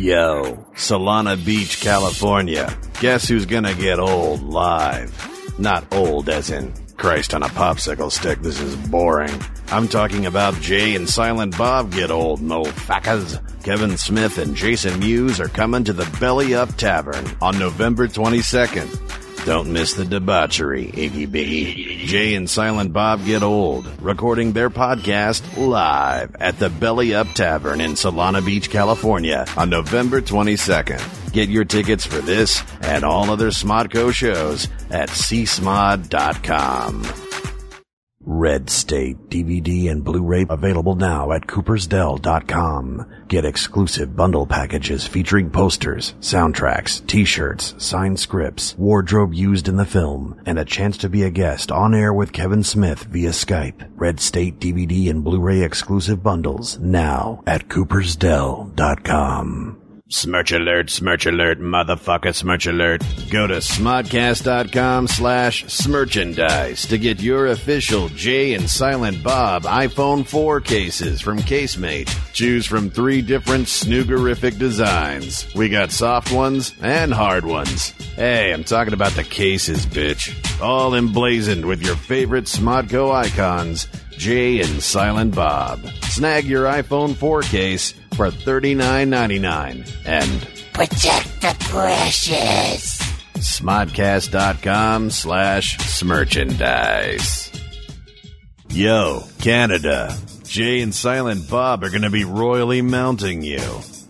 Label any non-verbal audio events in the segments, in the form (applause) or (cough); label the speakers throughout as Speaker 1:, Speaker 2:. Speaker 1: Yo, Solana Beach, California. Guess who's gonna get old live? Not old as in Christ on a popsicle stick, this is boring. I'm talking about Jay and Silent Bob get old, mofakas. Kevin Smith and Jason Mewes are coming to the Belly Up Tavern on November 22nd. Don't miss the debauchery, Iggy Biggie. Jay and Silent Bob Get Old, recording their podcast live at the Belly Up Tavern in Solana Beach, California on November 22nd. Get your tickets for this and all other Smodco shows at csmod.com. Red State DVD and Blu-ray available now at coopersdell.com. Get exclusive bundle packages featuring posters, soundtracks, t-shirts, signed scripts, wardrobe used in the film, and a chance to be a guest on air with Kevin Smith via Skype. Red State DVD and Blu-ray exclusive bundles now at coopersdell.com. Smirch alert, smirch alert, motherfucker, smirch alert. Go to smodcast.com slash smirchandise to get your official Jay and Silent Bob iPhone 4 cases from Casemate. Choose from three different snoogerific designs. We got soft ones and hard ones. Hey, I'm talking about the cases, bitch. All emblazoned with your favorite Smodco icons, Jay and Silent Bob. Snag your iPhone 4 case for $39.99 and
Speaker 2: Protect the precious.
Speaker 1: smodcast.com slash smerchandise. Yo, Canada. Jay and Silent Bob are going to be royally mounting you.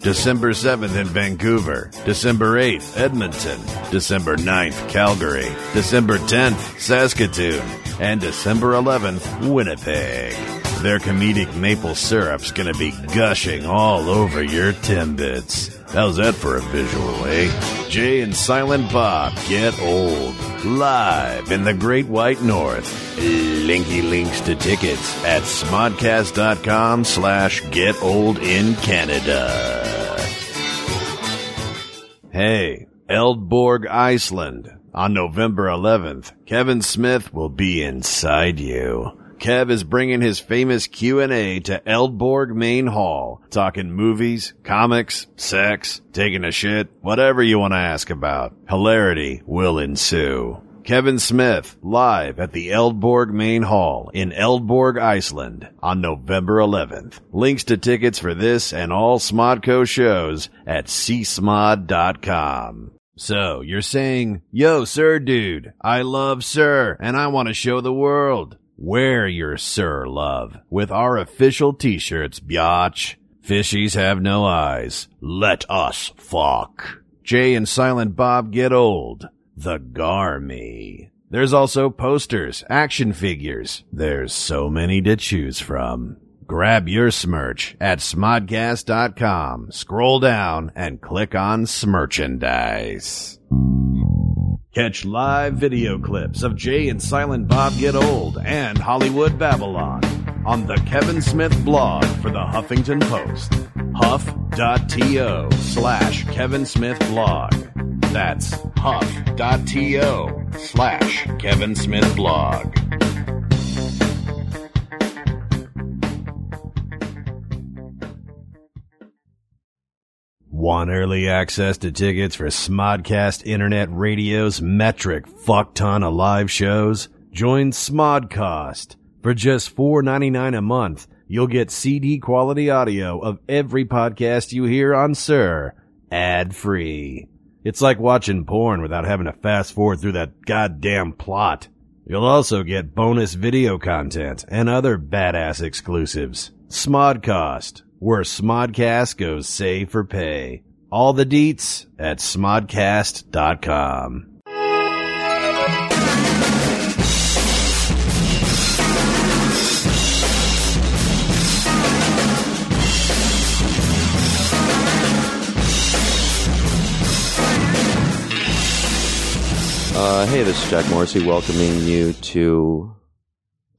Speaker 1: December 7th in Vancouver, December 8th, Edmonton, December 9th, Calgary, December 10th, Saskatoon, and December 11th, Winnipeg. Their comedic maple syrup's going to be gushing all over your Timbits. How's that for a visual, eh? Jay and Silent Bob get old. Live in the Great White North. Linky links to tickets at smodcast.com slash get old in Canada. Hey, Eldborg, Iceland. On November 11th, Kevin Smith will be inside you. Kev is bringing his famous Q&A to Eldborg Main Hall, talking movies, comics, sex, taking a shit, whatever you want to ask about. Hilarity will ensue. Kevin Smith, live at the Eldborg Main Hall in Eldborg, Iceland on November 11th. Links to tickets for this and all Smodco shows at csmod.com. So you're saying, yo, sir, dude, I love sir and I want to show the world. Wear your sir love with our official t-shirts, biatch. Fishies have no eyes. Let us fuck. Jay and Silent Bob get old. The Garmy. There's also posters, action figures. There's so many to choose from. Grab your smirch at smodcast.com. Scroll down and click on smerchandise. Catch live video clips of Jay and Silent Bob Get Old and Hollywood Babylon on the Kevin Smith blog for the Huffington Post. Huff.to slash Kevin Smith blog. That's huff.to slash Kevin Smith blog. Want early access to tickets for Smodcast Internet Radio's metric fuckton of live shows? Join Smodcast. For just $4.99 a month, you'll get CD quality audio of every podcast you hear on Sir, ad free. It's like watching porn without having to fast forward through that goddamn plot. You'll also get bonus video content and other badass exclusives. Smodcast, where Smodcast goes save for pay. All the deets at smodcast.com.
Speaker 3: Uh, hey, this is Jack Morrissey welcoming you to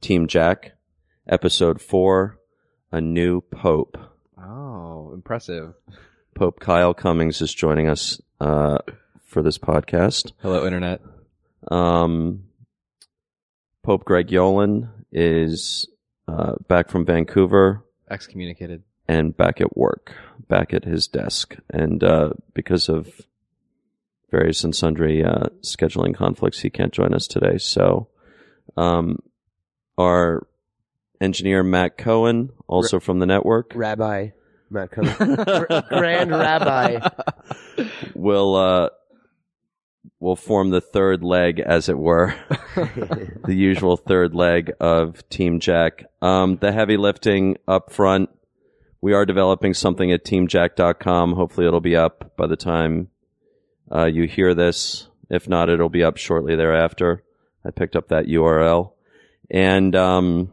Speaker 3: Team Jack, episode four, a new Pope.
Speaker 4: Oh, impressive.
Speaker 3: Pope Kyle Cummings is joining us uh, for this podcast.
Speaker 4: Hello, Internet.
Speaker 3: Um, Pope Greg Yolen is uh, back from Vancouver, (laughs)
Speaker 4: Excommunicated.
Speaker 3: and back at work, back at his desk. And uh, because of various and sundry uh, scheduling conflicts, he can't join us today. So um, our engineer, Matt Cohen, also from the network,
Speaker 5: Rabbi Matt Cohen.
Speaker 4: (laughs)
Speaker 5: Grand Rabbi.
Speaker 3: will uh, will form the third leg, as it were. the usual third leg of Team Jack. Um, the heavy lifting up front. We are developing something at teamjack.com. Hopefully, it'll be up by the time uh, you hear this. If not, it'll be up shortly thereafter. I picked up that URL. And um,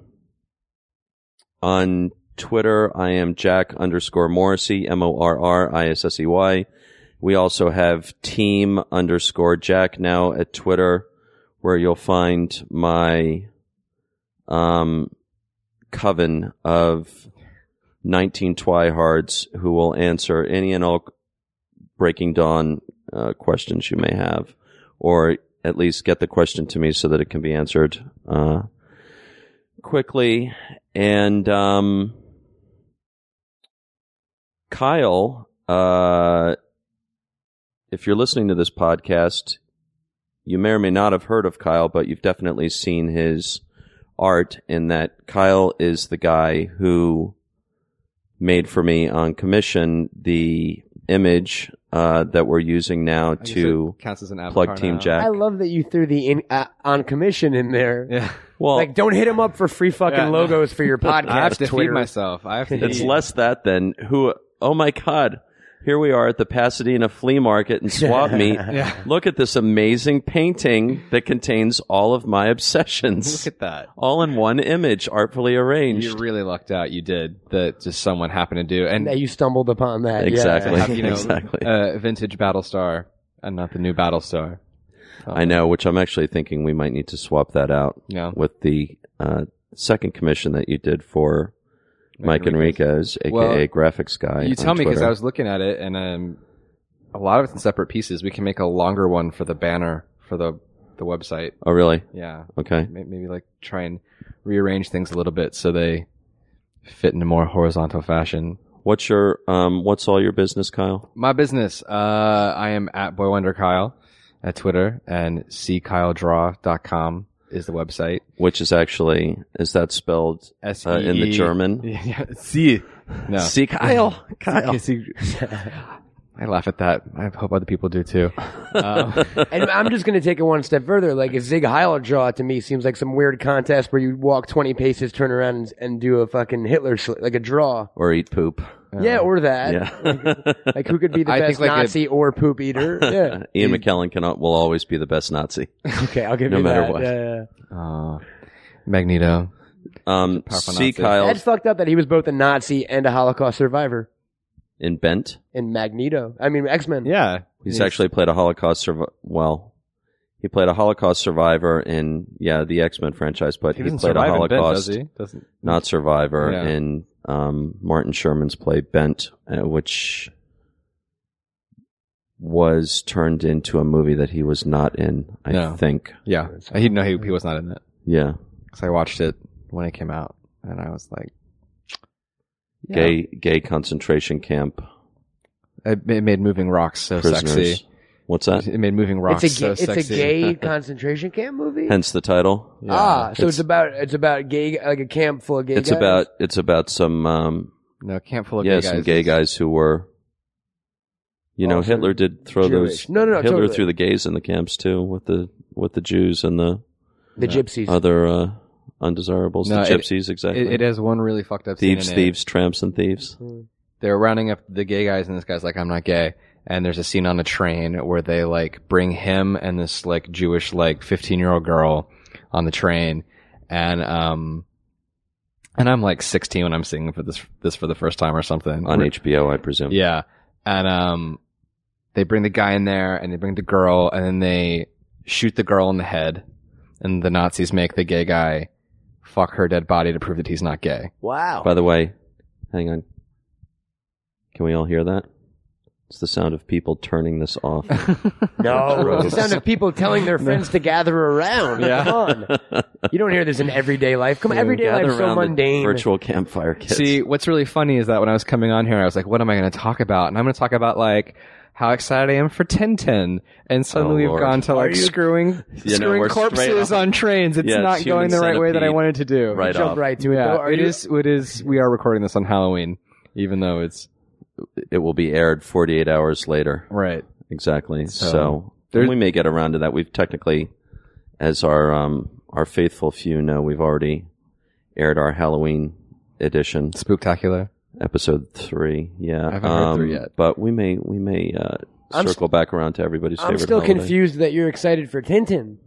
Speaker 3: on Twitter, I am Jack underscore Morrissey, M O R R I S S E Y. We also have team underscore Jack now at Twitter where you'll find my um, coven of 19 twihards who will answer any and all Breaking Dawn uh, questions you may have, or at least get the question to me so that it can be answered uh, quickly. And um, Kyle, uh, if you're listening to this podcast, you may or may not have heard of Kyle, but you've definitely seen his art in that Kyle is the guy who made for me on commission the image uh, that we're using now
Speaker 4: I guess
Speaker 3: to
Speaker 4: it counts as an avatar
Speaker 3: plug Team
Speaker 4: now.
Speaker 3: Jack.
Speaker 5: I love that you threw the in, uh, on commission in there.
Speaker 4: (laughs) Yeah,
Speaker 3: well,
Speaker 5: Like, don't hit him up for free fucking
Speaker 4: Yeah, no.
Speaker 5: logos for your
Speaker 4: (laughs)
Speaker 5: podcast.
Speaker 4: I have to
Speaker 5: Twitter.
Speaker 4: feed myself. I have to.
Speaker 3: it's
Speaker 4: eat.
Speaker 3: less that than who. Oh my God. Here we are at the Pasadena flea market and
Speaker 4: (laughs)
Speaker 3: swap meet.
Speaker 4: Yeah.
Speaker 3: Look at this amazing painting that contains all of my obsessions,
Speaker 4: Look at that.
Speaker 3: all in one image, artfully arranged.
Speaker 4: You really lucked out. You did that. Just someone happened to do, and
Speaker 5: And that you stumbled upon that. yeah.
Speaker 3: Exactly.
Speaker 4: have, you
Speaker 3: (laughs)
Speaker 4: know,
Speaker 3: exactly.
Speaker 4: uh, vintage Battlestar, and not the new Battlestar.
Speaker 3: I know, which I'm actually thinking we might need to swap that out
Speaker 4: Yeah.
Speaker 3: with the uh, second commission that you did for Mike Enriquez, aka
Speaker 4: Well,
Speaker 3: graphics guy.
Speaker 4: You
Speaker 3: on
Speaker 4: tell me because
Speaker 3: Twitter.
Speaker 4: I was looking at it, and um, a lot of it's in separate pieces. We can make a longer one for the banner for the the website.
Speaker 3: Oh, really?
Speaker 4: Yeah,
Speaker 3: Okay.
Speaker 4: May- maybe like try and rearrange things a little bit so they fit in a more horizontal fashion.
Speaker 3: What's your um? What's all your business, Kyle?
Speaker 4: My business. Uh, I am at Boy Wonder Kyle at Twitter, and ckyledraw.com is the website.
Speaker 3: Which is actually is that spelled
Speaker 4: S E
Speaker 3: uh, in the German?
Speaker 4: (laughs) Yeah, C. No.
Speaker 3: (laughs) See, Kyle,
Speaker 4: (laughs)
Speaker 3: Kyle.
Speaker 4: I laugh at that. I hope other people do too.
Speaker 3: (laughs)
Speaker 4: Um,
Speaker 5: (laughs) And I'm just going to take it one step further. Like a Zig Heil draw to me seems like some weird contest where you walk 20 paces, turn around, and, and do a fucking Hitler sl- like a draw.
Speaker 3: or eat poop.
Speaker 5: yeah, or that.
Speaker 3: Yeah.
Speaker 5: (laughs)
Speaker 3: (laughs)
Speaker 5: Like who could be the
Speaker 4: I
Speaker 5: best
Speaker 4: think, like, a-
Speaker 5: Nazi or
Speaker 4: (laughs)
Speaker 5: poop eater? Yeah.
Speaker 3: Ian McKellen cannot will always be the best Nazi.
Speaker 5: Okay, I'll give
Speaker 3: No
Speaker 5: you
Speaker 3: matter
Speaker 5: that.
Speaker 3: what.
Speaker 5: Yeah, yeah.
Speaker 4: uh, Magneto.
Speaker 3: Um,
Speaker 4: Powerful
Speaker 3: see
Speaker 4: Nazi.
Speaker 3: Kyle
Speaker 5: That's fucked up that he was both a Nazi and a Holocaust survivor
Speaker 3: in Bent.
Speaker 5: in Magneto. I mean X Men.
Speaker 4: Yeah,
Speaker 3: He's actually played a Holocaust survivor. Well, he played a Holocaust survivor in yeah the X Men franchise, but
Speaker 4: He
Speaker 3: he,
Speaker 4: doesn't
Speaker 3: played a
Speaker 4: survive in bed, does
Speaker 3: Holocaust
Speaker 4: he? Doesn't.
Speaker 3: not survivor
Speaker 4: Yeah.
Speaker 3: in um, Martin Sherman's play Bent, uh, which was turned into a movie that he was not in. I
Speaker 4: No.
Speaker 3: think.
Speaker 4: Yeah, I didn't know he, he was not in it
Speaker 3: Yeah.
Speaker 4: because I watched it when it came out, and I was like, yeah.
Speaker 3: gay gay concentration camp
Speaker 4: It, ma- it made moving rocks so
Speaker 3: prisoners.
Speaker 4: sexy.
Speaker 3: What's that?
Speaker 4: It made moving rocks
Speaker 5: It's a
Speaker 4: so
Speaker 5: ga- it's
Speaker 4: sexy.
Speaker 5: a
Speaker 3: (laughs)
Speaker 5: gay concentration camp movie.
Speaker 3: Hence the title.
Speaker 4: Yeah.
Speaker 5: ah, so it's,
Speaker 3: It's-
Speaker 5: about it's about gay like a camp full of gay.
Speaker 3: it's
Speaker 5: guys?
Speaker 3: about it's about some um,
Speaker 4: no camp full of
Speaker 3: yeah,
Speaker 4: gay
Speaker 3: some
Speaker 4: guys.
Speaker 3: gay guys who were. You know,
Speaker 5: Also
Speaker 3: Hitler did throw
Speaker 5: Jewish.
Speaker 3: those.
Speaker 5: No, no, no,
Speaker 3: Hitler
Speaker 5: totally.
Speaker 3: threw the gays in the camps too, with the with the Jews and the
Speaker 5: the gypsies.
Speaker 3: other uh, undesirables,
Speaker 4: No,
Speaker 3: the
Speaker 4: it-
Speaker 3: gypsies, exactly.
Speaker 4: It, it has one really fucked up
Speaker 3: thieves,
Speaker 4: scene in it.
Speaker 3: thieves, tramps, and thieves.
Speaker 5: Hmm.
Speaker 4: they're rounding up the gay guys, and this guy's like, "I'm not gay." And there's a scene on a train where they like bring him and this like Jewish like 15 year old girl on the train, and um, and I'm like 16 when I'm seeing for this this for the first time or something
Speaker 3: on HBO, I presume.
Speaker 4: (laughs) yeah. And um they bring the guy in there and they bring the girl and then they shoot the girl in the head and the Nazis make the gay guy fuck her dead body to prove that he's not gay. (laughs)
Speaker 5: wow.
Speaker 3: By the way, hang on. Can we all hear that? It's the sound of people turning this
Speaker 5: (laughs)
Speaker 3: off.
Speaker 5: No,
Speaker 3: Gross.
Speaker 5: it's the sound of people telling
Speaker 4: (laughs)
Speaker 5: their friends to gather around.
Speaker 4: Yeah.
Speaker 5: Come on.
Speaker 3: (laughs)
Speaker 5: You don't hear this in everyday life. Come on, everyday
Speaker 3: Gather
Speaker 5: life's so
Speaker 3: around the
Speaker 5: mundane.
Speaker 3: Virtual campfire kits.
Speaker 4: See, what's really funny is that when I was coming on here, I was like, what am I going to talk about? And I'm going to talk about like how excited I am for Tintin. And suddenly
Speaker 3: Oh,
Speaker 4: we've
Speaker 3: Lord.
Speaker 4: gone to like
Speaker 5: you-
Speaker 4: screwing,
Speaker 3: (laughs) You know,
Speaker 4: screwing
Speaker 3: we're straight
Speaker 4: corpses
Speaker 3: off-
Speaker 4: on trains. It's
Speaker 3: Yeah, it's
Speaker 4: not going the
Speaker 3: human
Speaker 4: right way that I
Speaker 3: centipede.
Speaker 4: wanted to do.
Speaker 3: Right
Speaker 5: Jump
Speaker 3: off.
Speaker 5: right to it. Though,
Speaker 4: Yeah,
Speaker 5: are
Speaker 4: it
Speaker 5: you-
Speaker 4: is, it is, we are recording this on Halloween, even though it's,
Speaker 3: It will be aired 48 hours later.
Speaker 4: right.
Speaker 3: Exactly. So,
Speaker 4: there's-
Speaker 3: we may get around to that. We've technically, as our um, our faithful few know, we've already aired our Halloween edition,
Speaker 4: Spooktacular. (laughs)
Speaker 3: episode three. Yeah, um,
Speaker 4: I haven't heard three yet.
Speaker 3: But we may we may uh,
Speaker 5: I'm
Speaker 3: circle back around to everybody's
Speaker 5: I'm
Speaker 3: favorite.
Speaker 5: still
Speaker 3: holiday.
Speaker 5: confused that you're excited for Tintin.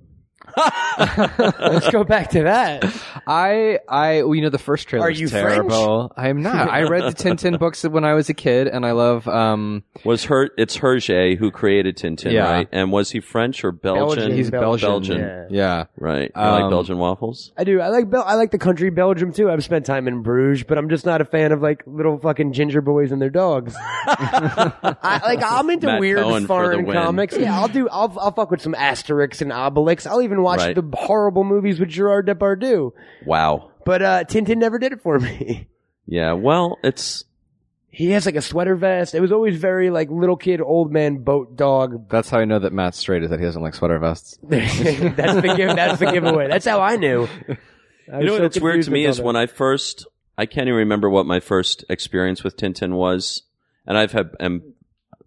Speaker 5: Let's go back to that.
Speaker 3: (laughs)
Speaker 4: I, I, well, you know, the first trailer
Speaker 5: Are
Speaker 4: was
Speaker 5: you French?
Speaker 4: terrible. I am not. I
Speaker 3: (laughs)
Speaker 4: read the Tintin books when I was a kid and I love, um,
Speaker 3: Was her? It's Hergé who created Tintin,
Speaker 4: Yeah.
Speaker 3: right? And was he French or Belgian?
Speaker 5: Belgian.
Speaker 4: he's Belgian.
Speaker 3: Belgian.
Speaker 5: Yeah.
Speaker 4: yeah.
Speaker 3: Right. You like
Speaker 4: Um,
Speaker 3: Belgian waffles?
Speaker 5: I do. I like Bel- I like the country Belgium too. I've spent time in Bruges, but I'm just not a fan of like little fucking ginger boys and their dogs. (laughs) I, like I'm into
Speaker 3: Matt
Speaker 5: weird
Speaker 3: Cohen for the
Speaker 5: foreign
Speaker 3: win.
Speaker 5: comics. Yeah, I'll do. I'll I'll fuck with some Asterix and Obelix. I'll even watch
Speaker 3: Right.
Speaker 5: the horrible movies with Gerard Depardieu.
Speaker 3: Wow.
Speaker 5: But uh, Tintin never did it for me. (laughs)
Speaker 3: Yeah. Well, it's
Speaker 5: He has like a sweater vest. It was always very like little kid, old man, boat dog. (laughs)
Speaker 4: That's how I know that Matt's straight is that he doesn't like sweater vests.
Speaker 5: that's the give, that's the giveaway. That's how I (laughs) knew.
Speaker 3: you know what's weird to me is when I first I can't even remember what my first experience with Tintin was, and I've had am,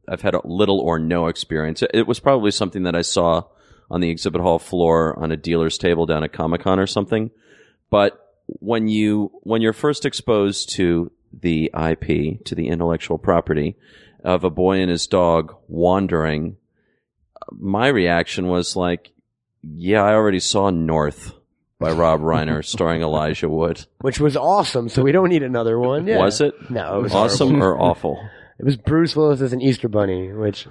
Speaker 3: I've had little or no experience. It- It was probably something that I saw on the exhibit hall floor on a dealer's table down at Comic Con or something. But when you when you're first exposed to the IP to the intellectual property of a boy and his dog wandering, my reaction was like, "Yeah, I already saw North."
Speaker 5: (laughs)
Speaker 3: by Rob Reiner, starring Elijah Wood.
Speaker 5: which was awesome. So we don't need another one. Yeah.
Speaker 3: Was it
Speaker 5: No, it was
Speaker 3: awesome or awful?
Speaker 5: It was Bruce Willis as an Easter bunny, which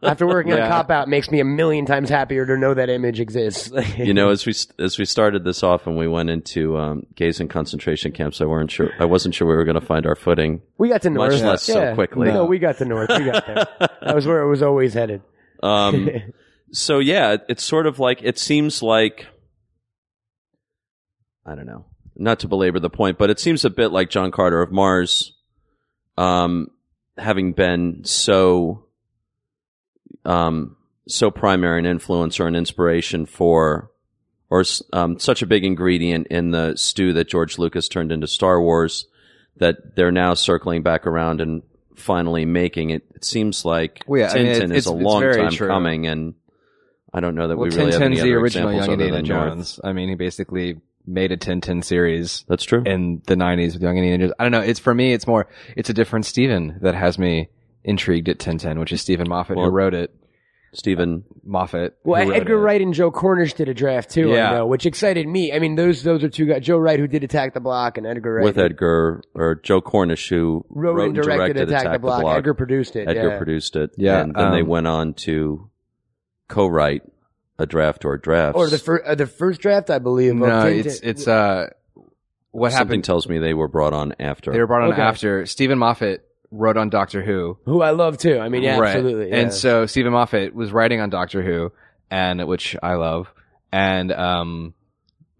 Speaker 5: after working on Cop Out makes me a million times happier to know that image exists.
Speaker 3: You know, as we as we started this off and we went into um, gays in concentration camps, I weren't sure. I wasn't sure we were going to find our footing.
Speaker 5: (laughs)
Speaker 3: (laughs)
Speaker 5: we got to
Speaker 3: Much
Speaker 5: North.
Speaker 3: less so quickly.
Speaker 5: No. we got to North. We got
Speaker 3: (laughs)
Speaker 5: there. that was where it was always headed.
Speaker 3: Um, so yeah, it- it's sort of like it seems like I don't know, not to belabor the point, but it seems a bit like John Carter of Mars, um, having been so, um, so primary an influencer and inspiration for, or s- um, such a big ingredient in the stew that George Lucas turned into Star Wars, that they're now circling back around and finally making it. It seems like
Speaker 4: Well, yeah, I mean,
Speaker 3: Tintin
Speaker 4: it's-
Speaker 3: is a
Speaker 4: it's- it's
Speaker 3: long
Speaker 4: very
Speaker 3: time
Speaker 4: true.
Speaker 3: coming, and I don't know that
Speaker 4: Well,
Speaker 3: we really have any
Speaker 4: Tintin's the
Speaker 3: other
Speaker 4: original
Speaker 3: examples
Speaker 4: young
Speaker 3: other
Speaker 4: Indiana
Speaker 3: than North.
Speaker 4: Jones. I mean, he basically made a Tintin series
Speaker 3: That's true.
Speaker 4: in the '90s with young Indiana Jones. I don't know. It's for me. It's more. It's a different Steven that has me intrigued at Tintin, which is Stephen Moffat
Speaker 3: Well-
Speaker 4: who wrote it.
Speaker 3: Stephen,
Speaker 4: Moffat.
Speaker 5: (laughs) Well,
Speaker 4: who wrote
Speaker 5: Edgar
Speaker 4: it.
Speaker 5: Wright and Joe Cornish did a draft too,
Speaker 4: Yeah.
Speaker 5: I know, which excited me. I mean, those those are two guys. Joe Wright, who did Attack the Block, and Edgar Wright
Speaker 3: with
Speaker 5: who
Speaker 3: Edgar or Joe Cornish, who
Speaker 5: wrote, and directed, Attack, the, Block. Edgar produced it.
Speaker 3: Edgar
Speaker 5: yeah.
Speaker 3: produced it.
Speaker 4: Yeah,
Speaker 3: and then they
Speaker 4: um,
Speaker 3: went on to co-write a draft or drafts.
Speaker 5: or the fir- uh, the first draft, I believe. of
Speaker 4: No,
Speaker 5: Tintin.
Speaker 4: it's it's uh, what
Speaker 3: Something
Speaker 4: happened?
Speaker 3: tells me they were brought on after.
Speaker 4: They were brought on
Speaker 5: Okay.
Speaker 4: after Stephen Moffat wrote on Doctor Who.
Speaker 5: who I love too. I mean, yeah,
Speaker 4: Right.
Speaker 5: absolutely. yeah.
Speaker 4: And so Stephen Moffat was writing on Doctor Who, and which I love, and um,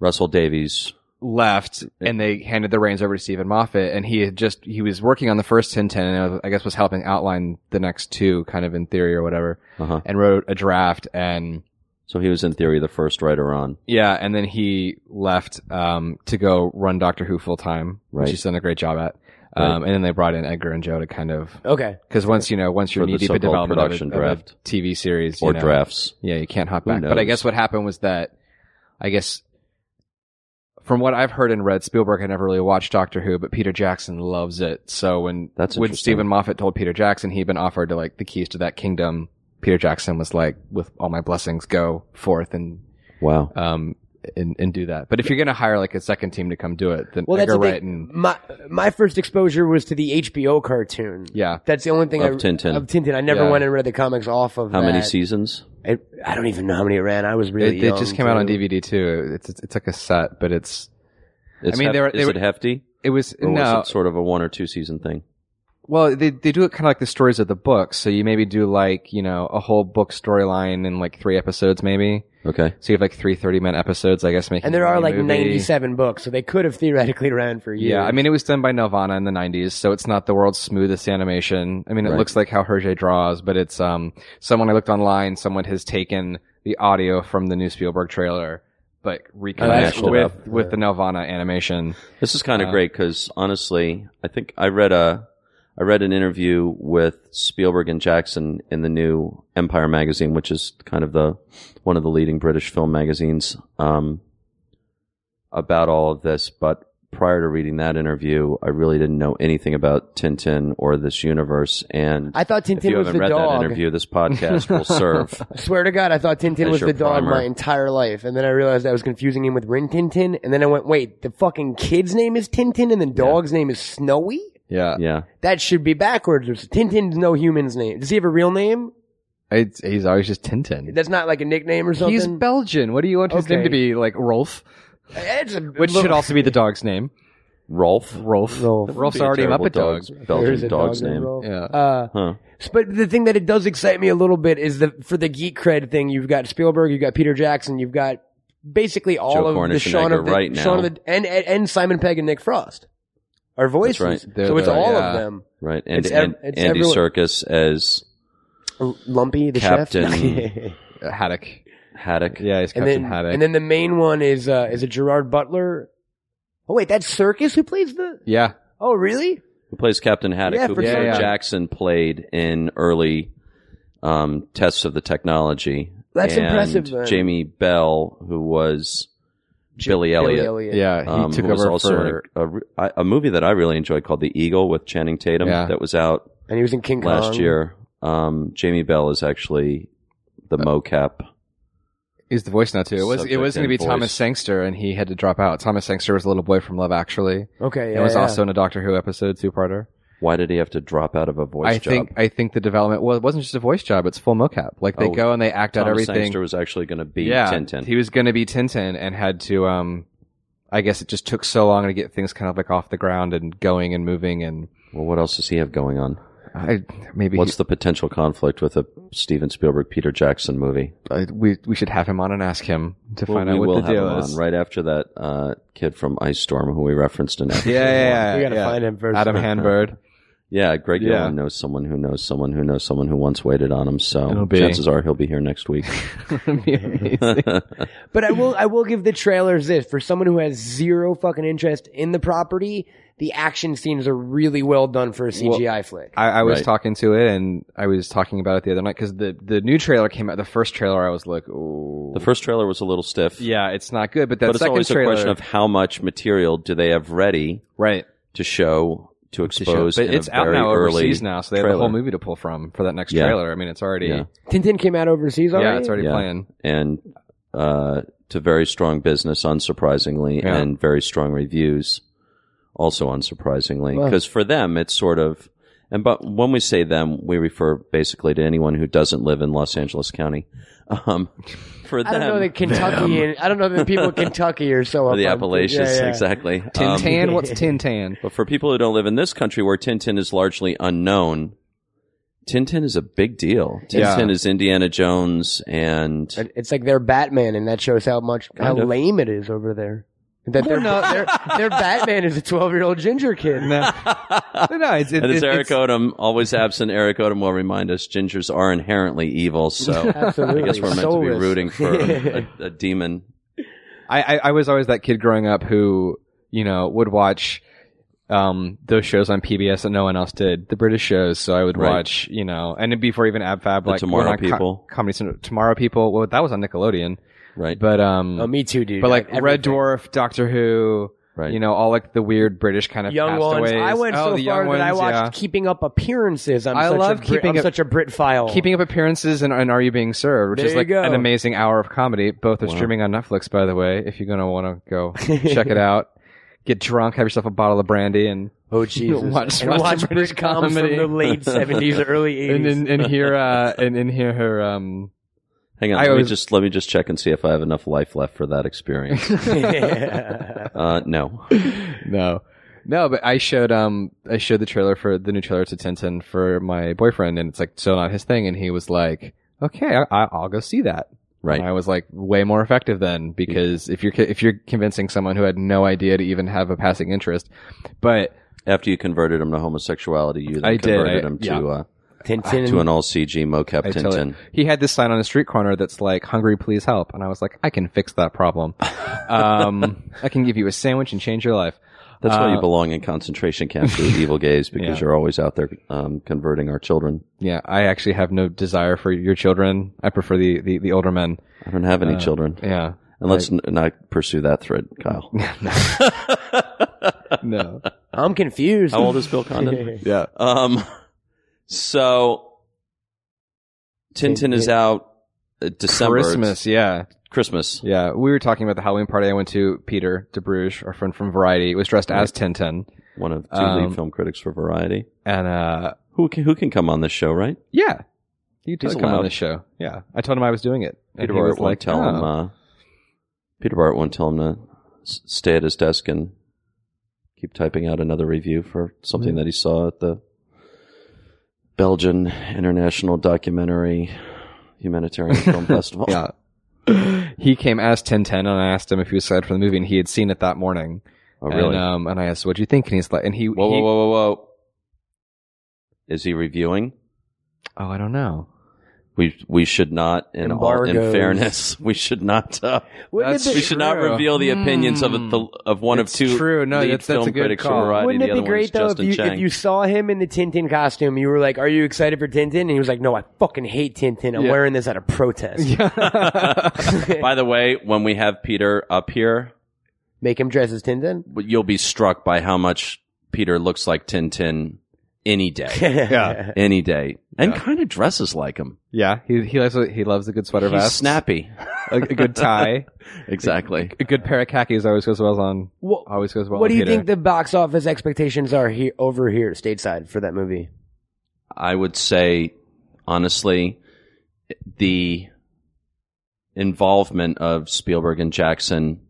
Speaker 3: Russell Davies.
Speaker 4: left, and they handed the reins over to Stephen Moffat, and he had just he was working on the first Tintin, and I guess was helping outline the next two, kind of in theory or whatever,
Speaker 3: Uh-huh.
Speaker 4: and wrote a draft, and
Speaker 3: So he was in theory the first writer on.
Speaker 4: yeah, and then he left um, to go run Doctor Who full time,
Speaker 3: Right.
Speaker 4: which he's done a great job at. Um, and then they brought in Edgar and Joe to kind of
Speaker 5: okay,
Speaker 4: because once you know once you're
Speaker 3: For the
Speaker 4: knee deep
Speaker 3: so-called
Speaker 4: in development of a,
Speaker 3: production
Speaker 4: of a
Speaker 3: draft.
Speaker 4: TV series
Speaker 3: Or
Speaker 4: you know,
Speaker 3: drafts.
Speaker 4: Yeah, you can't hop
Speaker 3: Who
Speaker 4: back. But I
Speaker 3: knows?
Speaker 4: guess what happened was that, I guess, from what I've heard and read, Spielberg had never really watched Doctor Who, but Peter Jackson loves it. So when
Speaker 3: That's
Speaker 4: when
Speaker 3: interesting.
Speaker 4: Stephen Moffat told Peter Jackson he'd been offered to like the keys to that kingdom, Peter Jackson was like, "With all my blessings, go forth and
Speaker 3: Wow.
Speaker 4: um and, and do that." But if you're gonna hire like a second team to come do it, then
Speaker 5: well, that's
Speaker 4: Edgar
Speaker 5: the
Speaker 4: Wright
Speaker 5: thing.
Speaker 4: and
Speaker 5: my my first exposure was to the HBO cartoon.
Speaker 4: yeah,
Speaker 5: That's the only thing
Speaker 3: Of
Speaker 5: I
Speaker 3: Tintin.
Speaker 5: Of Tintin, I never
Speaker 4: Yeah.
Speaker 5: went and read the comics off of.
Speaker 3: How many
Speaker 5: that.
Speaker 3: seasons?
Speaker 5: I, I don't even know how many it ran. I was
Speaker 4: it,
Speaker 5: really.
Speaker 4: it just
Speaker 5: young,
Speaker 4: came out on
Speaker 5: too.
Speaker 4: DVD too. It's it's, it's like a set, but it's
Speaker 3: It's
Speaker 4: mean, they were-
Speaker 3: is
Speaker 4: they
Speaker 3: it
Speaker 4: were-
Speaker 3: hefty?
Speaker 4: it was
Speaker 3: Or
Speaker 4: no
Speaker 3: was it sort of a one or two season thing?
Speaker 4: Well, they they do it kind of like the stories of the book. So you maybe do like you know a whole book storyline in like three episodes, maybe.
Speaker 3: Okay.
Speaker 4: So you have like three 30 minute episodes, I guess. Making
Speaker 5: And there
Speaker 4: a
Speaker 5: are like
Speaker 4: movie.
Speaker 5: 97 books, so they could have theoretically ran for years.
Speaker 4: Yeah, I mean, it was done by Nelvana in the 90s, so it's not the world's smoothest animation. I mean, it
Speaker 3: Right.
Speaker 4: looks like how Hergé draws, but it's um someone I looked online, someone has taken the audio from the new Spielberg trailer, but
Speaker 3: mashed
Speaker 4: reconnected
Speaker 3: it
Speaker 4: with,
Speaker 3: up.
Speaker 4: with the Nelvana animation.
Speaker 3: This is kind of
Speaker 4: Uh,
Speaker 3: 'cause great because honestly, I think I read a I read an interview with Spielberg and Jackson in the new Empire magazine, which is kind of the one of the leading British film magazines, um, about all of this. But prior to reading that interview, I really didn't know anything about Tintin or this universe. And
Speaker 5: I thought
Speaker 3: if you
Speaker 5: Tintin was
Speaker 3: haven't
Speaker 5: the
Speaker 3: read that
Speaker 5: dog.
Speaker 3: interview, this podcast will
Speaker 5: (laughs)
Speaker 3: serve.
Speaker 5: Swear to God, I thought Tintin
Speaker 3: As
Speaker 5: was
Speaker 3: your
Speaker 5: the dog
Speaker 3: primer.
Speaker 5: my entire life, and then I realized I was confusing him with Rin Tintin, and then I went, wait, the fucking kid's name is Tintin, and the dog's name is Snowy.
Speaker 4: Yeah.
Speaker 3: Yeah,
Speaker 5: That should be backwards. Tintin's no human's name. Does he have a real name?
Speaker 4: It's, he's always just Tintin.
Speaker 5: That's not like a nickname or something.
Speaker 4: He's Belgian. What do you want his
Speaker 5: Okay.
Speaker 4: name to be? Like Rolf?
Speaker 5: It's a
Speaker 4: Which should also be the dog's name.
Speaker 3: Rolf.
Speaker 4: Rolf.
Speaker 5: Rolf.
Speaker 4: Rolf's already a
Speaker 3: Terrible
Speaker 4: Muppet dog.
Speaker 3: dog's Belgian dog's name.
Speaker 4: Yeah.
Speaker 5: Uh,
Speaker 3: Huh.
Speaker 5: S- But the thing that it does excite me a little bit is the for the geek cred thing. You've got Spielberg, you've got Peter Jackson, you've got basically all
Speaker 3: Joe
Speaker 5: of
Speaker 3: Cornish
Speaker 5: the
Speaker 3: and
Speaker 5: Shaun
Speaker 3: Edgar
Speaker 5: of the
Speaker 3: Wright
Speaker 5: Shaun of
Speaker 3: now.
Speaker 5: the and, and and Simon Pegg and Nick Frost are voices.
Speaker 3: right.
Speaker 5: So
Speaker 4: They're
Speaker 5: it's
Speaker 4: the-
Speaker 5: all
Speaker 4: yeah.
Speaker 5: of them.
Speaker 3: Right. And,
Speaker 5: It's ev-
Speaker 3: and
Speaker 5: it's
Speaker 3: Andy
Speaker 5: everyone-
Speaker 3: Circus as
Speaker 5: L- Oh, Lumpy the (laughs)
Speaker 3: Captain-
Speaker 5: chef,
Speaker 4: Haddock.
Speaker 3: Haddock.
Speaker 4: Yeah, he's
Speaker 5: and
Speaker 4: Captain
Speaker 5: then
Speaker 4: Haddock.
Speaker 5: and then the main one is uh, is it Gerard Butler? Oh wait, that's Circus who plays the.
Speaker 4: yeah.
Speaker 5: Oh really?
Speaker 3: Who plays Captain Haddock,
Speaker 5: Yeah,
Speaker 3: who
Speaker 5: for
Speaker 3: Peter
Speaker 4: sure. Yeah, yeah.
Speaker 3: Jackson played in early um, tests of the technology.
Speaker 5: That's
Speaker 3: And
Speaker 5: impressive, man.
Speaker 3: Jamie Bell, who was
Speaker 5: J-
Speaker 3: Billy Elliot.
Speaker 4: Yeah. He
Speaker 3: um,
Speaker 4: took
Speaker 3: who was
Speaker 4: over
Speaker 3: also
Speaker 4: for.
Speaker 3: in a- a, re- I- a movie that I really enjoyed called The Eagle with Channing Tatum
Speaker 4: Yeah.
Speaker 3: that was out
Speaker 5: and he was in King Kong
Speaker 3: last year. Um, Jamie Bell is actually the mocap.
Speaker 4: He's the voice now too. It was it
Speaker 3: Subject
Speaker 4: was going to
Speaker 3: and
Speaker 4: be
Speaker 3: voice.
Speaker 4: Thomas Sangster, and he had to drop out. Thomas Sangster was a little boy from Love Actually.
Speaker 5: Okay,
Speaker 4: it
Speaker 5: yeah,
Speaker 4: was
Speaker 5: yeah.
Speaker 4: also in a Doctor Who episode, two parter.
Speaker 3: Why did he have to drop out of a voice
Speaker 4: I
Speaker 3: job?
Speaker 4: think I think the development well, it wasn't just a voice job; it's full mocap. Like they
Speaker 3: Oh,
Speaker 4: go and they act out
Speaker 3: Thomas
Speaker 4: everything.
Speaker 3: Sangster was actually going to be
Speaker 4: yeah,
Speaker 3: Tintin.
Speaker 4: he was going to be Tintin, and had to. um I guess it just took so long to get things kind of like off the ground and going and moving, and
Speaker 3: well, what else does he have going on?
Speaker 4: I maybe
Speaker 3: What's the potential conflict with a Steven Spielberg Peter Jackson movie?
Speaker 4: I, we we should have him on and ask him to
Speaker 3: Well,
Speaker 4: find
Speaker 3: we
Speaker 4: out
Speaker 3: will
Speaker 4: what the
Speaker 3: have
Speaker 4: deal
Speaker 3: him
Speaker 4: is.
Speaker 3: on right after that uh, kid from Ice Storm who we referenced
Speaker 4: (laughs)
Speaker 3: in episode
Speaker 4: Yeah, yeah, yeah.
Speaker 5: We gotta
Speaker 4: yeah.
Speaker 5: find him first.
Speaker 3: (laughs)
Speaker 4: Adam Hanbird.
Speaker 3: Yeah, Greg
Speaker 4: Yeah.
Speaker 3: Gillen knows someone who knows someone who knows someone who once waited on him. So
Speaker 4: It'll be-
Speaker 3: chances are he'll be here next
Speaker 4: (laughs)
Speaker 3: week. (laughs)
Speaker 4: It'd be amazing.
Speaker 5: But I will I will give the trailers this for someone who has zero fucking interest in the property. The action scenes are really well done for a CGI flick.
Speaker 4: I, I was
Speaker 3: Right.
Speaker 4: talking to it, and I was talking about it the other night because the the new trailer came out. The first trailer, I was like, "Ooh,
Speaker 3: the first trailer was a little stiff.
Speaker 4: yeah, it's not good." But that
Speaker 3: but it's
Speaker 4: second
Speaker 3: always
Speaker 4: trailer,
Speaker 3: a question of how much material do they have ready
Speaker 4: right?
Speaker 3: to show to
Speaker 4: to show.
Speaker 3: expose.
Speaker 4: but
Speaker 3: in a
Speaker 4: it's out
Speaker 3: very
Speaker 4: now
Speaker 3: early
Speaker 4: overseas now, so they have a whole
Speaker 3: trailer.
Speaker 4: movie to pull from for that next
Speaker 3: Yeah.
Speaker 4: trailer. I mean, it's already
Speaker 3: Yeah.
Speaker 4: yeah,
Speaker 5: Tintin came out overseas already.
Speaker 4: it's already
Speaker 3: Yeah.
Speaker 4: playing.
Speaker 3: and uh, to very strong business, unsurprisingly,
Speaker 4: Yeah.
Speaker 3: and very strong reviews, also unsurprisingly.
Speaker 5: Wow.
Speaker 3: Because for them, it's sort of, and but when we say them, we refer basically to anyone who doesn't live in Los Angeles County. Um, for
Speaker 5: I
Speaker 3: them,
Speaker 5: don't know that Kentucky and I don't know
Speaker 3: (laughs)
Speaker 5: that people in Kentucky are so
Speaker 3: or
Speaker 5: up
Speaker 3: the
Speaker 5: on-
Speaker 3: Appalachians,
Speaker 5: yeah, yeah.
Speaker 3: exactly. Um, (laughs)
Speaker 4: Tintan, what's Tintan?
Speaker 3: but for people who don't live in this country, where Tintin is largely unknown. Tintin is a big deal.
Speaker 4: Yeah.
Speaker 3: Tintin is Indiana Jones and
Speaker 5: And It's like they're Batman, and that shows how much how
Speaker 3: Kind of.
Speaker 5: lame it is over there. That their their
Speaker 3: (laughs)
Speaker 5: their Batman is a twelve year old ginger kid.
Speaker 4: no, no, no, it's, it,
Speaker 3: And as
Speaker 4: it-
Speaker 3: Eric
Speaker 4: it's
Speaker 3: Odom, always absent, Eric Odom will remind us gingers are inherently evil.
Speaker 4: (laughs)
Speaker 3: So I
Speaker 5: Absolutely,
Speaker 3: guess we're meant to
Speaker 5: Soulless.
Speaker 3: be rooting
Speaker 5: (laughs)
Speaker 3: for a, a demon.
Speaker 4: I, I I was always that kid growing up who you know would watch. Um, those shows on PBS that no one else did, the British shows. So I would
Speaker 3: Right.
Speaker 4: watch, you know, and before even AbFab,
Speaker 3: The
Speaker 4: like
Speaker 3: Tomorrow
Speaker 4: when I co-
Speaker 3: People.
Speaker 4: Comedy Central, Tomorrow People. Well, that was on Nickelodeon,
Speaker 3: Right.
Speaker 4: but um,
Speaker 5: Oh, me too, dude.
Speaker 4: but like
Speaker 5: Everything.
Speaker 4: Red Dwarf, Doctor Who,
Speaker 3: Right.
Speaker 4: you know, all like the weird British kind of
Speaker 5: Young ones.
Speaker 4: castaways.
Speaker 5: I went
Speaker 4: Oh,
Speaker 5: so
Speaker 4: the
Speaker 5: far
Speaker 4: young
Speaker 5: that I
Speaker 4: ones,
Speaker 5: watched
Speaker 4: yeah.
Speaker 5: Keeping Up Appearances. I'm
Speaker 4: I
Speaker 5: such
Speaker 4: love
Speaker 5: a Brit,
Speaker 4: Keeping
Speaker 5: I'm
Speaker 4: Up-
Speaker 5: such a Brit file.
Speaker 4: Keeping Up Appearances and, and Are You Being Served, which
Speaker 5: Oh. There
Speaker 4: is
Speaker 5: you
Speaker 4: like
Speaker 5: go.
Speaker 4: an amazing hour of comedy. Both are streaming on Netflix, by the way, if you're going to want to
Speaker 5: (laughs)
Speaker 4: go check it out. Get drunk, have yourself a bottle of brandy, and
Speaker 5: Oh
Speaker 4: (laughs)
Speaker 5: Jesus!
Speaker 4: Watch-
Speaker 5: and
Speaker 4: watch
Speaker 5: watch
Speaker 4: British
Speaker 5: Brit coms
Speaker 4: comedy.
Speaker 5: from the late
Speaker 4: (laughs)
Speaker 5: seventies, early
Speaker 4: and,
Speaker 5: eighties.
Speaker 4: and, and hear uh, and, and hear her.
Speaker 5: (laughs)
Speaker 4: Um,
Speaker 3: Hang on.
Speaker 4: I
Speaker 3: let
Speaker 4: always-
Speaker 3: me just let me just check and see if I have
Speaker 4: (laughs)
Speaker 3: enough life left for that experience. uh, no.
Speaker 4: no, No, but I showed um I showed the trailer for the new trailer to Tintin for my boyfriend, and it's like so not his thing, and he was like, "Okay, I, I- I'll go see that."
Speaker 3: Right.
Speaker 4: And I was like, way more effective then because if you're co- if you're convincing someone who had no idea to even have a passing interest, but
Speaker 3: After you converted him to homosexuality, you then
Speaker 4: I did,
Speaker 3: converted
Speaker 4: I-
Speaker 3: him
Speaker 4: yeah.
Speaker 3: to uh,
Speaker 5: Tintin.
Speaker 3: to an all CG mocap
Speaker 4: I tell
Speaker 3: Tintin.
Speaker 4: it, he had this sign on a street corner that's like, "Hungry, please help," and I was like, "I can fix that problem.
Speaker 3: (laughs)
Speaker 4: um, I can give you a sandwich and change your life."
Speaker 3: That's why you
Speaker 4: Uh,
Speaker 3: belong in concentration camps
Speaker 4: (laughs)
Speaker 3: for the evil gays because
Speaker 4: Yeah.
Speaker 3: you're always out there um, converting our children.
Speaker 4: Yeah, I actually have no desire for your children. I prefer the the, the older men.
Speaker 3: I don't have any
Speaker 4: Uh,
Speaker 3: children.
Speaker 4: Yeah.
Speaker 3: And let's n- not pursue that thread, Kyle. (laughs)
Speaker 4: No.
Speaker 5: (laughs) I'm confused.
Speaker 3: How old
Speaker 5: (laughs)
Speaker 3: is Bill Condon?
Speaker 4: (laughs) yeah.
Speaker 3: Um, so Tintin is out uh, December It's
Speaker 4: Christmas, yeah.
Speaker 3: Christmas.
Speaker 4: Yeah. We were talking about the Halloween party I went to, Peter DeBruge, our friend from Variety, was dressed as Tintin.
Speaker 3: One of two
Speaker 4: Um,
Speaker 3: lead film critics for Variety.
Speaker 4: And uh
Speaker 3: Who can, who can come on this show, right?
Speaker 4: yeah. You did
Speaker 3: He's
Speaker 4: come
Speaker 3: allowed.
Speaker 4: on this show. Yeah. I told him I was doing it. and
Speaker 3: Peter
Speaker 4: he
Speaker 3: Bart
Speaker 4: was
Speaker 3: won't tell him.
Speaker 4: "Oh."
Speaker 3: Uh, Peter Bart won't tell him to s- stay at his desk and keep typing out another review for something
Speaker 4: Mm-hmm.
Speaker 3: that he saw at the Belgian International Documentary Humanitarian
Speaker 4: (laughs)
Speaker 3: Film Festival.
Speaker 4: Yeah. he came as Tintin and I asked him if he was excited for the movie and he had seen it that morning.
Speaker 3: Oh, really?
Speaker 4: And um and I asked, What'd you think? And he's like and he,
Speaker 3: whoa, whoa,
Speaker 4: he
Speaker 3: whoa, whoa, whoa! Is he reviewing?
Speaker 4: Oh, I don't know.
Speaker 3: (laughs)
Speaker 4: (laughs)
Speaker 3: We we should not, in all in
Speaker 5: Embargoes.
Speaker 3: fairness, (laughs) we should not. Uh,
Speaker 5: Wouldn't
Speaker 4: That's
Speaker 5: it be,
Speaker 3: we should not
Speaker 4: True.
Speaker 3: reveal the opinions of
Speaker 4: Hmm.
Speaker 3: a, of one
Speaker 4: It's
Speaker 3: of two
Speaker 4: true. No,
Speaker 3: lead
Speaker 4: that's- that's a
Speaker 3: film
Speaker 4: good
Speaker 3: critics
Speaker 4: call.
Speaker 3: for Variety.
Speaker 5: wouldn't
Speaker 3: the
Speaker 5: it be
Speaker 3: other one
Speaker 5: great
Speaker 3: is
Speaker 5: though if
Speaker 3: Justin
Speaker 5: you,
Speaker 3: Chang.
Speaker 5: if you saw him in the Tintin costume? You were like, "Are you excited for Tintin?" And he was like, "No, I fucking hate Tintin. I'm
Speaker 4: Yeah.
Speaker 5: wearing this out of protest.
Speaker 4: (laughs)
Speaker 3: By the way, when we have Peter up here,
Speaker 5: Make him dress as Tintin."
Speaker 3: you'll be struck by how much Peter looks like Tintin any day,
Speaker 4: (laughs)
Speaker 5: (laughs)
Speaker 1: Yeah.
Speaker 3: any day, and kind of dresses like him.
Speaker 4: Yeah, he he loves he loves a good sweater
Speaker 3: He's
Speaker 4: vest, (laughs)
Speaker 3: snappy,
Speaker 4: a, a good tie,
Speaker 3: exactly.
Speaker 4: a good pair of khakis always goes well on
Speaker 5: What,
Speaker 4: always goes well.
Speaker 5: what do
Speaker 4: on
Speaker 5: you
Speaker 4: Peter.
Speaker 5: think the box office expectations are here over here stateside for that movie?
Speaker 3: I would say, honestly, the involvement of Spielberg and Jackson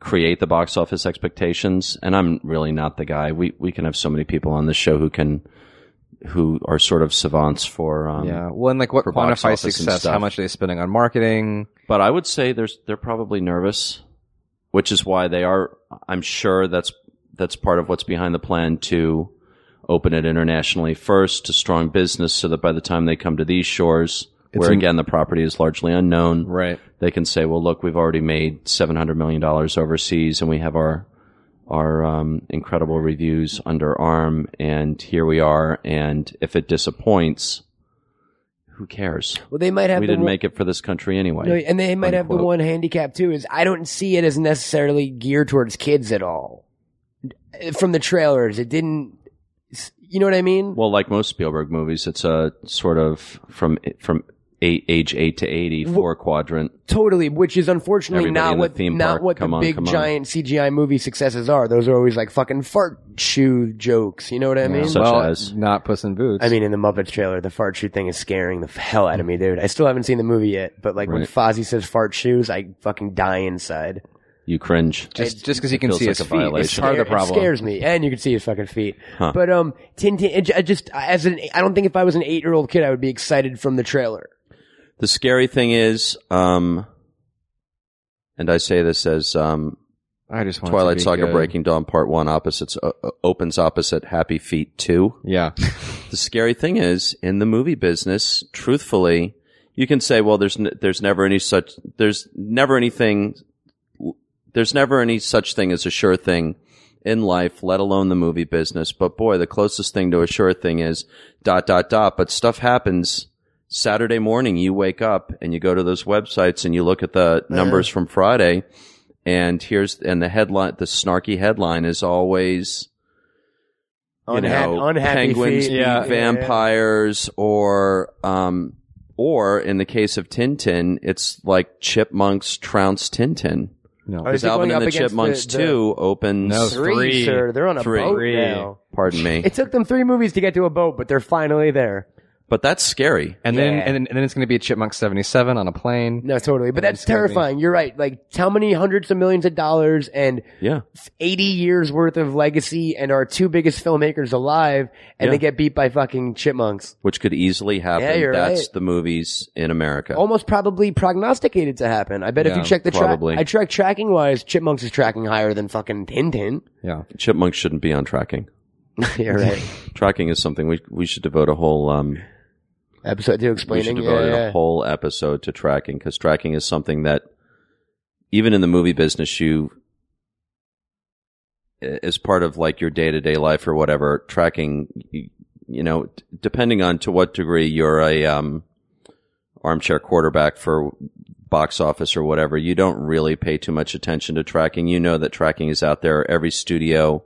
Speaker 3: create the box office expectations. And I'm really not the guy. We we can have so many people on this show who can who are sort of savants for. Um,
Speaker 4: yeah, well, and like what
Speaker 3: for box
Speaker 4: quantifies
Speaker 3: office and
Speaker 4: success?
Speaker 3: stuff.
Speaker 4: How much are they spending on marketing?
Speaker 3: But I would say there's they're probably nervous, which is why they are. I'm sure that's that's part of what's behind the plan to open it internationally first to strong business, so that by the time they come to these shores, where
Speaker 4: an-
Speaker 3: again the property is largely unknown,
Speaker 4: Right.
Speaker 3: they can say, "Well, look, we've already made 700 million dollars overseas, and we have our our um, incredible reviews under arm, and here we are. And if it disappoints, who cares?
Speaker 5: Well, they might have
Speaker 3: We
Speaker 5: the
Speaker 3: didn't
Speaker 5: one-
Speaker 3: make it for this country anyway."
Speaker 5: No, and they might have the
Speaker 3: Unquote.
Speaker 5: one handicap too is I don't see it as necessarily geared towards kids at all. From the trailers, it didn't. You know what I mean?
Speaker 3: Well, like most Spielberg movies, it's a sort of from from eight, age eight to eighty four quadrant.
Speaker 5: totally, which is unfortunately
Speaker 3: Everybody in
Speaker 5: not
Speaker 3: the
Speaker 5: what
Speaker 3: theme
Speaker 5: not
Speaker 3: park,
Speaker 5: what
Speaker 3: come
Speaker 5: the
Speaker 3: on,
Speaker 5: big
Speaker 3: come on.
Speaker 5: giant CGI movie successes are. Those are always like fucking fart shoe jokes. You know what I mean?
Speaker 3: So- Such
Speaker 4: well,
Speaker 3: as-
Speaker 4: not Puss in Boots.
Speaker 5: I mean, in the Muppets trailer, the fart shoe thing is scaring the f- hell out of me, dude. I still haven't seen the movie yet, but like when
Speaker 3: Right.
Speaker 5: Fozzie says fart shoes, I fucking die inside.
Speaker 3: You cringe.
Speaker 4: just just because you can
Speaker 3: feels
Speaker 4: see
Speaker 3: like
Speaker 4: his
Speaker 3: a
Speaker 4: feet, it's
Speaker 3: violation.
Speaker 4: part of the
Speaker 5: Scare-
Speaker 4: problem.
Speaker 5: It scares me, and you can see his fucking feet. But um, Tintin, it, I just as an, I don't think if I was an eight-year-old kid, I would be excited from the trailer.
Speaker 3: The scary thing is, um, and I say this as um,
Speaker 4: I just want it to
Speaker 3: Twilight
Speaker 4: be
Speaker 3: Saga:
Speaker 4: good.
Speaker 3: Breaking Dawn Part One opposites uh, uh, opens opposite Happy Feet Two.
Speaker 4: Yeah,
Speaker 3: The scary thing is, in the movie business, truthfully, you can say, "Well, there's n- there's never any such there's never anything there's never any such thing as a sure thing in life, let alone the movie business." But boy, the closest thing to a sure thing is dot dot dot. But stuff happens. Saturday morning, you wake up and you go to those websites and you look at the numbers from Friday, and here's and the headline, the snarky headline is always you
Speaker 5: Unha-
Speaker 3: know,
Speaker 5: unhappy
Speaker 3: penguins
Speaker 5: feet.
Speaker 3: beat
Speaker 5: Yeah.
Speaker 3: vampires, or um, or in the case of Tintin, it's like chipmunks trounce Tintin.
Speaker 4: no,
Speaker 5: Are
Speaker 3: Because
Speaker 5: they going
Speaker 3: Alvin
Speaker 5: up
Speaker 3: and the
Speaker 5: against
Speaker 3: Chipmunks
Speaker 5: the- the-
Speaker 3: Two opens.
Speaker 4: No,
Speaker 5: Three,
Speaker 4: Three.
Speaker 5: sir. They're on a
Speaker 3: Three.
Speaker 5: boat
Speaker 4: Three.
Speaker 5: now. (laughs)
Speaker 3: Pardon me,
Speaker 5: It took them three movies to get to a boat, but they're finally there.
Speaker 3: But that's scary.
Speaker 4: And then and then, and then it's going to be a Chipmunk 77 on a plane.
Speaker 5: No, totally. But that's terrifying. You're right. Like, how many hundreds of millions of dollars and
Speaker 3: Yeah.
Speaker 5: 80 years worth of legacy and our two biggest filmmakers alive and
Speaker 3: Yeah.
Speaker 5: they get beat by fucking chipmunks?
Speaker 3: Which could easily happen.
Speaker 5: Yeah, you're
Speaker 3: that's
Speaker 5: right. Oh.
Speaker 3: the movies in America.
Speaker 5: Almost probably prognosticated to happen. I bet if
Speaker 4: Yeah,
Speaker 5: you check the track,
Speaker 3: probably.
Speaker 5: I track tracking wise, chipmunks is tracking higher than fucking Tintin. (laughs)
Speaker 4: Yeah.
Speaker 3: Chipmunks shouldn't be on tracking.
Speaker 5: You're right.
Speaker 3: Tracking is something we we should devote a whole um
Speaker 5: Episode
Speaker 3: we
Speaker 5: two
Speaker 3: should
Speaker 5: explaining. Yeah,
Speaker 3: devote
Speaker 5: yeah.
Speaker 3: a whole episode to tracking because tracking is something that even in the movie business you as part of like your day-to-day life or whatever tracking you, you know d- depending on to what degree you're a um armchair quarterback for box office or whatever you don't really pay too much attention to tracking you know that tracking is out there every studio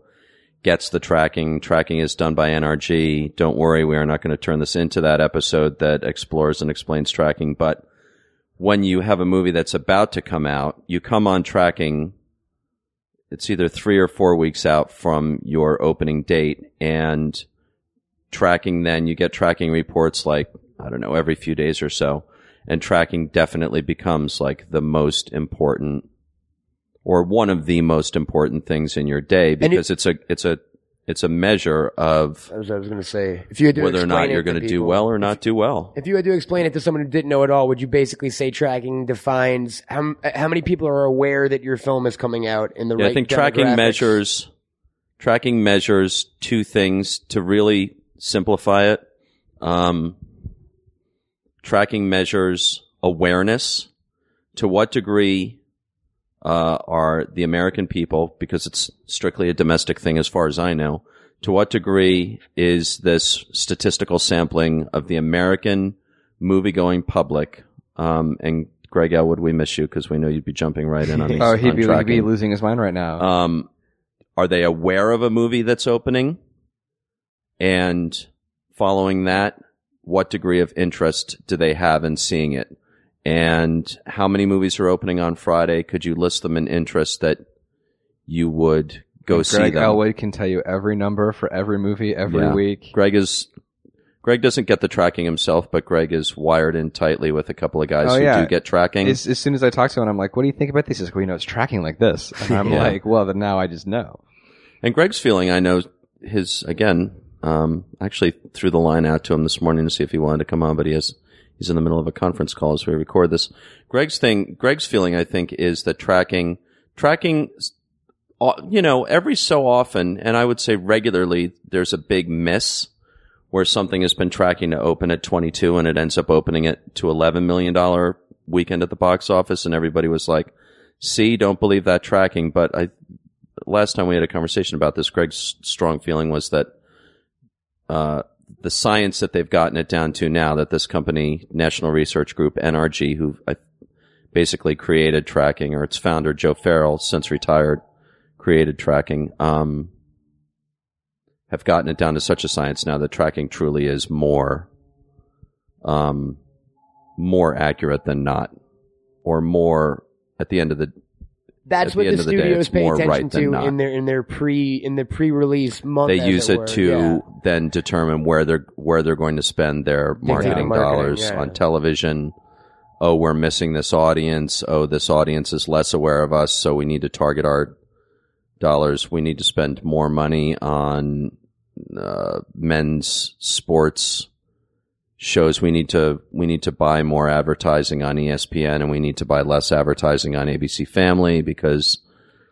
Speaker 3: gets the tracking. Tracking is done by NRG. Don't worry, we are not going to turn this into that episode that explores and explains tracking. But when you have a movie that's about to come out, you come on tracking. It's either three or four weeks out from your opening date and tracking. Then you get tracking reports like, I don't know, every few days or so. And tracking definitely becomes like the most important or one of the most important things in your day
Speaker 5: it-
Speaker 3: because it's a, it's a, it's a measure of
Speaker 5: That was what I was going to say. If you had to
Speaker 3: whether or not
Speaker 5: explain it
Speaker 3: you're
Speaker 5: to
Speaker 3: going to do
Speaker 5: people-
Speaker 3: well or not do well.
Speaker 5: If you had to explain it to someone who didn't know at all, would you basically say tracking defines how, m- how many people are aware that your film is coming out in the
Speaker 3: Yeah,
Speaker 5: right
Speaker 3: I think tracking
Speaker 5: demographics?
Speaker 3: measures tracking measures two things to really simplify it. Um, tracking measures awareness. To what degree uh, are the American people, because it's strictly a domestic thing as far as I know, to what degree is this statistical sampling of the American movie going public? Um, and Greg Elwood, we miss you because we know you'd be jumping right
Speaker 4: (laughs)
Speaker 3: in on these.
Speaker 4: Oh, he'd
Speaker 3: on
Speaker 4: be, he'd be
Speaker 3: tracking.
Speaker 4: losing his mind right now.
Speaker 3: Um, are they aware of a movie that's opening? And following that, what degree of interest do they have in seeing it? And how many movies are opening on Friday? Could you list them in interest that you would go see
Speaker 4: Greg
Speaker 3: them?
Speaker 4: Elwood can tell you every number for every movie every
Speaker 3: Yeah.
Speaker 4: week.
Speaker 3: Greg is Greg doesn't get the tracking himself, but Greg is wired in tightly with a couple of guys
Speaker 4: Oh,
Speaker 3: who
Speaker 4: yeah.
Speaker 3: do get tracking.
Speaker 4: As, as soon as I talk to him, I'm like, "What do you think about this?" He's like, "Well, you know, it's tracking
Speaker 3: (laughs)
Speaker 4: like this." And I'm
Speaker 3: Yeah.
Speaker 4: like, "Well, then now I just know."
Speaker 3: And Greg's feeling, I know his again. Um, actually threw the line out to him this morning to see if he wanted to come on, but he has he's in the middle of a conference call as we record this. Greg's thing, Greg's feeling, I think, is that tracking, tracking, s- au- you know, every so often, and I would say regularly, there's a big miss where something has been tracking to open at 22 and it ends up opening it to 11 million dollar weekend at the box office, and everybody was like, "See, don't believe that tracking," but I last time we had a conversation about this, Greg's strong feeling was that uh, the science that they've gotten it down to now, that this company, National Research Group, NRG, who I basically created tracking, or its founder, Joe Farrell, since retired, created tracking, um, have gotten it down to such a science now that tracking truly is more, um, more accurate than not, or more at the end of the
Speaker 5: That's
Speaker 3: at the
Speaker 5: what the,
Speaker 3: end of the day,
Speaker 5: studios
Speaker 3: it's
Speaker 5: pay
Speaker 3: more
Speaker 5: attention
Speaker 3: right than
Speaker 5: to
Speaker 3: not.
Speaker 5: in their in their pre in their pre-release month.
Speaker 3: they
Speaker 5: as
Speaker 3: use it
Speaker 5: were.
Speaker 3: to
Speaker 5: Yeah.
Speaker 3: then determine where they're where they're going to spend their marketing
Speaker 5: marketing,
Speaker 3: dollars
Speaker 5: yeah.
Speaker 3: on television. Oh, we're missing this audience. Oh, this audience is less aware of us, so we need to target our dollars. We need to spend more money on uh, men's sports shows. We need to we need to buy more advertising on E ESPN, and we need to buy less advertising on ABC Family because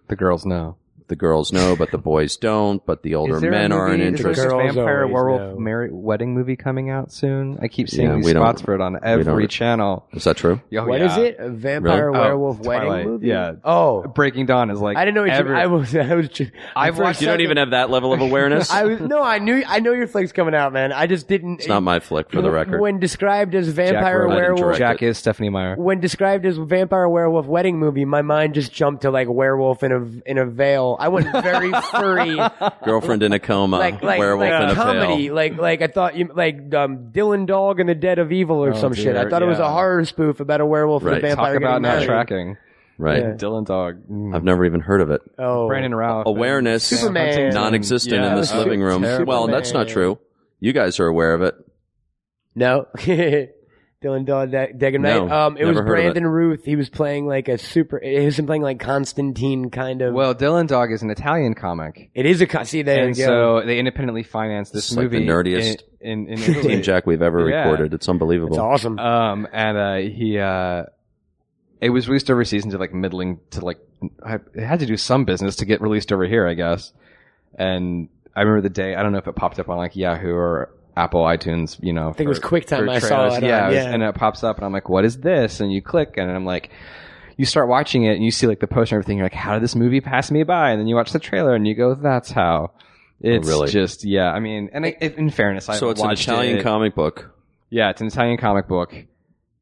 Speaker 4: The girls know.
Speaker 3: the girls know, but the boys don't. But the older men are an
Speaker 5: is there
Speaker 3: interest.
Speaker 5: a Girls
Speaker 4: vampire
Speaker 5: always
Speaker 4: werewolf
Speaker 5: know.
Speaker 4: marri- wedding movie coming out soon? I keep seeing
Speaker 3: Yeah,
Speaker 4: these
Speaker 3: we don't-
Speaker 4: spots for it on every
Speaker 3: don't-
Speaker 4: channel.
Speaker 3: Is that true?
Speaker 4: Oh,
Speaker 5: What
Speaker 4: yeah.
Speaker 5: is it? A vampire
Speaker 4: Really? Oh,
Speaker 5: werewolf wedding
Speaker 4: Twilight.
Speaker 5: movie?
Speaker 4: Yeah.
Speaker 5: Oh,
Speaker 4: Breaking Dawn is like
Speaker 5: I didn't know. What you,
Speaker 4: every-
Speaker 5: I was. (laughs) I was. ju-
Speaker 4: I've
Speaker 5: for a
Speaker 4: watched-
Speaker 3: You don't even have that level of awareness.
Speaker 5: (laughs) I was no. I knew. I know your flick's coming out, man. I just didn't.
Speaker 3: it's not my flick, for the record.
Speaker 5: When described as vampire
Speaker 4: Rhodes. I
Speaker 3: didn't
Speaker 5: werewolf
Speaker 3: direct
Speaker 4: Jack is Stephanie Meyer.
Speaker 5: when described as vampire werewolf wedding movie, my mind just jumped to like werewolf in a in a veil. I went
Speaker 4: (laughs)
Speaker 5: very furry,
Speaker 3: Girlfriend in a coma,
Speaker 5: like like
Speaker 3: werewolf
Speaker 5: like
Speaker 3: in a
Speaker 5: comedy,
Speaker 3: veil.
Speaker 5: like like I thought you like um, Dylan Dog and the Dead of Evil or
Speaker 4: Oh,
Speaker 5: some shit. I
Speaker 4: dear,
Speaker 5: thought it was
Speaker 4: yeah.
Speaker 5: a horror spoof about a werewolf
Speaker 3: Right.
Speaker 5: and a vampire
Speaker 4: Talk about
Speaker 5: getting
Speaker 4: not
Speaker 5: married.
Speaker 4: tracking.
Speaker 3: Right.
Speaker 5: Yeah.
Speaker 4: Dylan Dog. Mm.
Speaker 3: I've never even heard of it.
Speaker 5: Oh,
Speaker 4: Brandon Ralph.
Speaker 3: Awareness
Speaker 5: Superman.
Speaker 4: Huntington.
Speaker 3: non-existent
Speaker 4: Yeah.
Speaker 3: in this
Speaker 5: Oh,
Speaker 3: living room.
Speaker 5: Superman.
Speaker 3: Well, that's not true. You guys are aware of it.
Speaker 5: No, (laughs) Dylan Dawn De- Degan
Speaker 3: No,
Speaker 5: Knight. um, it
Speaker 3: never heard
Speaker 5: was
Speaker 3: of it.
Speaker 5: Brandon Ruth. He was playing like a super. He was playing like Constantine kind of.
Speaker 4: Uh, Well, Dylan Dog is an Italian comic,
Speaker 5: it is a con- see there
Speaker 4: and
Speaker 5: you go.
Speaker 4: so they independently financed this
Speaker 3: This is like the
Speaker 4: movie.
Speaker 3: nerdiest (laughs)
Speaker 4: in, in, in
Speaker 3: Team
Speaker 4: Italy.
Speaker 3: Jack we've ever
Speaker 4: Yeah.
Speaker 3: recorded. It's unbelievable.
Speaker 5: It's awesome.
Speaker 4: Um, and uh, he, uh, it was released overseas into like middling to like it had to do some business to get released over here, I guess. And I remember the day I don't know if it popped up on like Yahoo or Apple iTunes, you know. I
Speaker 5: think it was QuickTime I saw it on,
Speaker 4: yeah,
Speaker 5: yeah.
Speaker 4: and it pops up, and I'm like, "What is this?" And you click, and I'm like. You start watching it and you see like the poster and everything. You're like, "How did this movie pass me by?" And then you watch the trailer and you go, "That's how." It's
Speaker 3: really?
Speaker 4: just yeah. I mean, and I, in fairness, I
Speaker 3: so it's an
Speaker 4: watched
Speaker 3: Italian
Speaker 4: it.
Speaker 3: comic book.
Speaker 4: Yeah, it's an Italian comic book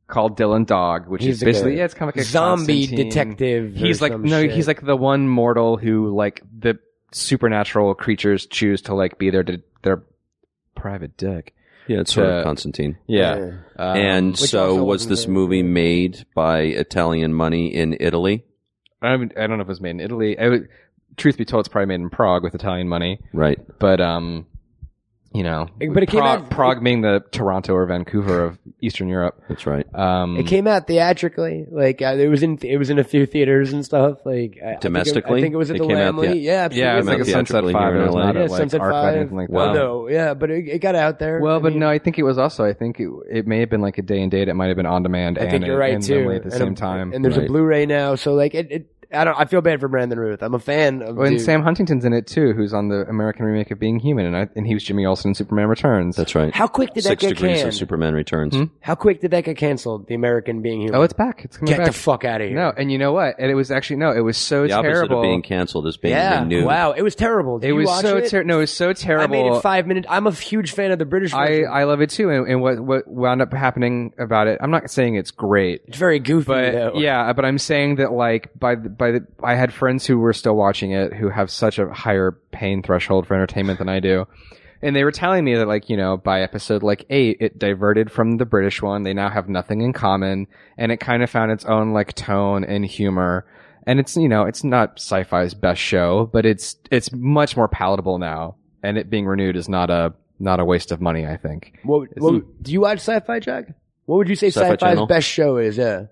Speaker 4: called Dylan Dog, which
Speaker 5: He's
Speaker 4: is
Speaker 5: the
Speaker 4: basically
Speaker 5: guy.
Speaker 4: yeah, it's kind of like a
Speaker 5: Zombie
Speaker 4: Constantine.
Speaker 5: detective. or
Speaker 4: He's like
Speaker 5: some
Speaker 4: no,
Speaker 5: shit.
Speaker 4: he's like the one mortal who like the supernatural creatures choose to like be their their private dick.
Speaker 3: Yeah, it's sort
Speaker 4: Uh,
Speaker 3: of Constantine.
Speaker 4: Yeah, Um,
Speaker 3: and
Speaker 5: which
Speaker 3: so
Speaker 5: also
Speaker 3: was
Speaker 5: wasn't
Speaker 3: this
Speaker 5: very
Speaker 3: movie
Speaker 5: good.
Speaker 3: made by Italian money in Italy?
Speaker 4: I don't, I don't know if it was made in Italy. I would, truth be told, it's probably made in Prague with Italian money,
Speaker 3: Right.
Speaker 4: but um, you know,
Speaker 5: But it came
Speaker 4: Prague,
Speaker 5: out-
Speaker 4: Prague being the Toronto or Vancouver of Eastern Europe.
Speaker 3: That's right.
Speaker 4: Um,
Speaker 5: It came out theatrically, like uh, it was in it was in a few theaters and stuff. Like I- I think it-
Speaker 3: Domestically?
Speaker 5: I think it was at
Speaker 3: It
Speaker 5: the
Speaker 3: came out
Speaker 5: Lamley.
Speaker 3: the-
Speaker 5: yeah, absolutely.
Speaker 4: yeah, it was like a
Speaker 3: Came out
Speaker 4: Sunset
Speaker 3: theatrically
Speaker 4: Five.
Speaker 3: here
Speaker 4: It
Speaker 3: in
Speaker 4: was
Speaker 3: LA.
Speaker 4: not
Speaker 5: yeah,
Speaker 4: at, like,
Speaker 5: Sunset
Speaker 4: Arc Light or
Speaker 5: Five.
Speaker 4: anything like that.
Speaker 5: Well, no, yeah, but it, it got out there.
Speaker 4: Well,
Speaker 5: I
Speaker 4: but
Speaker 5: mean,
Speaker 4: no, I think it was also. I think it, it may have been like a day and date. It might have been on demand.
Speaker 5: I
Speaker 4: and
Speaker 5: think you're right
Speaker 4: and
Speaker 5: too.
Speaker 4: Then at the
Speaker 5: And
Speaker 4: same
Speaker 5: a-
Speaker 4: time,
Speaker 5: and there's
Speaker 3: Right.
Speaker 5: a Blu-ray now, so like it, it. I don't. I feel bad for Brandon Ruth. I'm a fan of.
Speaker 4: Well, and
Speaker 5: dude.
Speaker 4: Sam Huntington's in it too, who's on the American remake of Being Human, and I, and he was Jimmy Olsen in Superman Returns.
Speaker 3: That's right.
Speaker 5: How quick did that
Speaker 3: Six
Speaker 5: get
Speaker 3: degrees
Speaker 5: canned?
Speaker 3: of Superman Returns.
Speaker 4: Hmm?
Speaker 5: How quick did that get canceled? The American being human.
Speaker 4: oh, it's back. It's coming
Speaker 5: get
Speaker 4: back.
Speaker 5: the fuck out of here.
Speaker 4: no, and you know what? And it was actually no, it was so
Speaker 3: the opposite
Speaker 4: terrible.
Speaker 3: of being canceled is being
Speaker 5: yeah.
Speaker 3: renewed.
Speaker 5: Wow, it was terrible. Did
Speaker 4: it
Speaker 5: you
Speaker 4: was
Speaker 5: watch
Speaker 4: so
Speaker 5: it?
Speaker 4: ter- no, it was so
Speaker 5: I
Speaker 4: terrible.
Speaker 5: made it five minutes. I'm a huge fan of the British
Speaker 4: I,
Speaker 5: version.
Speaker 4: I love it too, and, and what what wound up happening about it? I'm not saying it's great.
Speaker 5: it's very goofy.
Speaker 4: But
Speaker 5: (laughs) though.
Speaker 4: yeah, but I'm saying that like by the, by the I had friends who were still watching it who have such a higher pain threshold for entertainment than I do. And they were telling me that like, you know, by episode like 8 it diverted from the British one. They now have nothing in common and it kind of found its own like tone and humor. And it's, you know, it's not sci-fi's best show, but it's it's much more palatable now and it being renewed is not a not a waste of money, I think.
Speaker 5: What, what, do you watch Sci-Fi, Jack? What would you say
Speaker 3: Sci-Fi
Speaker 5: Sci-Fi's
Speaker 3: Channel?
Speaker 5: best show is? Yeah,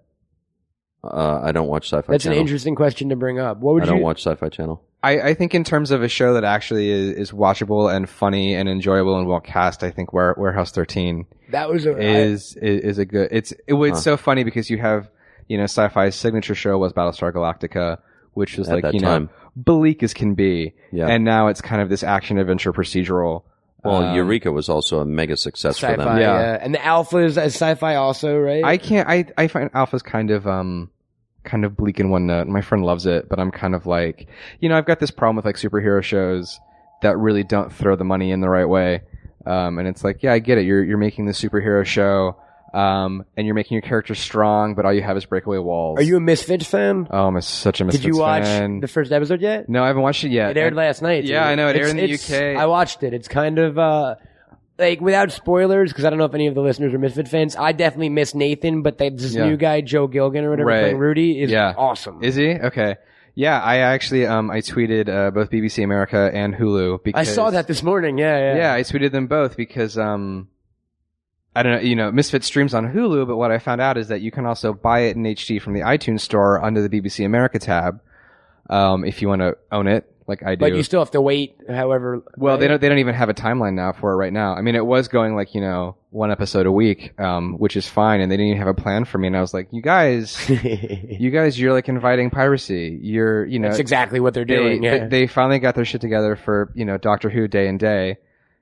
Speaker 3: Uh, I don't watch Sci-Fi
Speaker 5: that's
Speaker 3: Channel.
Speaker 5: an interesting question to bring up. What would
Speaker 3: I don't
Speaker 5: you?
Speaker 3: watch Sci-Fi Channel.
Speaker 4: I, I think in terms of a show that actually is, is watchable and funny and enjoyable and well cast, I think Ware, Warehouse 13
Speaker 5: that was a, I,
Speaker 4: is, is a good. It's it was
Speaker 3: Huh.
Speaker 4: so funny because you have you know sci-fi's signature show was Battlestar Galactica, which was
Speaker 3: At
Speaker 4: like
Speaker 3: that
Speaker 4: you
Speaker 3: time.
Speaker 4: know bleak as can be,
Speaker 3: Yeah.
Speaker 4: and now it's kind of this action adventure procedural.
Speaker 3: well,
Speaker 4: Um,
Speaker 3: Eureka was also a mega success
Speaker 5: sci-fi.
Speaker 3: for them.
Speaker 5: Yeah.
Speaker 4: Yeah.
Speaker 5: and the Alpha is uh, Sci-Fi also, right?
Speaker 4: I can't. I I find Alpha's kind of um kind of bleak in one note. My friend loves it, but I'm kind of like you know I've got this problem with like superhero shows that really don't throw the money in the right way. Um, and it's like yeah, I get it. You're you're making the superhero show. Um, and you're making your character strong, but all you have is breakaway walls.
Speaker 5: Are you a Misfits fan?
Speaker 4: Oh, I'm a- such a Misfits
Speaker 5: Did you watch
Speaker 4: fan.
Speaker 5: the first episode yet?
Speaker 4: no, I haven't watched it yet.
Speaker 5: It aired last night.
Speaker 4: Yeah,
Speaker 5: dude.
Speaker 4: I know, it aired
Speaker 5: It's-
Speaker 4: in the
Speaker 5: it's-
Speaker 4: UK.
Speaker 5: I watched it. It's kind of uh, like without spoilers because I don't know if any of the listeners are Misfit fans. I definitely miss Nathan, but they, this
Speaker 4: Yeah.
Speaker 5: new guy Joe Gilgan or whatever
Speaker 4: Right.
Speaker 5: playing Rudy is
Speaker 4: Yeah.
Speaker 5: awesome.
Speaker 4: Is he okay? Yeah, I actually um I tweeted uh, both BBC America and Hulu
Speaker 5: I
Speaker 4: because
Speaker 5: saw that this morning. Yeah, yeah.
Speaker 4: Yeah, I tweeted them both because um I don't know, you know, Misfit streams on Hulu, but what I found out is that you can also buy it in HD from the iTunes store under the BBC America tab um if you want to own it like I do.
Speaker 5: But you still have to wait. However, (laughs)
Speaker 4: Well,
Speaker 5: right?
Speaker 4: they don't. They don't even have a timeline now for it right now. I mean, it was going like you know one episode a week, um, which is fine, and they didn't even have a plan for me. And I was like, you
Speaker 5: (laughs)
Speaker 4: guys, you guys, you're like inviting piracy. You're, you know,
Speaker 5: That's exactly what they're
Speaker 4: they,
Speaker 5: doing.
Speaker 4: they-
Speaker 5: yeah.
Speaker 4: they finally got their shit together for you know Doctor Who day and day.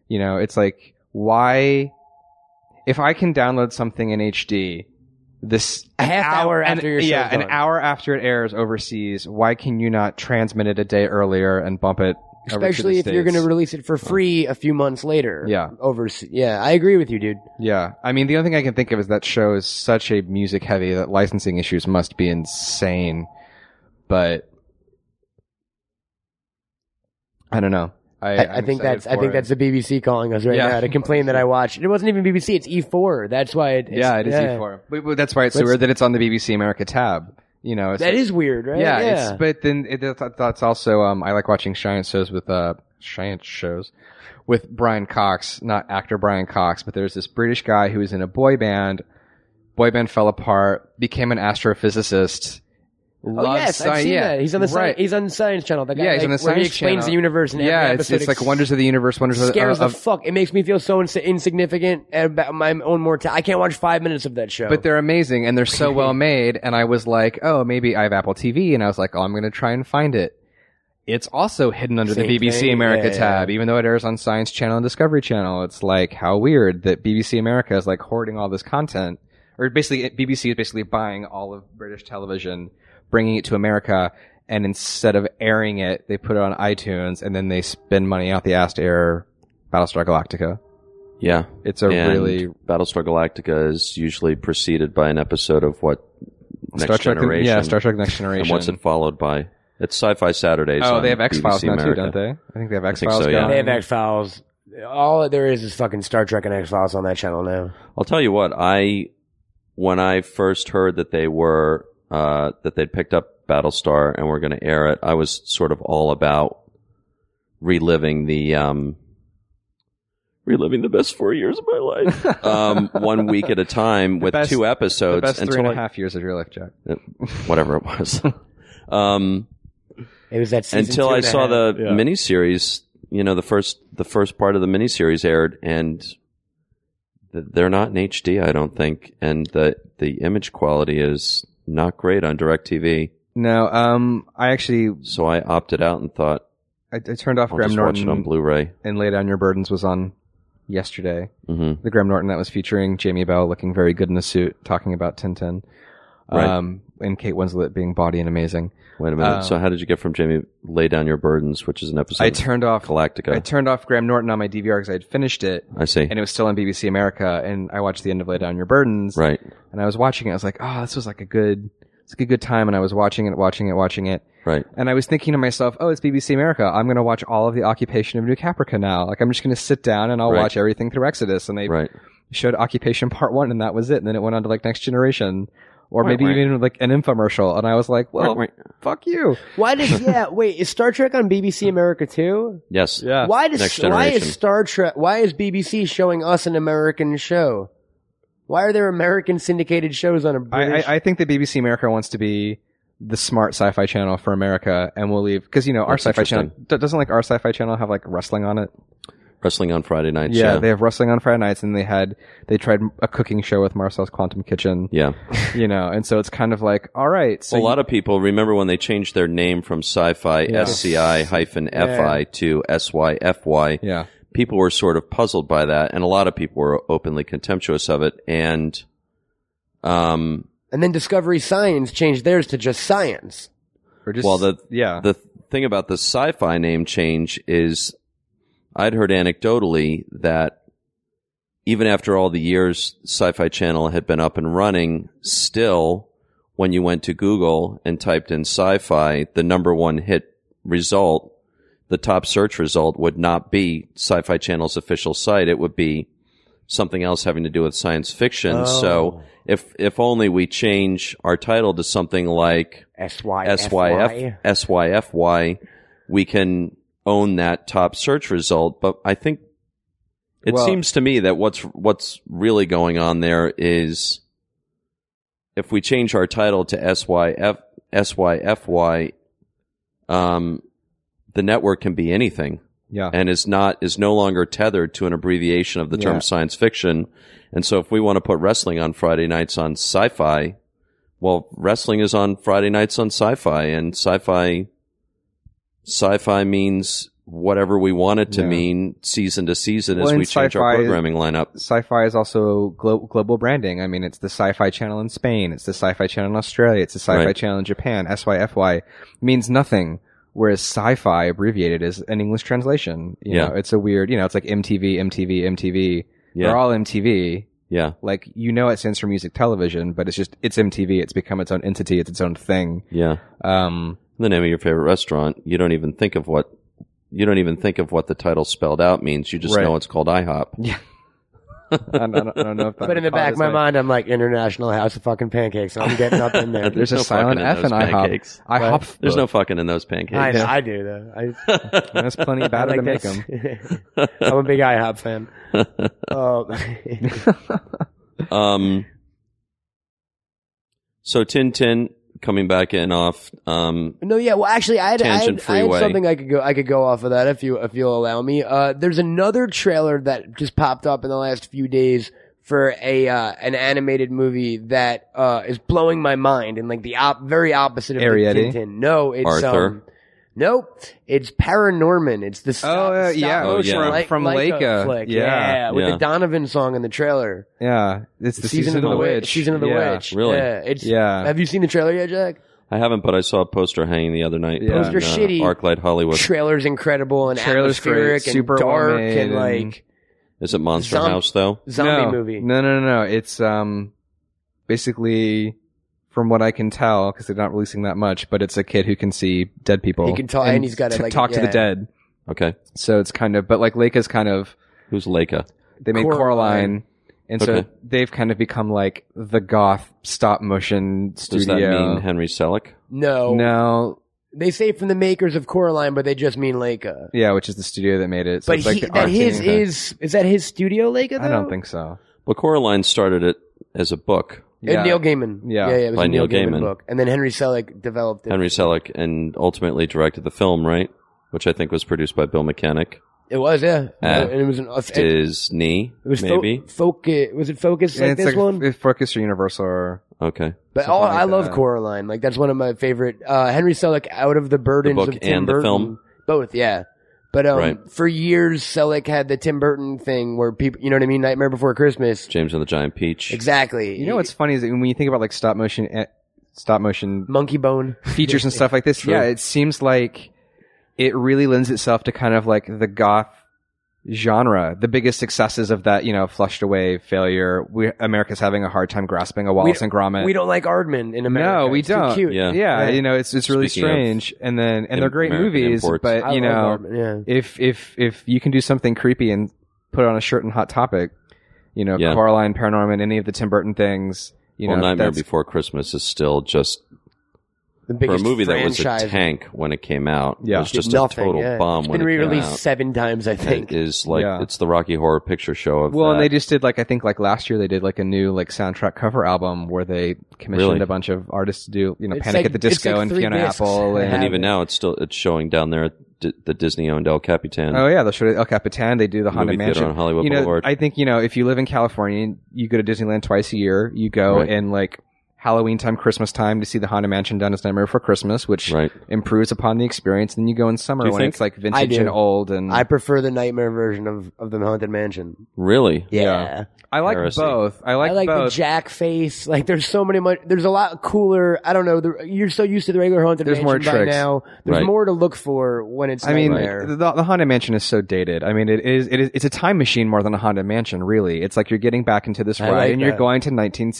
Speaker 4: You know, it's like why, if I can download something in HD, this
Speaker 5: A half hour
Speaker 4: an-
Speaker 5: after your
Speaker 4: yeah,
Speaker 5: show's
Speaker 4: an
Speaker 5: done.
Speaker 4: hour after it airs overseas, why can you not transmit it a day earlier and bump it? over to the
Speaker 5: Especially if you're
Speaker 4: States? Oh.
Speaker 5: going to release it for free a few months later.
Speaker 4: Yeah.
Speaker 5: Over. Yeah, I agree with you, dude.
Speaker 4: Yeah, I mean, the only thing I can think of is that show is such a music heavy that licensing issues must be insane. But I don't know. I,
Speaker 5: I, I think that's I think that's the BBC calling us right
Speaker 4: Yeah.
Speaker 5: now to complain that I watched. It wasn't even BBC. It's E4. E That's why. It, it's,
Speaker 4: E yeah, it is E4. But, but that's why it's so
Speaker 5: Let's-
Speaker 4: weird that it's on the BBC America tab. you know, it's
Speaker 5: That is weird, right?
Speaker 4: yeah, It's, but then it, that's, that's also um, I like watching Cheyenne shows with uh Cheyenne shows with Brian Cox, not actor Brian Cox, but there's this British guy who was in a boy band. Boy band fell apart, became an astrophysicist.
Speaker 5: oh,
Speaker 4: loves
Speaker 5: yes,
Speaker 4: sci-
Speaker 5: I've seen
Speaker 4: yeah,
Speaker 5: that. He's on the
Speaker 4: right.
Speaker 5: sci- he's on the Science Channel. That guy,
Speaker 4: Yeah, he's
Speaker 5: like,
Speaker 4: on the
Speaker 5: where he
Speaker 4: Science
Speaker 5: explains
Speaker 4: Channel.
Speaker 5: the universe and
Speaker 4: yeah,
Speaker 5: every
Speaker 4: it's,
Speaker 5: episode
Speaker 4: it's like
Speaker 5: ex-
Speaker 4: Wonders of the Universe, Wonders of,
Speaker 5: scares
Speaker 4: of, of
Speaker 5: the fuck. It makes me feel so ins- insignificant about my own mortality. I can't watch five minutes of that show.
Speaker 4: But they're amazing and they're
Speaker 3: (laughs)
Speaker 4: so well made. And I was like, oh, maybe I have Apple TV. And I was like, oh, I'm going to try and find it. It's also hidden under
Speaker 5: Same
Speaker 4: the BBC
Speaker 5: thing.
Speaker 4: America
Speaker 5: Yeah, yeah.
Speaker 4: tab, even though it airs on Science Channel and Discovery Channel. It's like, how weird that BBC America is like hoarding all this content. Or basically, it- BBC is basically buying all of British television, bringing it to America. And instead of airing it, they put it on iTunes and then they spend money out the ass to air Battlestar Galactica.
Speaker 3: Yeah.
Speaker 4: It's a
Speaker 3: And
Speaker 4: really
Speaker 3: Battlestar Galactica is usually preceded by an episode of what Next
Speaker 4: Star Trek,
Speaker 3: Generation.
Speaker 4: yeah, Star Trek Next
Speaker 3: (laughs)
Speaker 4: Generation.
Speaker 3: And what's it followed by? It's Sci-Fi Saturdays.
Speaker 4: Oh,
Speaker 3: on
Speaker 4: they have X Files
Speaker 3: BBC
Speaker 4: now too,
Speaker 3: America.
Speaker 4: don't they? I think they have X
Speaker 3: think
Speaker 4: Files.
Speaker 3: so, yeah.
Speaker 5: they have X Files. All there is is fucking Star Trek and X Files on that channel now.
Speaker 3: I'll tell you what. I when I first heard that they were uh, that they'd picked up Battlestar and were going to air it, I was sort of all about reliving the um, reliving the best four years of my
Speaker 4: (laughs)
Speaker 3: life, um, one week at a time with
Speaker 4: best-
Speaker 3: two
Speaker 4: the
Speaker 3: episodes
Speaker 4: best three
Speaker 3: until
Speaker 4: and a
Speaker 3: I-
Speaker 4: half years of your life, Jack.
Speaker 3: whatever it
Speaker 4: (laughs)
Speaker 3: was. um,
Speaker 5: It was that season
Speaker 3: until
Speaker 5: two
Speaker 3: I
Speaker 5: and a
Speaker 3: saw
Speaker 5: half.
Speaker 3: the miniseries. You know, the first the first part of the miniseries aired, and th- they're not in HD, I don't think, and the the image quality is not great on Directv.
Speaker 4: No, um, I actually
Speaker 3: So I opted out and thought
Speaker 4: I, I turned off
Speaker 3: I'll
Speaker 4: Graham
Speaker 3: just watch it on
Speaker 4: Norton
Speaker 3: Blu-ray.
Speaker 4: and Lay Down Your Burdens was on yesterday.
Speaker 3: hmm
Speaker 4: The Graham Norton that was featuring Jamie Bell looking very good in a suit, talking about Tintin,
Speaker 3: Right.
Speaker 4: um, and Kate Winslet being body and amazing.
Speaker 3: Wait a minute.
Speaker 4: Um,
Speaker 3: so how did you get from Jamie Lay Down Your Burdens, which is an episode?
Speaker 4: I
Speaker 3: of
Speaker 4: turned off
Speaker 3: Galactica.
Speaker 4: I turned off Graham Norton on my DVR because I had finished it.
Speaker 3: I see.
Speaker 4: And it was still on BBC America, and I watched the end of Lay Down Your Burdens.
Speaker 3: Right.
Speaker 4: And I was watching it. I was like, oh, this was like a good, it's like a good time. And I was watching it, watching it, watching it.
Speaker 3: Right.
Speaker 4: And I was thinking to myself, oh, it's BBC America. I'm going to watch all of the Occupation of New Caprica now. Like, I'm just going to sit down and I'll
Speaker 3: Right.
Speaker 4: watch everything through Exodus. And they
Speaker 3: Right.
Speaker 4: showed Occupation (laughs) Part 1, and that was it. And then it went on to, like, Next Generation. Or maybe
Speaker 3: Right, right.
Speaker 4: even like an infomercial, and I was like, "Well, fuck you."
Speaker 5: Why did yeah? Wait, is Star Trek on BBC America too?
Speaker 3: Yes.
Speaker 4: Yeah.
Speaker 5: Why does
Speaker 3: Next
Speaker 5: why
Speaker 3: Generation.
Speaker 5: is Star Trek? Why is BBC showing us an American show? Why are there American syndicated shows on a
Speaker 4: I,
Speaker 5: British?
Speaker 4: I, I think that BBC America wants to be the smart sci-fi channel for America, and we'll leave because you know our
Speaker 3: That's
Speaker 4: sci-fi channel d- doesn't like our sci-fi channel have like wrestling on it.
Speaker 3: Wrestling on Friday nights.
Speaker 4: Yeah,
Speaker 3: Yeah.
Speaker 4: they have wrestling on Friday nights, and they had they tried a cooking show with Marcel's Quantum Kitchen,
Speaker 3: yeah.
Speaker 4: you know, and so it's kind of like, all right, so
Speaker 3: a lot of people remember when they changed their name from sci-fi
Speaker 4: Yeah.
Speaker 3: sci hyphen fi to syfy.
Speaker 4: you- yeah,
Speaker 3: People were sort of puzzled by that, and a lot of people were openly contemptuous of it. And um,
Speaker 5: and then Discovery Science changed theirs to just Science.
Speaker 4: or just
Speaker 3: well, the
Speaker 4: yeah,
Speaker 3: the thing about the sci-fi name change is, I'd heard anecdotally that even after all the years Sci-Fi Channel had been up and running, still, when you went to Google and typed in sci-fi, the number one hit result, the top search result would not be Sci-Fi Channel's official site. It would be something else having to do with science fiction. So if if only we change our title to something like
Speaker 5: S Y F
Speaker 3: SYF,
Speaker 5: Y.
Speaker 3: SYFY, we can own that top search result. But I think it
Speaker 4: Well-
Speaker 3: seems to me that what's what's really going on there is if we change our title to SYF, SYFY, um, the network can be anything
Speaker 4: yeah,
Speaker 3: and is not is no longer tethered to an abbreviation of the term
Speaker 4: Yeah.
Speaker 3: science fiction. And so if we want to put wrestling on Friday nights on sci-fi, well, wrestling is on Friday nights on sci-fi and sci-fi sci-fi means whatever we want it to
Speaker 4: Yeah.
Speaker 3: mean season to season
Speaker 4: Well,
Speaker 3: as
Speaker 4: and
Speaker 3: we change our
Speaker 4: sci-fi is-
Speaker 3: programming lineup.
Speaker 4: sci-fi is also glo- global branding. I mean, it's the Sci-Fi Channel in Spain, it's the Sci-Fi Channel in Australia, it's the Sci-Fi
Speaker 3: Right.
Speaker 4: Channel in Japan. SYFY means nothing, whereas sci-fi abbreviated is an English translation. You
Speaker 3: Yeah.
Speaker 4: know, it's a weird, you know, it's like MTV, MTV, MTV.
Speaker 3: Yeah.
Speaker 4: They're all MTV.
Speaker 3: Yeah.
Speaker 4: Like you know, it stands for music television, but it's just it's MTV. It's become its own entity. It's its own thing.
Speaker 3: Yeah.
Speaker 4: Um,
Speaker 3: The name of your favorite restaurant, you don't even think of what you don't even think of what the title spelled out means. You just
Speaker 4: Right.
Speaker 3: know it's called IHOP.
Speaker 4: I don't, I don't- I don't
Speaker 5: (laughs)
Speaker 4: know if
Speaker 5: But in the back of my mind, I'm like International House of Fucking Pancakes. I'm getting up in there.
Speaker 4: There's a
Speaker 3: no fucking
Speaker 4: silent
Speaker 3: in
Speaker 4: F in
Speaker 3: those
Speaker 4: IHOP.
Speaker 3: pancakes.
Speaker 4: IHOP.
Speaker 3: There's no fucking in those pancakes.
Speaker 5: I know, I do though. I,
Speaker 4: There's plenty
Speaker 5: (laughs)
Speaker 4: of
Speaker 5: I
Speaker 4: batter to make
Speaker 5: like
Speaker 4: them.
Speaker 5: that. (laughs) I'm a big IHOP fan. (laughs) Um,
Speaker 3: (laughs) Um, so Tin Tin coming back in off. Um,
Speaker 5: No, yeah. Well, actually, I had, I had,
Speaker 3: Tangent
Speaker 5: I had
Speaker 3: freeway.
Speaker 5: something I could go. I could go off of that if you if you'll allow me. Uh, there's another trailer that just popped up in the last few days for a uh, an animated movie that uh, is blowing my mind and like the op- very opposite of the
Speaker 4: Arrietty?
Speaker 5: Tintin. No, it's
Speaker 3: Arthur?
Speaker 5: Um, nope, it's Paranorman. It's the
Speaker 4: Oh, uh, yeah,
Speaker 3: Oh, yeah.
Speaker 5: from,
Speaker 4: from Laika.
Speaker 5: flick.
Speaker 4: Yeah.
Speaker 5: with
Speaker 3: Yeah.
Speaker 5: the Donovan song in the trailer.
Speaker 4: Yeah, it's the season, of the witch.
Speaker 5: Season of the
Speaker 4: yeah.
Speaker 5: witch.
Speaker 3: Really?
Speaker 5: Yeah. It's,
Speaker 4: Yeah.
Speaker 5: Have you seen the trailer yet, Jack?
Speaker 3: I haven't, but I saw a poster hanging the other night.
Speaker 4: Yeah.
Speaker 3: in, uh,
Speaker 5: Poster shitty.
Speaker 3: ArcLight Hollywood.
Speaker 5: trailer's incredible and
Speaker 4: Trailer's
Speaker 5: atmospheric
Speaker 4: great,
Speaker 5: and
Speaker 4: super
Speaker 5: dark
Speaker 4: well-made
Speaker 5: and
Speaker 4: and-
Speaker 5: like
Speaker 3: Is it Monster
Speaker 5: Zom-
Speaker 3: House though?
Speaker 5: zombie
Speaker 4: no,
Speaker 5: movie.
Speaker 4: No, no, no, no. It's um basically from what I can tell because they're not releasing that much, but it's a kid who can see dead people.
Speaker 5: He can talk- and he's got a,
Speaker 4: t-
Speaker 5: like,
Speaker 4: talk to
Speaker 5: yeah.
Speaker 4: the dead.
Speaker 3: Okay.
Speaker 4: So it's kind of, but like Leica's kind of
Speaker 3: Who's Leica?
Speaker 4: they made Coraline,
Speaker 5: Coraline.
Speaker 4: and so
Speaker 3: Okay.
Speaker 4: they've kind of become like the goth stop motion
Speaker 3: Does
Speaker 4: studio.
Speaker 3: that mean Henry Selick?
Speaker 5: No.
Speaker 4: no,
Speaker 5: They say from the makers of Coraline, but they just mean Leica.
Speaker 4: yeah, which is the studio that made it. So
Speaker 5: but
Speaker 4: it's like
Speaker 5: he,
Speaker 4: the
Speaker 5: that
Speaker 4: art
Speaker 5: his
Speaker 4: team, okay.
Speaker 5: is is that his studio Leica though?
Speaker 4: I don't think so.
Speaker 3: Well, Coraline started it as a book.
Speaker 5: And
Speaker 4: Yeah.
Speaker 5: Neil Gaiman.
Speaker 4: Yeah.
Speaker 5: Yeah, yeah, it was
Speaker 3: By
Speaker 5: a Neil,
Speaker 3: Neil
Speaker 5: Gaiman,
Speaker 3: Gaiman.
Speaker 5: book. And then Henry Selick developed it.
Speaker 3: Henry Selick, and ultimately directed the film, right? Which I think was produced by Bill Mechanic.
Speaker 5: It was, yeah.
Speaker 4: Ah.
Speaker 3: Uh,
Speaker 5: and it was an it,
Speaker 3: Disney,
Speaker 5: was fo-
Speaker 3: maybe.
Speaker 5: focus was it focus
Speaker 4: And
Speaker 5: like
Speaker 4: it's
Speaker 5: this
Speaker 4: like
Speaker 5: one?
Speaker 4: if Focus or Universal or
Speaker 3: okay.
Speaker 5: But
Speaker 4: Something
Speaker 5: all,
Speaker 4: like
Speaker 5: I love
Speaker 4: that.
Speaker 5: Coraline. Like that's one of my favorite. Uh, Henry Selick, out of the burdens
Speaker 3: book
Speaker 5: of Tim
Speaker 3: and the
Speaker 5: Burton,
Speaker 3: film?
Speaker 5: both, yeah. But um,
Speaker 3: Right.
Speaker 5: for years, Selick had the Tim Burton thing where people, you know what I mean, Nightmare Before Christmas.
Speaker 3: James and the Giant Peach.
Speaker 5: Exactly.
Speaker 4: You know what's funny is that when you think about like stop motion, eh, stop motion
Speaker 5: Monkey Bone?
Speaker 4: features and stuff like this,
Speaker 3: True.
Speaker 4: yeah, it seems like it really lends itself to kind of like the goth genre. The biggest successes of that, you know, flushed away failure. We, America's having a hard time grasping a Wallace and Gromit.
Speaker 5: We don't like Aardman in America.
Speaker 4: no, we
Speaker 5: It's too
Speaker 4: don't.
Speaker 5: cute.
Speaker 3: Yeah.
Speaker 4: yeah,
Speaker 5: Right.
Speaker 4: you know, it's it's really
Speaker 3: Speaking of
Speaker 4: strange. And then and they're great
Speaker 3: American
Speaker 4: movies,
Speaker 3: imports.
Speaker 4: but
Speaker 5: I
Speaker 4: you
Speaker 5: love
Speaker 4: know,
Speaker 5: Aardman, yeah.
Speaker 4: if if if you can do something creepy and put on a shirt and hot topic, you know,
Speaker 3: Yeah.
Speaker 4: Coraline, Paranorman, any of the Tim Burton things, you
Speaker 3: well,
Speaker 4: know,
Speaker 3: Nightmare
Speaker 4: that's-
Speaker 3: Before Christmas is still just for
Speaker 5: The
Speaker 3: a
Speaker 5: biggest
Speaker 3: movie that was
Speaker 5: franchise.
Speaker 3: a tank when it came out.
Speaker 4: Yeah.
Speaker 3: it was just
Speaker 5: Did nothing,
Speaker 3: a total
Speaker 5: yeah.
Speaker 3: bomb
Speaker 5: It's
Speaker 3: when
Speaker 5: been
Speaker 3: it came
Speaker 4: (laughs)
Speaker 5: re-released
Speaker 3: out.
Speaker 5: seven times, I think.
Speaker 3: It is like
Speaker 4: Yeah.
Speaker 3: it's the Rocky Horror Picture Show of
Speaker 4: Well, and
Speaker 3: that.
Speaker 4: they just did like I think like last year they did like a new like soundtrack cover album where they commissioned
Speaker 3: Really?
Speaker 4: a bunch of artists to do you know
Speaker 5: It's
Speaker 4: Panic
Speaker 5: like-
Speaker 4: at the Disco
Speaker 5: it's like
Speaker 4: and
Speaker 5: three
Speaker 4: Fiona
Speaker 5: discs.
Speaker 4: Apple
Speaker 5: They
Speaker 3: and
Speaker 4: and,
Speaker 5: have
Speaker 3: even
Speaker 5: it.
Speaker 3: now it's still it's showing down there at D- the Disney owned El Capitan.
Speaker 4: oh yeah they'll show it at El Capitan they do the Haunted
Speaker 3: Movie theater
Speaker 4: Mansion
Speaker 3: on Hollywood
Speaker 4: you know
Speaker 3: Boulevard.
Speaker 4: I think you know if you live in California you go to Disneyland twice a year you go
Speaker 3: Right.
Speaker 4: in like Halloween time Christmas time to see the Haunted Mansion done as Nightmare for Christmas which
Speaker 3: Right.
Speaker 4: improves upon the experience and then you go in summer
Speaker 3: Do you
Speaker 4: when
Speaker 3: think?
Speaker 4: it's like
Speaker 5: I
Speaker 4: vintage
Speaker 5: do.
Speaker 4: and old and
Speaker 5: I prefer the Nightmare version of, of the Haunted Mansion.
Speaker 3: Really?
Speaker 5: yeah.
Speaker 4: I like
Speaker 3: Heresy.
Speaker 4: both I like,
Speaker 5: I like
Speaker 4: both
Speaker 5: the Jack face. Like, there's so many much. There's a lot cooler. I don't know. The, you're so used to the regular haunted
Speaker 4: There's
Speaker 5: mansion
Speaker 4: more
Speaker 5: by
Speaker 4: tricks.
Speaker 5: now. There's
Speaker 3: Right.
Speaker 5: more to look for when it's
Speaker 4: I mean,
Speaker 5: nightmare.
Speaker 4: the, the Haunted Mansion is so dated. I mean, it is, it is it's a time machine more than a Haunted Mansion, really. It's like you're getting back into this
Speaker 5: I
Speaker 4: ride
Speaker 5: like
Speaker 4: and you're
Speaker 5: that.
Speaker 4: going to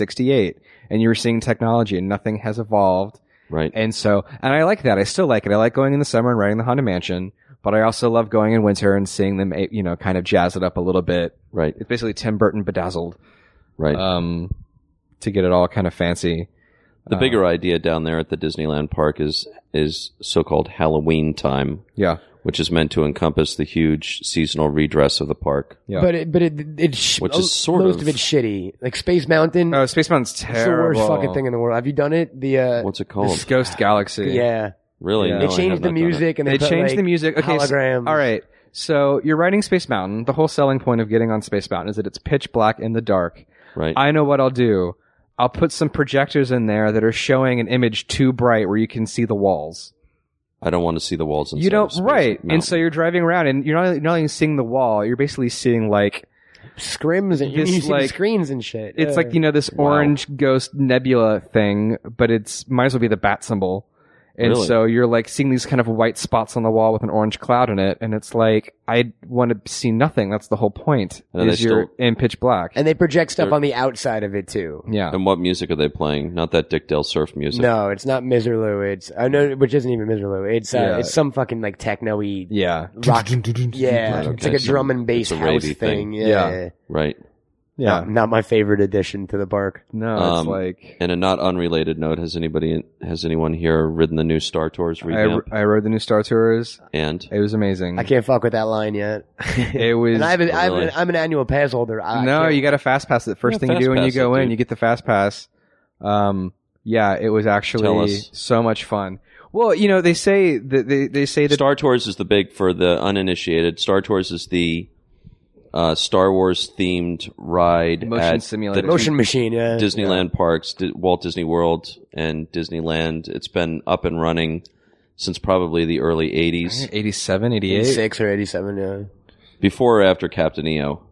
Speaker 4: 1968 and you're seeing technology and nothing has evolved.
Speaker 3: Right.
Speaker 4: And so, and I like that. I still like it. I like going in the summer and riding the Haunted Mansion, but I also love going in winter and seeing them, eh, you know, kind of jazz it up a little bit.
Speaker 3: Right.
Speaker 4: It's basically Tim Burton bedazzled,
Speaker 3: Right.
Speaker 4: um, to get it all kind of fancy.
Speaker 3: the
Speaker 4: uh,
Speaker 3: bigger idea down there at the Disneyland park is is so-called Halloween time,
Speaker 4: Yeah.
Speaker 3: which is meant to encompass the huge seasonal redress of the park.
Speaker 4: Yeah.
Speaker 5: But it, but it, it sh-
Speaker 3: Which is sort
Speaker 5: most
Speaker 3: of-
Speaker 5: of, it's shitty. Like Space Mountain,
Speaker 4: Oh, Space Mountain's
Speaker 5: it's the
Speaker 4: terrible.
Speaker 5: worst fucking thing in the world. Have you done it? The uh,
Speaker 3: What's it called?
Speaker 4: It's Ghost Galaxy.
Speaker 5: yeah,
Speaker 3: really?
Speaker 4: Yeah.
Speaker 3: No,
Speaker 5: they
Speaker 3: I have
Speaker 5: changed
Speaker 3: not
Speaker 5: the
Speaker 3: done it.
Speaker 5: music and they,
Speaker 4: they
Speaker 5: put,
Speaker 4: changed
Speaker 5: like,
Speaker 4: the music. Okay, so-
Speaker 5: holograms.
Speaker 4: all right. So you're riding Space Mountain. The whole selling point of getting on Space Mountain is that it's pitch black in the dark.
Speaker 3: Right.
Speaker 4: I know what I'll do. I'll put some projectors in there that are showing an image too bright where you can see the walls.
Speaker 3: I don't want to see the walls.
Speaker 4: you don't, right?
Speaker 3: And
Speaker 4: And so you're driving around and you're not, you're not even seeing the wall. You're basically seeing like
Speaker 5: scrims and
Speaker 4: (laughs)
Speaker 5: you,
Speaker 4: This,
Speaker 5: you see the
Speaker 4: like-
Speaker 5: screens and shit.
Speaker 4: it's like you know this orange ghost nebula thing, but it's might as well be the bat symbol. And
Speaker 3: Really?
Speaker 4: so you're like seeing these kind of white spots on the wall with an orange cloud in it, and it's like I want to see nothing. That's the whole point.
Speaker 3: And are
Speaker 4: is
Speaker 3: they
Speaker 4: you're in pitch black.
Speaker 5: and they project stuff on the outside of it too.
Speaker 4: yeah,
Speaker 3: And what music are they playing? Not that Dick Dale surf music.
Speaker 5: No, it's not Miserloo. It's I know, which isn't even Miserloo. It's uh,
Speaker 4: Yeah.
Speaker 5: it's some fucking like techno-y
Speaker 4: yeah. (laughs)
Speaker 5: rock. yeah,
Speaker 3: Right,
Speaker 5: it's
Speaker 3: okay,
Speaker 5: like a
Speaker 3: so
Speaker 5: drum and
Speaker 3: it's
Speaker 5: bass
Speaker 3: a
Speaker 5: house
Speaker 3: ravey
Speaker 5: thing.
Speaker 3: thing.
Speaker 5: Yeah.
Speaker 4: Yeah.
Speaker 3: Right.
Speaker 4: Yeah.
Speaker 5: Not, not my favorite addition to the park.
Speaker 4: No,
Speaker 3: Um,
Speaker 4: it's like
Speaker 3: And a not unrelated note: Has anybody has anyone here ridden the new Star Tours
Speaker 4: I,
Speaker 3: revamp?
Speaker 4: I rode the new Star Tours.
Speaker 3: and
Speaker 4: It was amazing.
Speaker 5: I can't fuck with that line yet.
Speaker 4: It was.
Speaker 5: and I have an, I have
Speaker 3: really?
Speaker 5: an, I'm an annual pass holder. I
Speaker 4: no,
Speaker 5: can't-
Speaker 4: you got a fast pass. The first
Speaker 3: Yeah,
Speaker 4: thing you
Speaker 3: fast
Speaker 4: do when you
Speaker 3: pass
Speaker 4: go
Speaker 3: it,
Speaker 4: in,
Speaker 3: dude.
Speaker 4: you get the fast pass. Um, yeah, it was
Speaker 3: Tell
Speaker 4: actually
Speaker 3: us.
Speaker 4: so much fun. Well, you know, they say that they, they say that
Speaker 3: Star Tours is the big for the uninitiated. Star Tours is the uh, Star Wars themed ride
Speaker 4: Motion
Speaker 3: at
Speaker 4: simulator.
Speaker 3: uh, the
Speaker 5: motion machine. Yeah.
Speaker 3: Disneyland parks, Di- Walt Disney World, and Disneyland. It's been up and running since probably the early '80s,
Speaker 4: 87, 88
Speaker 5: 86 or 87. Yeah.
Speaker 3: before or after Captain EO.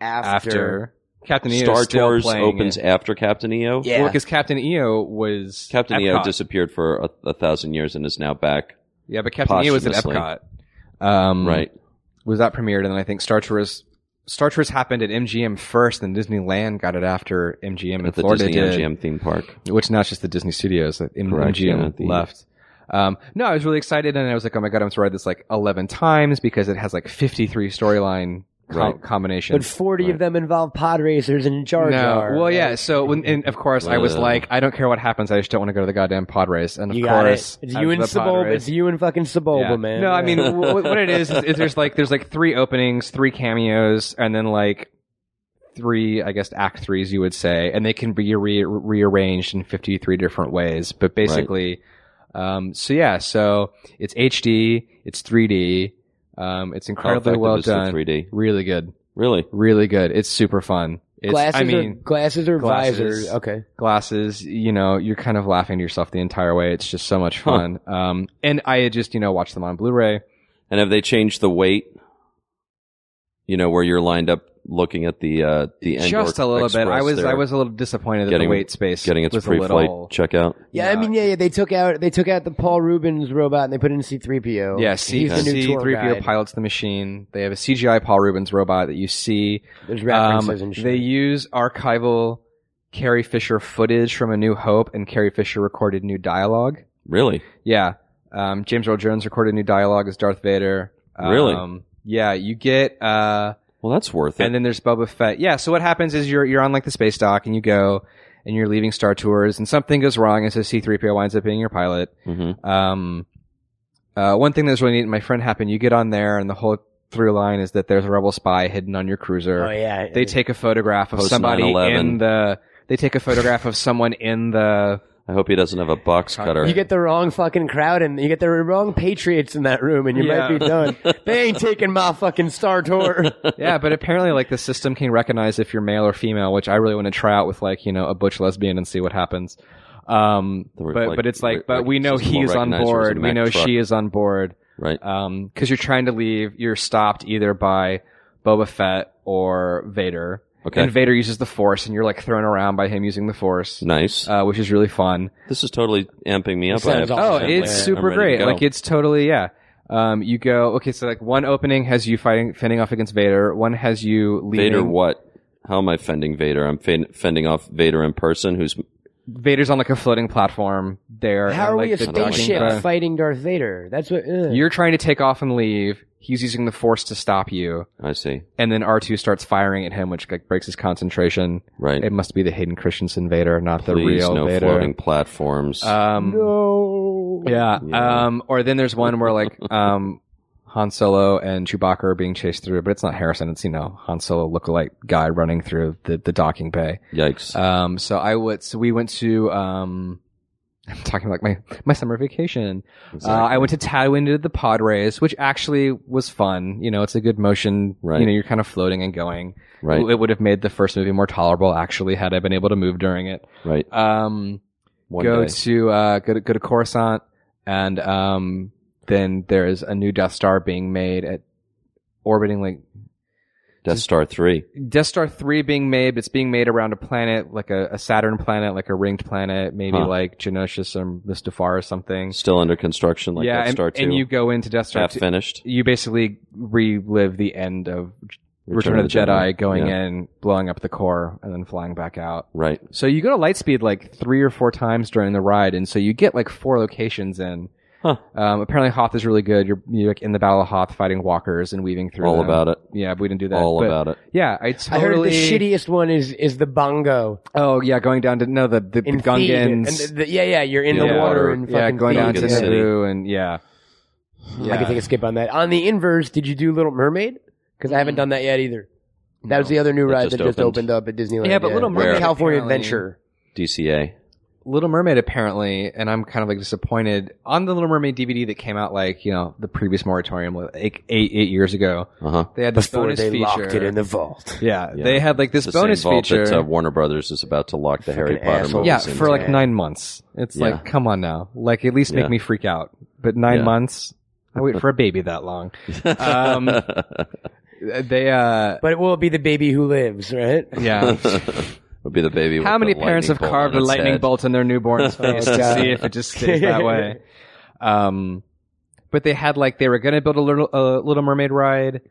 Speaker 5: After.
Speaker 4: after Captain EO
Speaker 3: Star
Speaker 4: still
Speaker 3: Tours
Speaker 4: playing
Speaker 3: opens
Speaker 4: it.
Speaker 3: after Captain E EO.
Speaker 5: Yeah.
Speaker 4: Well, because Captain EO was
Speaker 3: Captain EO
Speaker 4: Epcot.
Speaker 3: disappeared for a, a thousand years and is now back.
Speaker 4: Yeah, but Captain EO was at
Speaker 3: posthumously.
Speaker 4: Epcot. Um,
Speaker 3: Right.
Speaker 4: was that premiered, and then I think Star Tours. Star Tours happened at MGM first, and Disneyland got it after MGM in
Speaker 3: At the
Speaker 4: Florida
Speaker 3: Disney
Speaker 4: did,
Speaker 3: MGM theme park.
Speaker 4: which now it's just the Disney Studios that M-
Speaker 3: Correct, yeah,
Speaker 4: MGM
Speaker 3: the-
Speaker 4: left. Um, no, I was really excited, and I was like, "Oh my god, I'm to ride this like 11 times because it has like 53 storyline co-
Speaker 3: Right.
Speaker 4: combinations."
Speaker 5: But 40 of them involve pod racers and Jar Jar.
Speaker 4: Well, yeah. So, when, and of course, I was
Speaker 3: Ugh.
Speaker 4: like, I don't care what happens. I just don't want to go to the goddamn pod race. And of
Speaker 5: You got
Speaker 4: course,
Speaker 5: it. It's
Speaker 4: I
Speaker 5: you
Speaker 4: was
Speaker 5: and
Speaker 4: the pod
Speaker 5: Saboba.
Speaker 4: race.
Speaker 5: It's you and fucking Saboba,
Speaker 4: Yeah.
Speaker 5: man.
Speaker 4: No, I
Speaker 5: Yeah.
Speaker 3: uh,
Speaker 4: mean, wh- what it is, is, is there's like there's like three openings, three cameos, and then like three, I guess, act threes, you would say, and they can be re- rearranged in 53 different ways. But basically, um, so yeah, so it's HD, it's 3D, um, it's incredibly
Speaker 3: How effective
Speaker 4: well
Speaker 3: is the
Speaker 4: done,
Speaker 3: 3D.
Speaker 4: really good,
Speaker 3: Really?
Speaker 4: really good. It's super fun. It's,
Speaker 5: glasses,
Speaker 4: I mean,
Speaker 5: or, glasses or
Speaker 4: glasses.
Speaker 5: visors. Okay.
Speaker 4: glasses, you know, you're kind of laughing to yourself the entire way. It's just so much fun. Um, and I had just, you know, watched them on Blu-ray.
Speaker 3: And have they changed the weight? You know, where you're lined up looking at the uh, the Endor
Speaker 4: just a little
Speaker 3: Express
Speaker 4: bit. I was
Speaker 3: there,
Speaker 4: I was a little disappointed that
Speaker 3: Getting-
Speaker 4: the weight space
Speaker 3: getting its
Speaker 4: was a
Speaker 3: pre-flight
Speaker 4: little.
Speaker 3: checkout.
Speaker 5: Yeah, I mean, yeah, yeah. They took out they took out the Paul Rubens robot and they put in C three PO.
Speaker 4: Yeah, C
Speaker 5: he's the new
Speaker 4: C
Speaker 5: tour
Speaker 4: three PO
Speaker 5: guide.
Speaker 4: pilots the machine. They have a CGI Paul Rubens robot that you see.
Speaker 5: There's
Speaker 4: Um,
Speaker 5: references and shit.
Speaker 4: they use archival Carrie Fisher footage from A New Hope, and Carrie Fisher recorded new dialogue.
Speaker 3: Really?
Speaker 4: Yeah. Um, James Earl Jones recorded new dialogue as Darth Vader. Um,
Speaker 3: Really?
Speaker 4: Yeah, you get. Uh,
Speaker 3: Well, that's worth it.
Speaker 4: And then there's Boba Fett. Yeah. So what happens is you're you're on like the space dock and you go and you're leaving Star Tours and something goes wrong and so C-3PO winds up being your pilot.
Speaker 3: Mhm.
Speaker 4: Um, uh, one thing that's really neat, my friend happened. You get on there and the whole through line is that there's a rebel spy hidden on your cruiser.
Speaker 5: oh yeah,
Speaker 4: They take a photograph of
Speaker 3: Post
Speaker 4: somebody
Speaker 3: 9/11.
Speaker 4: in the. They take a photograph of someone in the.
Speaker 3: I hope he doesn't have a box cutter.
Speaker 5: You get the wrong fucking crowd and you get the wrong patriots in that room, and you
Speaker 4: Yeah.
Speaker 5: might
Speaker 4: (laughs)
Speaker 5: be done. they ain't taking my fucking Star Tour.
Speaker 4: Yeah, but apparently, like the system can recognize if you're male or female, which I really want to try out with like you know a butch lesbian and see what happens. Um,
Speaker 3: The re-
Speaker 4: but
Speaker 3: like,
Speaker 4: but it's
Speaker 3: re-
Speaker 4: like, but we
Speaker 3: rec-
Speaker 4: know
Speaker 3: system
Speaker 4: he's
Speaker 3: will
Speaker 4: on
Speaker 3: recognize her as a
Speaker 4: board. We
Speaker 3: Mack
Speaker 4: know
Speaker 3: truck.
Speaker 4: she is on board.
Speaker 3: right.
Speaker 4: Um, because you're trying to leave, you're stopped either by Boba Fett or Vader.
Speaker 3: Okay.
Speaker 4: And Vader uses the Force, and you're like thrown around by him using the Force,
Speaker 3: Nice.
Speaker 4: uh, which is really fun.
Speaker 3: this is totally amping me up. I
Speaker 5: sounds
Speaker 3: have-
Speaker 5: awesome.
Speaker 4: Oh,
Speaker 5: Definitely.
Speaker 4: it's
Speaker 5: Yeah.
Speaker 3: I'm
Speaker 4: super
Speaker 3: ready to
Speaker 4: great.
Speaker 3: go.
Speaker 4: Like it's totally yeah. Um, you go okay. So like one opening has you fighting, fending off against Vader. One has you leaving.
Speaker 3: Vader, what? How am I fending Vader? I'm fen- fending off Vader in person, who's
Speaker 4: Vader's on like a floating platform there.
Speaker 5: How
Speaker 4: and,
Speaker 5: are
Speaker 4: like,
Speaker 5: we a
Speaker 4: they're talking
Speaker 5: spaceship
Speaker 4: about-
Speaker 5: fighting Darth Vader? That's what. uh. ugh.
Speaker 4: You're trying to take off and leave. He's using the Force to stop you,
Speaker 3: I see.
Speaker 4: and then R two starts firing at him, which like breaks his concentration.
Speaker 3: Right.
Speaker 4: It must be the Hayden Christensen Vader, not the
Speaker 3: Please,
Speaker 4: real
Speaker 3: no
Speaker 4: Vader.
Speaker 3: floating platforms.
Speaker 4: Um,
Speaker 5: no.
Speaker 4: Yeah.
Speaker 3: Yeah.
Speaker 4: Um, or then there's one where like um, Han Solo and Chewbacca are being chased through, but it's not Harrison. It's you know Han Solo lookalike guy running through the the docking bay.
Speaker 3: Yikes.
Speaker 4: Um, so I would. So we went to. Um, (laughs) I'm talking like my my summer vacation. Uh, I went to Tatooine and did the pod race, which actually was fun. You know, it's a good motion.
Speaker 3: Right.
Speaker 4: You know, you're kind of floating and going.
Speaker 3: right.
Speaker 4: It would have made the first movie more tolerable, actually, had I been able to move during it.
Speaker 3: right.
Speaker 4: Um,
Speaker 3: One
Speaker 4: go
Speaker 3: day.
Speaker 4: to uh, go to go to Coruscant, and um, then there is a new Death Star being made at orbiting like
Speaker 3: Death Star three.
Speaker 4: Death Star three being made. But it's being made around a planet like a, a Saturn planet, like a ringed planet, maybe
Speaker 3: Huh.
Speaker 4: like Geonosis or Mustafar or something.
Speaker 3: Still under construction, like
Speaker 4: yeah,
Speaker 3: Death
Speaker 4: and,
Speaker 3: Star two.
Speaker 4: and you go into Death Star
Speaker 3: half
Speaker 4: two.
Speaker 3: finished.
Speaker 4: You basically relive the end of Return, of the Jedi, going in, blowing up the core, and then flying back out.
Speaker 3: Right.
Speaker 4: So you go to Lightspeed like three or four times during the ride, and so you get like four locations in.
Speaker 3: Huh.
Speaker 4: Um, apparently, Hoth is really good. You're, you're like in the Battle of Hoth fighting walkers and weaving through.
Speaker 3: All
Speaker 4: them.
Speaker 3: about it.
Speaker 4: Yeah, but we didn't do that.
Speaker 3: All
Speaker 4: But,
Speaker 3: about it.
Speaker 4: Yeah, I
Speaker 5: I heard
Speaker 4: totally.
Speaker 5: the shittiest one is is the bongo
Speaker 4: Oh yeah, going down to no the the
Speaker 5: in Thebe.
Speaker 4: Gungans.
Speaker 5: And the, the, yeah, yeah, you're in the
Speaker 3: Yeah.
Speaker 5: water and
Speaker 4: yeah,
Speaker 5: fucking
Speaker 4: going down
Speaker 5: Thebe.
Speaker 4: to
Speaker 3: Gungan City.
Speaker 4: Naboo and yeah.
Speaker 5: I can take a skip on that. On the inverse, did you do Little Mermaid? Because I haven't done that yet either. That was the other new
Speaker 3: That
Speaker 5: ride
Speaker 3: just
Speaker 5: that just
Speaker 3: opened.
Speaker 5: opened up at Disneyland.
Speaker 4: Yeah, but Little Mermaid
Speaker 5: California
Speaker 4: apparently-
Speaker 5: Adventure.
Speaker 3: DCA.
Speaker 4: Little Mermaid apparently, and I'm kind of like disappointed on the Little Mermaid DVD that came out like you know the previous moratorium like eight eight, eight years ago.
Speaker 3: Uh huh.
Speaker 4: They had this
Speaker 5: Before
Speaker 4: bonus
Speaker 5: they
Speaker 4: feature.
Speaker 5: locked it in the vault.
Speaker 4: yeah,
Speaker 3: Yeah.
Speaker 4: they had like this
Speaker 3: It's the
Speaker 4: bonus
Speaker 3: same vault
Speaker 4: feature.
Speaker 3: that uh, Warner Brothers is about to lock the Harry
Speaker 5: Fucking
Speaker 3: Potter
Speaker 5: assholes.
Speaker 3: movies
Speaker 4: yeah,
Speaker 5: Seems
Speaker 4: for like
Speaker 5: bad.
Speaker 4: nine months. It's
Speaker 3: Yeah.
Speaker 4: like, come on now. Like, at least make
Speaker 3: Yeah.
Speaker 4: me freak out. But nine
Speaker 3: Yeah.
Speaker 4: months? I wait for a baby that long.
Speaker 3: (laughs)
Speaker 4: Um, they, uh,
Speaker 5: But it will be the baby who lives, right?
Speaker 4: yeah.
Speaker 3: (laughs) would be the baby.
Speaker 4: How
Speaker 3: with
Speaker 4: many
Speaker 3: the
Speaker 4: parents have
Speaker 3: lightning bolt
Speaker 4: carved
Speaker 3: on
Speaker 4: a
Speaker 3: its
Speaker 4: lightning
Speaker 3: head?
Speaker 4: bolt in
Speaker 3: (laughs)
Speaker 4: their newborn's face to
Speaker 5: God.
Speaker 4: see if it just stays that way? Um, but they had like, they were going to build a little, a little mermaid ride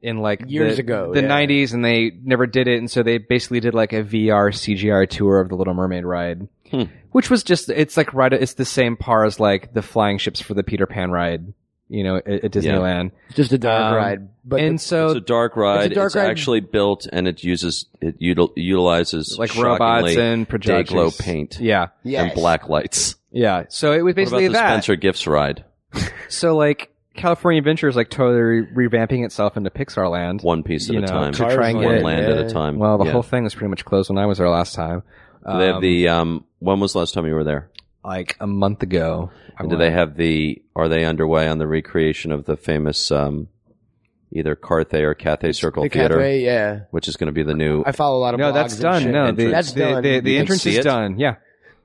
Speaker 4: in like
Speaker 5: Years
Speaker 4: the,
Speaker 5: ago,
Speaker 4: the
Speaker 5: yeah.
Speaker 4: 90s and they never did it. And so they basically did like a VR CGR tour of the little mermaid ride.
Speaker 3: Hmm.
Speaker 4: Which was just, it's like right, it's the same par as like the flying ships for the Peter Pan ride, you know, at, at Disneyland.
Speaker 5: It's just a dark
Speaker 4: Um,
Speaker 5: ride. But
Speaker 4: and
Speaker 5: the-
Speaker 4: so,
Speaker 3: It's a dark ride. It's,
Speaker 5: dark ride.
Speaker 3: actually built and it uses it util- utilizes
Speaker 4: like robots
Speaker 3: shockingly
Speaker 4: and projectors.
Speaker 3: glow paint.
Speaker 4: Yeah.
Speaker 5: yes.
Speaker 3: and black lights.
Speaker 4: Yeah. So it was basically
Speaker 3: what about
Speaker 4: that.
Speaker 3: the Spencer Gifts ride?
Speaker 4: So like California Adventure is like totally revamping itself into Pixar land.
Speaker 3: One piece at
Speaker 4: You
Speaker 3: a
Speaker 4: know,
Speaker 3: time.
Speaker 4: to try and
Speaker 3: one
Speaker 4: get it.
Speaker 3: land at a
Speaker 5: Yeah.
Speaker 3: time.
Speaker 4: Well, the
Speaker 3: Yeah.
Speaker 4: whole thing was pretty much closed when I was there last time.
Speaker 3: Do they have
Speaker 4: Um,
Speaker 3: the um. When was the last time you were there?
Speaker 4: like a month ago. I
Speaker 3: And do
Speaker 4: went.
Speaker 3: they have the? Are they underway on the recreation of the famous um, either Carthay or Cathay Circle
Speaker 5: the
Speaker 3: Theater,
Speaker 5: cafe, yeah.
Speaker 3: which is going to be the new?
Speaker 5: I follow a lot of
Speaker 4: No,
Speaker 5: blogs
Speaker 4: that's
Speaker 5: and
Speaker 4: done.
Speaker 5: shit.
Speaker 4: No, the,
Speaker 5: That's
Speaker 4: the,
Speaker 5: done.
Speaker 4: the, the,
Speaker 5: You can
Speaker 4: entrance
Speaker 3: see
Speaker 4: is
Speaker 3: it?
Speaker 4: done. Yeah.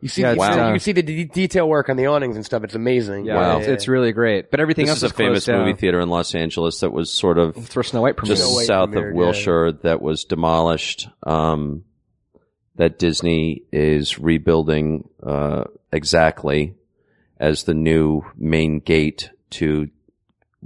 Speaker 5: You see,
Speaker 4: Yeah,
Speaker 5: you,
Speaker 4: it's
Speaker 5: see
Speaker 4: done.
Speaker 5: you can see the d- detail work on the awnings and stuff. It's amazing.
Speaker 4: Yeah,
Speaker 3: Wow.
Speaker 4: it's, it's really great. But everything
Speaker 3: this
Speaker 4: else
Speaker 3: is a
Speaker 4: was closed
Speaker 3: famous movie
Speaker 4: down.
Speaker 3: theater in Los Angeles that was sort of
Speaker 4: It's where Snow White premiered.
Speaker 3: just
Speaker 5: Snow White
Speaker 3: south
Speaker 5: premiered,
Speaker 3: of
Speaker 5: yeah.
Speaker 3: Wilshire that was demolished. Um, that Disney is rebuilding uh, exactly as the new main gate to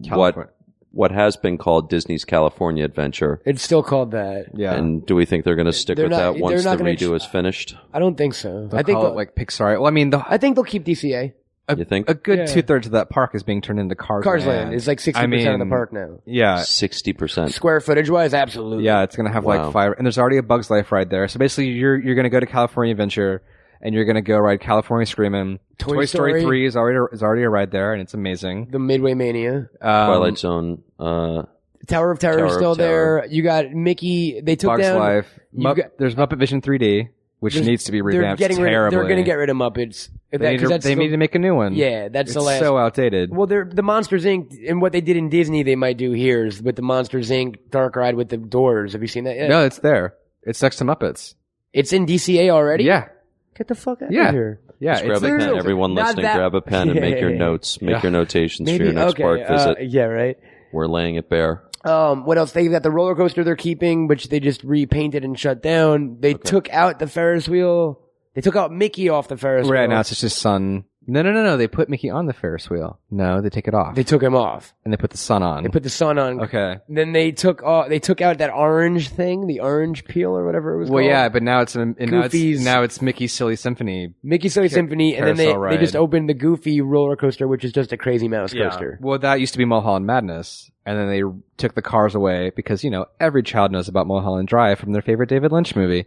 Speaker 4: California.
Speaker 3: what what has been called Disney's California Adventure.
Speaker 5: It's still called that.
Speaker 4: Yeah.
Speaker 3: And do we think they're going to stick
Speaker 5: They're
Speaker 3: with
Speaker 5: not-
Speaker 3: that
Speaker 5: they're
Speaker 3: once the
Speaker 5: not gonna
Speaker 3: redo
Speaker 5: ch-
Speaker 3: is finished?
Speaker 5: I don't think so.
Speaker 4: They'll
Speaker 5: I think
Speaker 4: call it
Speaker 5: they'll,
Speaker 4: like Pixar. Well, I mean, the,
Speaker 5: I think they'll keep DCA.
Speaker 3: you think
Speaker 4: a good
Speaker 5: Yeah.
Speaker 4: two thirds of that park is being turned into Cars,
Speaker 5: Cars Land is like 60%
Speaker 4: I
Speaker 5: of the
Speaker 4: mean-
Speaker 5: park now.
Speaker 4: Yeah.
Speaker 3: sixty percent?
Speaker 5: Square footage wise, absolutely.
Speaker 4: Yeah, it's gonna have
Speaker 3: Wow.
Speaker 4: like five, and there's already a Bugs Life ride there. So basically, you're you're gonna go to California Adventure, and you're gonna go ride California Screaming. Story.
Speaker 5: Toy Story.
Speaker 4: Three is already is already a ride there, and it's amazing.
Speaker 5: The Midway Mania.
Speaker 4: Um,
Speaker 3: Twilight Zone. Uh,
Speaker 5: Tower of Terror
Speaker 3: Tower
Speaker 5: is
Speaker 3: of
Speaker 5: still
Speaker 3: Terror.
Speaker 5: there. You got Mickey. They took
Speaker 4: Bugs
Speaker 5: down.
Speaker 4: Life.
Speaker 5: you
Speaker 4: Mupp-
Speaker 5: got-
Speaker 4: there's Muppet Vision 3D, which
Speaker 5: There's-
Speaker 4: needs to be
Speaker 5: They're
Speaker 4: revamped
Speaker 5: getting rid.
Speaker 4: terribly.
Speaker 5: They're going to get rid of Muppets.
Speaker 4: They, need to, they need to make a new one.
Speaker 5: Yeah, that's
Speaker 4: it's
Speaker 5: the last.
Speaker 4: so outdated.
Speaker 5: well, they're the Monsters Inc. and what they did in Disney, they might do here is with the Monsters Inc. Dark Ride with the doors. Have you seen that? yet?
Speaker 4: No, it's there. It's next to Muppets.
Speaker 5: it's in DCA already.
Speaker 4: Yeah,
Speaker 5: get the fuck out
Speaker 4: Yeah.
Speaker 5: of here.
Speaker 4: yeah.
Speaker 3: just grab
Speaker 4: it's-
Speaker 3: a pen.
Speaker 5: literally
Speaker 3: Everyone
Speaker 5: not
Speaker 3: listening,
Speaker 5: that-
Speaker 3: grab a pen and make your
Speaker 5: (laughs) Yeah.
Speaker 3: notes. Make
Speaker 4: Yeah.
Speaker 3: your notations for your next
Speaker 5: okay,
Speaker 3: park
Speaker 5: uh,
Speaker 3: visit.
Speaker 5: yeah, right.
Speaker 3: We're laying it bare.
Speaker 5: Um, what else? They got the roller coaster they're keeping, which they just repainted and shut down. They took out the Ferris wheel. They took out Mickey off the Ferris
Speaker 4: right
Speaker 5: wheel.
Speaker 4: now, it's just his son. No, no, no, no. They put Mickey on the Ferris wheel. No, they take it off,
Speaker 5: they took him off.
Speaker 4: and they put the son on.
Speaker 5: They put the sun on.
Speaker 4: Mm. okay.
Speaker 5: Then they took off, they took out that orange thing, the orange peel or whatever it was.
Speaker 4: Well,
Speaker 5: called.
Speaker 4: yeah, but now it's and now it's
Speaker 5: Goofy's-
Speaker 4: now it's Mickey's Silly Symphony.
Speaker 5: Mickey Silly Symphony, and then they,
Speaker 4: Carousel
Speaker 5: they just
Speaker 4: ride.
Speaker 5: opened the Goofy roller coaster, which is just a crazy mouse coaster.
Speaker 4: Well, that used to be Mulholland Madness, and then they took the cars away because you know every child knows about Mulholland Drive from their favorite David Lynch movie.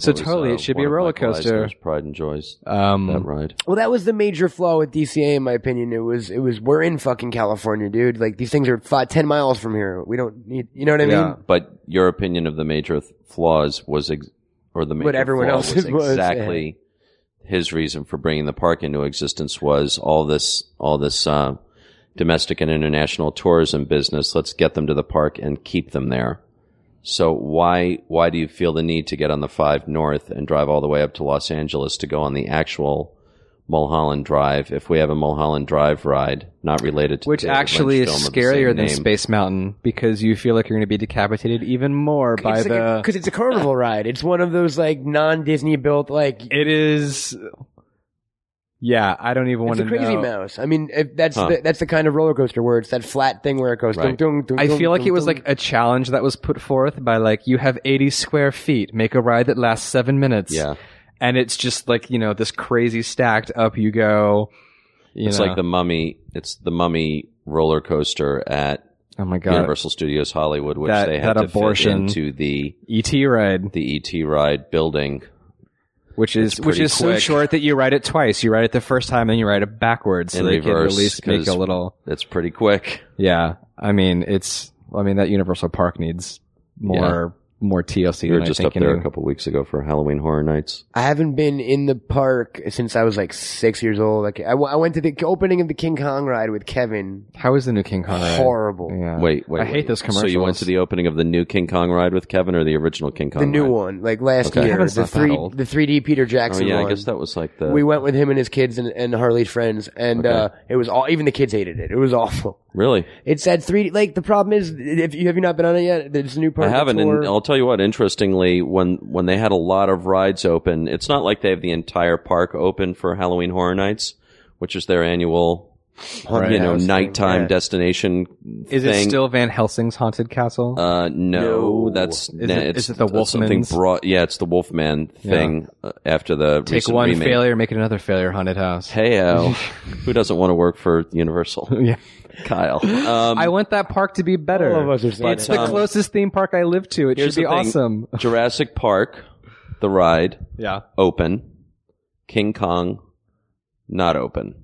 Speaker 4: So
Speaker 3: That was,
Speaker 4: totally,
Speaker 3: uh,
Speaker 4: it should
Speaker 3: one
Speaker 4: be a
Speaker 3: of
Speaker 4: roller
Speaker 3: Michael
Speaker 4: coaster.
Speaker 3: Eisner's Pride and Joys. That
Speaker 4: Um,
Speaker 3: ride.
Speaker 5: Well, that was the major flaw with DCA, in my opinion. It was it was we're in fucking California, dude. Like these things are five, ten miles from here. We don't need, you know what I
Speaker 4: Yeah.
Speaker 5: mean?
Speaker 3: But your opinion of the major th- flaws was, ex- or the major
Speaker 5: What everyone
Speaker 3: flaw
Speaker 4: (laughs)
Speaker 5: else's
Speaker 3: was
Speaker 5: was,
Speaker 3: exactly his reason for bringing the park into existence was all this, all this uh, domestic and international tourism business. Let's get them to the park and keep them there. So why why do you feel the need to get on the five north and drive all the way up to Los Angeles to go on the actual Mulholland Drive if we have a Mulholland Drive ride not related to
Speaker 4: which
Speaker 3: the David
Speaker 4: actually
Speaker 3: Lynch
Speaker 4: is
Speaker 3: film of the same
Speaker 4: scarier than
Speaker 3: name?
Speaker 4: Space Mountain because you feel like you're going to be decapitated even more by
Speaker 5: Because it's, like a-
Speaker 4: the.
Speaker 5: 'cause it's a carnival ride. It's one of those like non Disney built like
Speaker 4: it is. Yeah, I don't even want
Speaker 5: it's a
Speaker 4: to
Speaker 5: crazy
Speaker 4: know.
Speaker 5: mouse. I mean, if that's
Speaker 3: Huh.
Speaker 5: the, that's the kind of roller coaster where it's that flat thing where it goes.
Speaker 3: Right.
Speaker 5: Dun, dun, dun,
Speaker 4: I
Speaker 5: dun,
Speaker 4: feel like
Speaker 5: dun,
Speaker 4: it was
Speaker 5: dun.
Speaker 4: like a challenge that was put forth by like you have 80 square feet, make a ride that lasts seven minutes,
Speaker 3: Yeah.
Speaker 4: and it's just like you know this crazy stacked up you go. You
Speaker 3: it's
Speaker 4: know?
Speaker 3: like the Mummy. It's the Mummy roller coaster at
Speaker 4: oh my god,
Speaker 3: Universal Studios Hollywood, which
Speaker 4: That-
Speaker 3: they had
Speaker 4: that
Speaker 3: to
Speaker 4: abortion.
Speaker 3: fit into the
Speaker 4: ET E ride,
Speaker 3: the ET ride building.
Speaker 4: which is
Speaker 3: It's
Speaker 4: which
Speaker 3: pretty
Speaker 4: is so
Speaker 3: quick.
Speaker 4: short that you write it twice. You write it the first time, and you write it backwards, so
Speaker 3: In
Speaker 4: they
Speaker 3: reverse,
Speaker 4: can at least make
Speaker 3: 'cause-
Speaker 4: a little.
Speaker 3: That's pretty quick.
Speaker 4: Yeah, I mean it's. I mean that Universal Park needs more more TLC.
Speaker 3: You were
Speaker 4: than
Speaker 3: just
Speaker 4: I
Speaker 3: up
Speaker 4: think
Speaker 3: there a
Speaker 4: any-
Speaker 3: couple weeks ago for Halloween Horror Nights.
Speaker 5: I haven't been in the park since I was like six years old. Like I, w- I went to the opening of the King Kong ride with Kevin.
Speaker 4: How is the new King Kong? ride?
Speaker 5: Horrible.
Speaker 3: Mm,
Speaker 4: Yeah.
Speaker 3: Wait, wait.
Speaker 4: Uh, I hate
Speaker 3: wait.
Speaker 4: those
Speaker 3: So you went
Speaker 4: commercials.
Speaker 3: to the opening of the new King Kong ride with Kevin, or the original King Kong?
Speaker 5: the new
Speaker 3: ride?
Speaker 5: one, like last
Speaker 3: Okay.
Speaker 5: year,
Speaker 4: Kevin's
Speaker 5: the
Speaker 4: not that
Speaker 5: three
Speaker 4: old.
Speaker 5: the three D Peter
Speaker 3: Oh
Speaker 5: Jackson.
Speaker 3: yeah, I
Speaker 5: one.
Speaker 3: guess that was like the.
Speaker 5: we went with him and his kids and, and Harley's friends, and
Speaker 3: Okay.
Speaker 5: uh, it was all. Even the kids hated it. It was awful.
Speaker 3: really.
Speaker 5: It said three. Like the problem is, if you have you not been on it yet, there's a new park.
Speaker 3: I haven't,
Speaker 5: tour.
Speaker 3: and I'll tell you what. Interestingly, when when they had a lot of rides open, it's not like they have the entire park open for Halloween Horror Nights, which is their annual,
Speaker 5: Haunted
Speaker 3: Uh, you know,
Speaker 5: house thing.
Speaker 3: nighttime
Speaker 5: Yeah.
Speaker 3: destination.
Speaker 4: Is
Speaker 3: thing.
Speaker 4: it still Van Helsing's haunted castle?
Speaker 3: Uh, no,
Speaker 5: No.
Speaker 3: that's
Speaker 4: Is
Speaker 3: nah,
Speaker 4: it-
Speaker 3: it's
Speaker 4: is it the
Speaker 3: that's something
Speaker 4: Wolfman's?
Speaker 3: broad. Yeah, it's the Wolfman thing uh, after the
Speaker 4: Take
Speaker 3: recent
Speaker 4: one
Speaker 3: remake.
Speaker 4: failure, make it another failure. Haunted house.
Speaker 3: Heyo, who doesn't want to work for Universal?
Speaker 4: (laughs) yeah.
Speaker 3: Kyle, um,
Speaker 4: I want that park to be better.
Speaker 5: All of us are saying
Speaker 4: it's
Speaker 5: that.
Speaker 4: the
Speaker 3: um,
Speaker 4: closest theme park I live to. It
Speaker 3: here's
Speaker 4: should be
Speaker 3: the thing.
Speaker 4: awesome.
Speaker 3: Jurassic Park, the ride
Speaker 4: Yeah.
Speaker 3: open, King Kong not open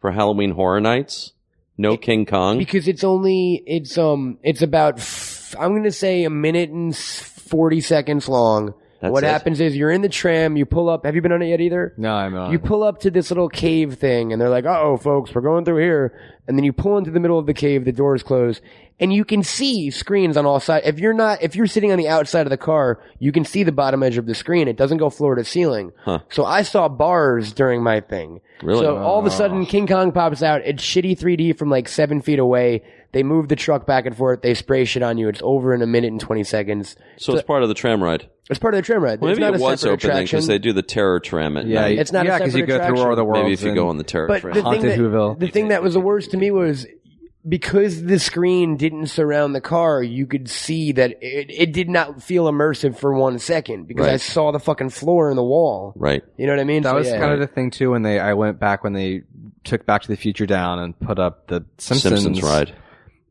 Speaker 3: for Halloween Horror Nights. No King Kong.
Speaker 5: because it's only it's um it's about f- I'm gonna say a minute and s- forty seconds long.
Speaker 3: That's
Speaker 5: what
Speaker 3: it.
Speaker 5: happens is you're in the tram, you pull up. Have you been on it yet either?
Speaker 4: No, I'm not.
Speaker 5: You pull up to this little cave thing, and they're like, "Uh oh, folks, we're going through here." And then you pull into the middle of the cave, the doors close, and you can see screens on all sides. If you're not, if you're sitting on the outside of the car, you can see the bottom edge of the screen. It doesn't go floor to ceiling.
Speaker 3: Huh.
Speaker 5: So I saw bars during my thing.
Speaker 3: Really?
Speaker 5: So all of a sudden, King Kong pops out. It's shitty 3D from like seven feet away. They move the truck back and forth. They spray shit on you. It's over in a minute and twenty seconds.
Speaker 3: so it's part of the tram ride.
Speaker 5: It's part of the tram ride.
Speaker 3: Well,
Speaker 5: it's
Speaker 3: maybe
Speaker 5: not
Speaker 3: it
Speaker 5: a
Speaker 3: was
Speaker 5: separate
Speaker 3: open
Speaker 5: attraction.
Speaker 3: because they do the terror tram at
Speaker 4: yeah,
Speaker 3: night.
Speaker 5: It's not a
Speaker 4: yeah, because you
Speaker 5: separate
Speaker 4: go through all the worlds.
Speaker 3: Maybe if you
Speaker 4: and-
Speaker 3: go on the terror
Speaker 5: But
Speaker 3: tram.
Speaker 5: the thing,
Speaker 4: Haunted
Speaker 5: that,
Speaker 4: Whoville.
Speaker 5: the thing that was the worst to me was because the screen didn't surround the car, you could see that it, it did not feel immersive for one second because I
Speaker 3: Right.
Speaker 5: saw the fucking floor and the wall.
Speaker 3: right.
Speaker 5: You know what I mean?
Speaker 4: That
Speaker 5: So,
Speaker 4: was
Speaker 5: yeah.
Speaker 4: kind of the thing too. When they, I went back when they took Back to the Future down and put up the Simpsons,
Speaker 3: Simpsons, ride.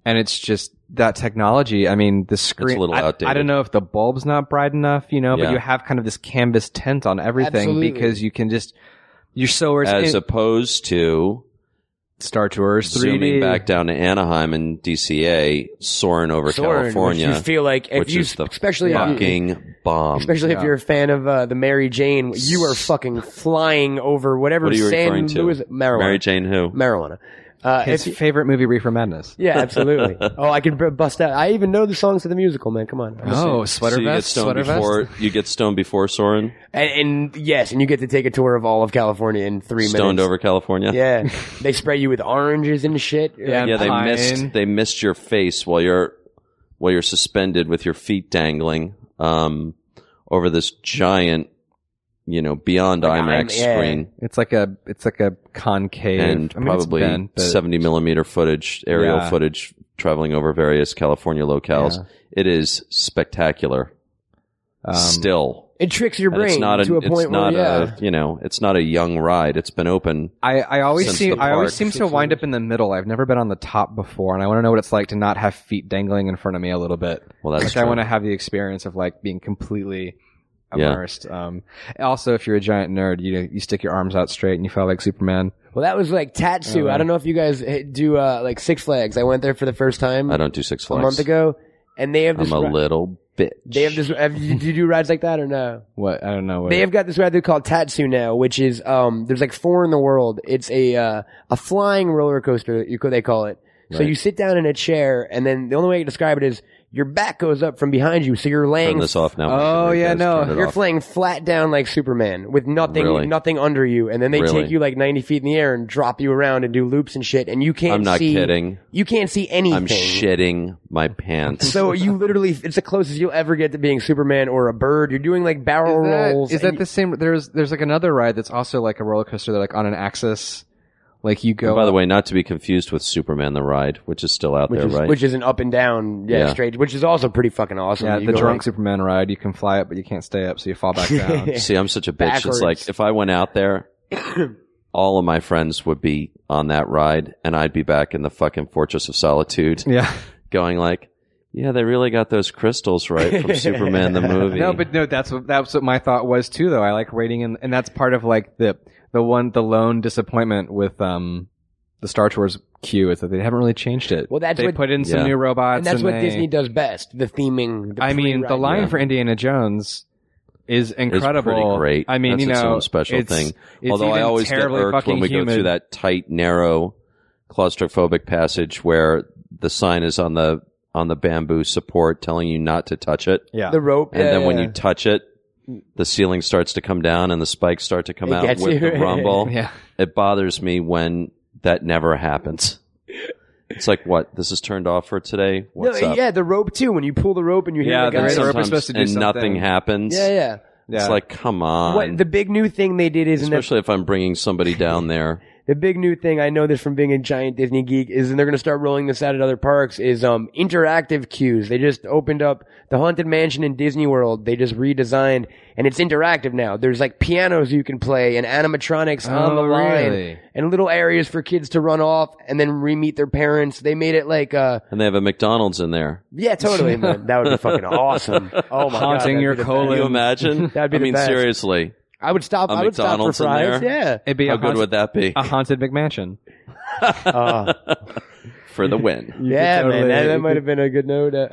Speaker 4: and it's just that technology. I mean, the screen.
Speaker 3: little
Speaker 4: I,
Speaker 3: outdated.
Speaker 4: I don't know if the bulb's not bright enough, you know,
Speaker 3: Yeah.
Speaker 4: but you have kind of this canvas tint on everything
Speaker 5: Absolutely.
Speaker 4: because you can just you're so
Speaker 3: As
Speaker 4: in-
Speaker 3: opposed to
Speaker 4: Star Tours 3D.
Speaker 3: zooming back down to Anaheim and DCA, soaring over
Speaker 5: Soaring, which
Speaker 3: California,
Speaker 5: You feel like if
Speaker 3: which
Speaker 5: you,
Speaker 3: is the
Speaker 5: especially if you,
Speaker 3: fucking um, bomb.
Speaker 5: especially if you're a fan of uh, the Mary Jane, you are fucking flying over whatever
Speaker 3: What are you referring
Speaker 5: San
Speaker 3: to?
Speaker 5: Louis marijuana.
Speaker 3: Mary Jane who?
Speaker 5: marijuana. Uh,
Speaker 4: His
Speaker 5: if you-
Speaker 4: favorite movie, Reefer Madness.
Speaker 5: yeah, absolutely. oh, I can b- bust out. I even know the songs to the musical, man. Come on.
Speaker 3: So
Speaker 4: Oh, sweater
Speaker 3: you get
Speaker 4: vest,
Speaker 3: stoned
Speaker 4: sweater
Speaker 3: before
Speaker 4: vest.
Speaker 3: you get stoned before soaring,
Speaker 5: And, and yes, and you get to take a tour of all of California in three
Speaker 3: stoned
Speaker 5: minutes.
Speaker 3: over California. (laughs)
Speaker 5: Yeah, they spray you with oranges and shit.
Speaker 4: Yeah.
Speaker 3: yeah. They
Speaker 4: Pine.
Speaker 3: missed they missed your face while you're while you're suspended with your feet dangling um, over this giant, you know, beyond IMAX
Speaker 5: yeah.
Speaker 3: screen
Speaker 4: It's like a it's like a concave
Speaker 3: and
Speaker 4: I mean, it's
Speaker 3: probably
Speaker 4: bent, but-
Speaker 3: seventy millimeter footage, aerial
Speaker 4: Yeah.
Speaker 3: footage traveling over various California locales.
Speaker 4: Yeah.
Speaker 3: It is spectacular.
Speaker 4: um,
Speaker 3: still.
Speaker 5: it tricks your
Speaker 3: And
Speaker 5: brain
Speaker 3: it's not a,
Speaker 5: to a
Speaker 3: it's
Speaker 5: point
Speaker 3: not
Speaker 5: where yeah.
Speaker 3: a, you know, it's not a young ride. It's been open.
Speaker 4: I, I always
Speaker 3: Since
Speaker 4: seem
Speaker 3: the
Speaker 4: I always
Speaker 3: park.
Speaker 4: seem to wind up in the middle. I've never been on the top before, and I want to know what it's like to not have feet dangling in front of me a little bit.
Speaker 3: Well, that's
Speaker 4: like I
Speaker 3: true.
Speaker 4: want to have the experience of like being completely
Speaker 3: Yeah.
Speaker 4: immersed. Um, also, if you're a giant nerd, you you stick your arms out straight and you feel like Superman.
Speaker 5: Well, that was like
Speaker 4: Oh,
Speaker 5: Tatsu. I
Speaker 4: yeah.
Speaker 5: don't know if you guys eh, do uh, like Six Flags. I went there for the first time
Speaker 3: I don't do Six
Speaker 5: a
Speaker 3: Flags.
Speaker 5: month ago, and they have this.
Speaker 3: I'm a
Speaker 5: ri-
Speaker 3: little bitch.
Speaker 5: they have this. Have, you- do you do rides like that or no?
Speaker 4: What I don't know. What,
Speaker 5: They have got this ride they called Tatsu now, which is um, there's like four in the world. It's a uh, a flying roller coaster. You could they call it. So
Speaker 3: Right.
Speaker 5: you sit down in a chair, and then the only way I can describe it is your back goes up from behind you, so you're
Speaker 3: Turn
Speaker 5: laying
Speaker 3: this off now.
Speaker 4: Oh,
Speaker 3: Mike,
Speaker 4: yeah,
Speaker 3: guys,
Speaker 4: no.
Speaker 3: turn it
Speaker 5: You're
Speaker 3: off.
Speaker 5: flying flat down like Superman with nothing,
Speaker 3: Really?
Speaker 5: nothing under you, and then they
Speaker 3: Really?
Speaker 5: take you like 90 feet in the air and drop you around and do loops and shit, and you can't.
Speaker 3: I'm not
Speaker 5: see,
Speaker 3: kidding.
Speaker 5: You can't see anything.
Speaker 3: I'm shitting
Speaker 5: (laughs)
Speaker 3: my pants.
Speaker 5: So you literally, it's the closest you'll ever get to being Superman or a bird. You're doing like barrel
Speaker 4: is that-
Speaker 5: rolls.
Speaker 4: is
Speaker 5: and
Speaker 4: that the same? There's there's like another ride that's also like a roller coaster. That like on an axis. Like you
Speaker 5: Oh,
Speaker 4: go.
Speaker 3: by the way, not to be confused with Superman the Ride, which is still out
Speaker 5: which
Speaker 3: there,
Speaker 5: is
Speaker 3: right?
Speaker 5: which is an up and down, yeah,
Speaker 3: Yeah.
Speaker 5: straight, which is also pretty fucking awesome.
Speaker 4: yeah,
Speaker 5: You
Speaker 4: the
Speaker 5: go,
Speaker 4: drunk
Speaker 5: like-
Speaker 4: Superman ride. You can
Speaker 5: (laughs)
Speaker 4: fly up, but you can't stay up, so you fall back down.
Speaker 3: See, I'm such a bitch. It's
Speaker 5: Backwards. (coughs)
Speaker 3: like if I went out there all of my friends would be on that ride, and I'd be back in the fucking Fortress of
Speaker 5: (laughs)
Speaker 3: Solitude,
Speaker 4: Yeah.
Speaker 3: going like, "Yeah, they really got those crystals right
Speaker 5: (laughs)
Speaker 3: from Superman the movie."
Speaker 4: No, but no, that's what that's what my thought was too. Though I like rating, and and that's part of like the the one the lone disappointment with um the Star Tours queue is that they haven't really changed it.
Speaker 5: Well, that's
Speaker 4: they
Speaker 5: what-
Speaker 4: put in some
Speaker 3: Yeah.
Speaker 4: new robots,
Speaker 5: and that's what
Speaker 4: they-
Speaker 5: Disney does best: the theming. The
Speaker 4: I mean, the
Speaker 5: pre-ride.
Speaker 4: line for Indiana Jones is incredible.
Speaker 3: pretty great.
Speaker 4: I mean,
Speaker 3: That's
Speaker 4: you know,
Speaker 3: its own special
Speaker 4: it's-
Speaker 3: thing.
Speaker 4: it's
Speaker 3: Although I
Speaker 4: even
Speaker 3: always get
Speaker 4: terribly
Speaker 3: irked when
Speaker 4: fucking
Speaker 3: we go
Speaker 4: humid.
Speaker 3: through that tight, narrow, claustrophobic passage where the sign is on the on the bamboo support telling you not to touch it,
Speaker 4: Yeah.
Speaker 5: the rope,
Speaker 3: and
Speaker 5: yeah,
Speaker 3: then when
Speaker 5: yeah.
Speaker 3: you touch it, the ceiling starts to come down and the spikes start to come
Speaker 5: It
Speaker 3: out
Speaker 5: gets
Speaker 3: with
Speaker 5: you.
Speaker 3: the rumble.
Speaker 4: (laughs) (laughs) yeah.
Speaker 3: It bothers me when that never happens. It's like what this is turned off for today.
Speaker 5: no,
Speaker 3: What's up?
Speaker 5: yeah, the rope too. When you pull the rope and you hear
Speaker 3: yeah.
Speaker 5: the
Speaker 3: Then
Speaker 5: guy,
Speaker 4: Right, we're
Speaker 3: sometimes
Speaker 4: supposed to do
Speaker 3: and
Speaker 4: something.
Speaker 3: nothing happens.
Speaker 5: yeah, yeah.
Speaker 4: yeah.
Speaker 3: It's like come on.
Speaker 5: What the big new thing they did is in the
Speaker 3: especially if I'm bringing somebody down there.
Speaker 5: the big new thing I know this from being a giant Disney geek is, and they're going to start rolling this out at other parks, is um, interactive cues. They just opened up the Haunted Mansion in Disney World. They just redesigned, and it's interactive now. There's like pianos you can play and animatronics on the
Speaker 4: Oh,
Speaker 5: line,
Speaker 4: really?
Speaker 5: and little areas for kids to run off and then re meet their parents. They made it like, uh,
Speaker 3: And they have a McDonald's in there.
Speaker 5: yeah, (laughs) totally, man. That would be fucking awesome. Oh my god,
Speaker 4: Haunting
Speaker 5: that'd
Speaker 4: your
Speaker 5: be the
Speaker 4: colon.
Speaker 5: best.
Speaker 3: Can you imagine?
Speaker 5: (laughs) That'd
Speaker 3: I
Speaker 5: be the
Speaker 3: mean,
Speaker 5: best.
Speaker 3: seriously,
Speaker 5: I would stop.
Speaker 3: A
Speaker 5: I would stop for
Speaker 3: McDonald's in
Speaker 5: fries.
Speaker 3: there?
Speaker 5: Yeah.
Speaker 4: it'd be
Speaker 3: how
Speaker 4: a
Speaker 3: good
Speaker 4: haunted,
Speaker 3: would that be
Speaker 4: a haunted McMansion.
Speaker 5: Uh,
Speaker 3: for the
Speaker 5: (laughs)
Speaker 3: win?
Speaker 5: yeah,
Speaker 4: totally-
Speaker 5: man. That, that might have been a good note. (laughs) uh,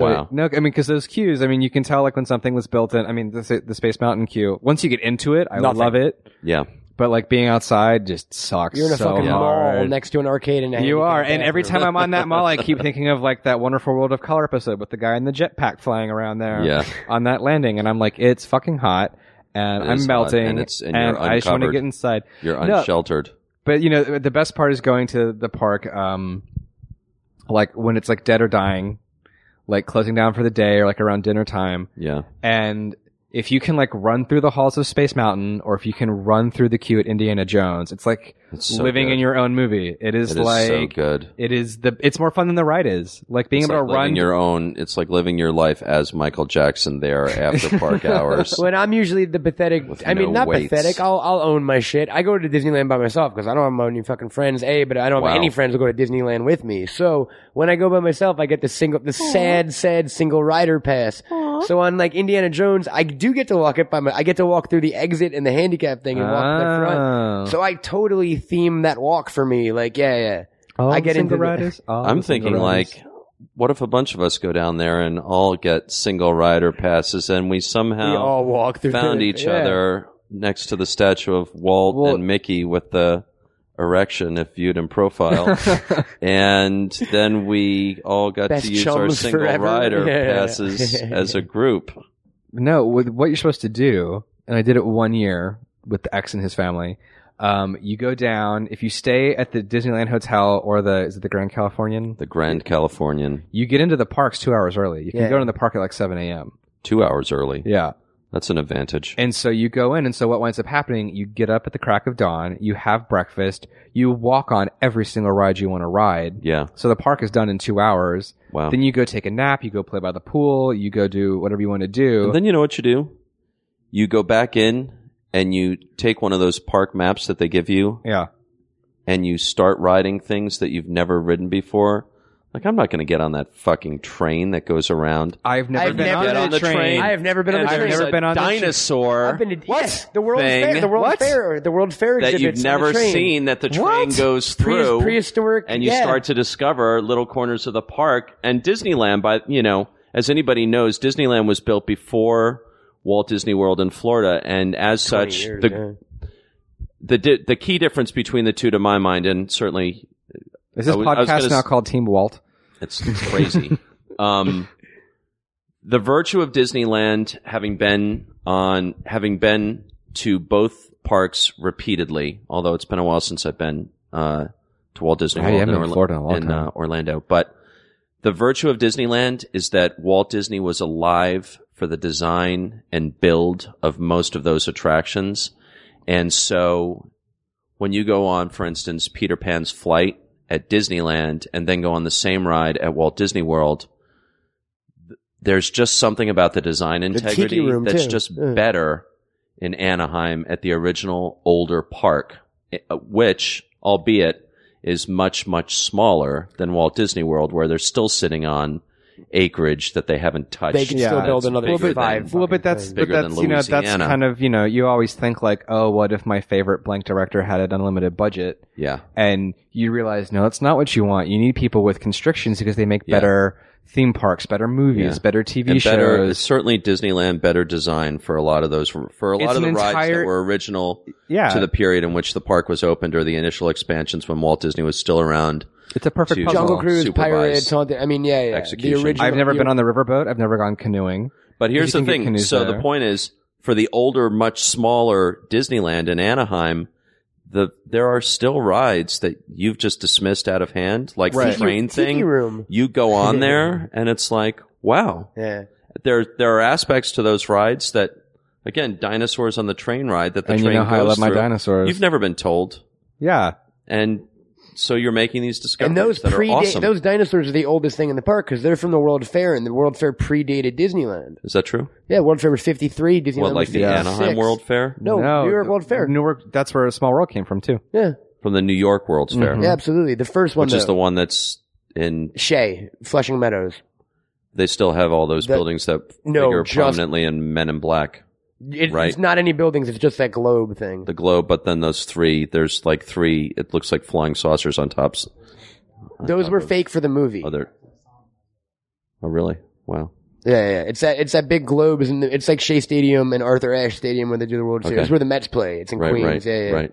Speaker 3: Wow.
Speaker 4: No, I mean, because those cues, I mean, you can tell like when something was built in. I mean, the, the Space Mountain queue. Once you get into it, I
Speaker 5: Nothing.
Speaker 4: love it.
Speaker 3: Yeah,
Speaker 4: But like being outside just sucks.
Speaker 5: You're in a
Speaker 4: so
Speaker 5: fucking
Speaker 4: hard.
Speaker 5: mall next to an arcade, and
Speaker 4: You are, and every time I'm on that mall, I keep thinking of like that wonderful World of Color episode with the guy in the jetpack flying around there,
Speaker 3: Yeah.
Speaker 4: on that landing, and I'm like, it's fucking hot, and
Speaker 3: It
Speaker 4: I'm
Speaker 3: is hot,
Speaker 4: melting,
Speaker 3: and it's- and you're
Speaker 4: I just want to
Speaker 3: uncovered.
Speaker 4: get inside.
Speaker 3: you're
Speaker 4: No.
Speaker 3: unsheltered.
Speaker 4: But you know, the best part is going to the park, um, like when it's like dead or dying, like closing down for the day, or like around dinner time,
Speaker 3: Yeah,
Speaker 4: and if you can like run through the halls of Space Mountain, or if you can run through the queue at Indiana Jones, it's like
Speaker 3: It's so
Speaker 4: living
Speaker 3: good.
Speaker 4: in your own movie. It is
Speaker 3: it is
Speaker 4: like
Speaker 3: so good.
Speaker 4: it is the it's more fun than the ride is. Like being
Speaker 3: It's
Speaker 4: able
Speaker 3: like
Speaker 4: to run
Speaker 3: living your own. It's like living your life as Michael Jackson there after
Speaker 5: (laughs)
Speaker 3: park hours.
Speaker 5: When I'm usually the pathetic,
Speaker 3: With
Speaker 5: I mean,
Speaker 3: no
Speaker 5: not
Speaker 3: weights.
Speaker 5: pathetic. I'll I'll own my shit. I go to Disneyland by myself because I don't have any fucking friends. A, but I don't have
Speaker 3: Wow.
Speaker 5: any friends who go to Disneyland with me. So when I go by myself, I get the single, the sad, sad single rider pass. So on like Indiana Jones, I do get to walk it by my. I get to walk through the exit and the handicap thing and walk to the front.
Speaker 4: Oh.
Speaker 5: So I totally theme that walk for me. Like yeah, yeah.
Speaker 4: All the
Speaker 5: I get
Speaker 4: single
Speaker 5: into the-
Speaker 4: riders, (laughs) all
Speaker 3: I'm
Speaker 4: the single
Speaker 3: thinking
Speaker 4: riders.
Speaker 3: like, what if a bunch of us go down there and all get single rider passes, and we somehow
Speaker 5: We all walk through.
Speaker 3: found
Speaker 5: (laughs) the-
Speaker 3: each
Speaker 5: yeah.
Speaker 3: other next to the statue of Walt
Speaker 4: Well-
Speaker 3: and Mickey with the erection if viewed in
Speaker 5: (laughs)
Speaker 3: profile. and then we all got
Speaker 5: Best
Speaker 3: to use our
Speaker 5: chums
Speaker 3: single
Speaker 5: forever.
Speaker 3: rider
Speaker 5: (laughs) Yeah.
Speaker 3: passes as a group.
Speaker 4: no, with what you're supposed to do, and I did it one year with the ex and his family. Um, you go down if you stay at the Disneyland hotel or the is it the Grand Californian?
Speaker 3: The Grand Californian,
Speaker 4: You get into the parks two hours early. You can
Speaker 5: Yeah.
Speaker 4: go into the park at like seven a.m.
Speaker 3: two hours early.
Speaker 4: Yeah,
Speaker 3: That's an advantage.
Speaker 4: And so you go in, and so what winds up happening, you get up at the crack of dawn, you have breakfast, you walk on every single ride you want to ride.
Speaker 3: Yeah.
Speaker 4: So the park is done in two hours.
Speaker 3: Wow.
Speaker 4: Then you go take a nap, you go play by the pool, you go do whatever you want to do.
Speaker 3: And then you know what you do? You go back in and you take one of those park maps that they give you
Speaker 4: yeah.
Speaker 3: and you start riding things that you've never ridden before. Like I'm not going to get on that fucking train that goes around.
Speaker 4: I've never
Speaker 5: I've
Speaker 4: been
Speaker 5: never
Speaker 4: on
Speaker 5: been
Speaker 4: a
Speaker 5: on the
Speaker 4: train.
Speaker 5: I have never been on
Speaker 3: And
Speaker 5: the
Speaker 4: I've
Speaker 5: train.
Speaker 3: there's
Speaker 4: never
Speaker 3: a
Speaker 4: been on the train.
Speaker 3: dinosaur.
Speaker 5: I've been to
Speaker 3: What?
Speaker 5: yes, the World's
Speaker 3: thing
Speaker 5: Fair. The World's
Speaker 3: What?
Speaker 5: Fair. The World's Fair
Speaker 3: that
Speaker 5: exhibits
Speaker 3: you've
Speaker 5: on the
Speaker 3: never
Speaker 5: train.
Speaker 3: seen that the train goes through
Speaker 5: Pre- prehistoric.
Speaker 3: and you
Speaker 5: yeah.
Speaker 3: start to discover little corners of the park and Disneyland by you know as anybody knows Disneyland was built before Walt Disney World in Florida and as such
Speaker 5: years,
Speaker 3: the
Speaker 5: yeah.
Speaker 3: the di- the key difference between the two to my mind and certainly
Speaker 4: Is this
Speaker 3: I was- I was
Speaker 4: podcast
Speaker 3: gonna
Speaker 4: now
Speaker 3: s-
Speaker 4: called Team Walt?
Speaker 3: it's it's
Speaker 4: (laughs)
Speaker 3: crazy. um, the virtue of Disneyland, having been on, having been to both parks repeatedly, although it's been a while since I've been uh, to Walt Disney
Speaker 4: I
Speaker 3: World
Speaker 4: haven't been to
Speaker 3: Orla-
Speaker 4: Florida in a long time.
Speaker 3: Uh, Orlando, but the virtue of Disneyland is that Walt Disney was alive for the design and build of most of those attractions, and so when you go on, for instance, Peter Pan's flight at Disneyland and then go on the same ride at Walt Disney World, th- there's just something about the design
Speaker 5: tiki
Speaker 3: integrity
Speaker 5: room,
Speaker 3: that's
Speaker 5: too.
Speaker 3: just
Speaker 5: Yeah.
Speaker 3: better in Anaheim at the original older park. uh, which, albeit, is much much smaller than Walt Disney World, where they're still sitting on acreage that they haven't touched.
Speaker 5: They can still
Speaker 3: That's
Speaker 5: build another
Speaker 3: bigger
Speaker 5: five.
Speaker 3: than-
Speaker 4: Well, but
Speaker 5: fucking
Speaker 4: that's
Speaker 5: things.
Speaker 4: but
Speaker 3: Bigger
Speaker 4: that's
Speaker 3: than
Speaker 4: you know that's
Speaker 3: Louisiana.
Speaker 4: kind of you know you always think like oh what if my favorite blank director had an unlimited budget
Speaker 3: yeah,
Speaker 4: and you realize no that's not what you want you need people with constrictions because they make
Speaker 3: Yeah.
Speaker 4: better theme parks better movies
Speaker 3: Yeah.
Speaker 4: better TV
Speaker 3: and
Speaker 4: shows
Speaker 3: better certainly Disneyland better design for a lot of those for a lot
Speaker 4: It's
Speaker 3: of the
Speaker 4: an
Speaker 3: rides that
Speaker 4: entire-
Speaker 3: were original
Speaker 4: yeah
Speaker 3: to the period in which the park was opened or the initial expansions when Walt Disney was still around.
Speaker 4: it's a perfect
Speaker 3: to-
Speaker 4: puzzle.
Speaker 5: Jungle Cruise,
Speaker 3: Supervised
Speaker 5: Pirates, Haunted. I mean, yeah, yeah.
Speaker 3: execution.
Speaker 5: The original,
Speaker 4: I've never
Speaker 5: the-
Speaker 4: been on the riverboat I've never gone canoeing
Speaker 3: But here's
Speaker 4: you
Speaker 3: the
Speaker 4: can get
Speaker 3: thing.
Speaker 4: canoes
Speaker 3: So the
Speaker 4: there.
Speaker 3: point is, for the older, much smaller Disneyland in Anaheim, the there are still rides that you've just dismissed out of hand, like
Speaker 1: Right.
Speaker 3: the
Speaker 5: Tiki-
Speaker 3: train
Speaker 5: Tiki
Speaker 3: thing.
Speaker 5: room.
Speaker 3: You go
Speaker 5: (laughs)
Speaker 3: on there, and it's like, wow,
Speaker 5: Yeah.
Speaker 3: there there are aspects to those rides that, again, dinosaurs on the train ride that the
Speaker 4: and you
Speaker 3: train
Speaker 4: know
Speaker 3: goes
Speaker 4: how I love my
Speaker 3: through.
Speaker 4: dinosaurs
Speaker 3: You've never been told,
Speaker 4: yeah
Speaker 3: and so you're making these discoveries
Speaker 5: And those
Speaker 3: that
Speaker 5: predate
Speaker 3: are awesome.
Speaker 5: those dinosaurs are the oldest thing in the park because they're from the World Fair, and the World Fair predated Disneyland.
Speaker 3: is that true?
Speaker 5: Yeah, World Fair was fifty three. Disneyland
Speaker 3: What, like
Speaker 5: was
Speaker 3: the
Speaker 5: 56.
Speaker 3: Anaheim World Fair
Speaker 5: No, New Mm-hmm. York World Fair.
Speaker 4: Newark that's where Small World came from too
Speaker 5: yeah,
Speaker 3: from the New York World's Fair,
Speaker 4: Mhm.
Speaker 5: Mm-hmm. yeah, absolutely. The first one
Speaker 3: which is
Speaker 5: though,
Speaker 3: the one that's in
Speaker 5: Shea, Flushing Meadows.
Speaker 3: they still have all those
Speaker 5: That-
Speaker 3: buildings that
Speaker 5: No,
Speaker 3: figure
Speaker 5: just-
Speaker 3: prominently in Men in Black,
Speaker 5: It,
Speaker 3: Right.
Speaker 5: It's not any buildings. It's just that globe thing.
Speaker 3: the globe. But then those three, there's like three. It looks like flying saucers on tops. on
Speaker 5: Those
Speaker 3: top
Speaker 5: were
Speaker 3: of
Speaker 5: fake for the movie.
Speaker 3: Other. Oh really? Wow.
Speaker 5: Yeah, yeah. It's that it's that big globe. Is in the, it's like Shea Stadium and Arthur Ashe Stadium where they do the World
Speaker 3: Okay.
Speaker 5: Series. It's where the Mets play. It's in
Speaker 3: Right.
Speaker 5: Queens.
Speaker 3: right.
Speaker 5: yeah, yeah.
Speaker 3: Right.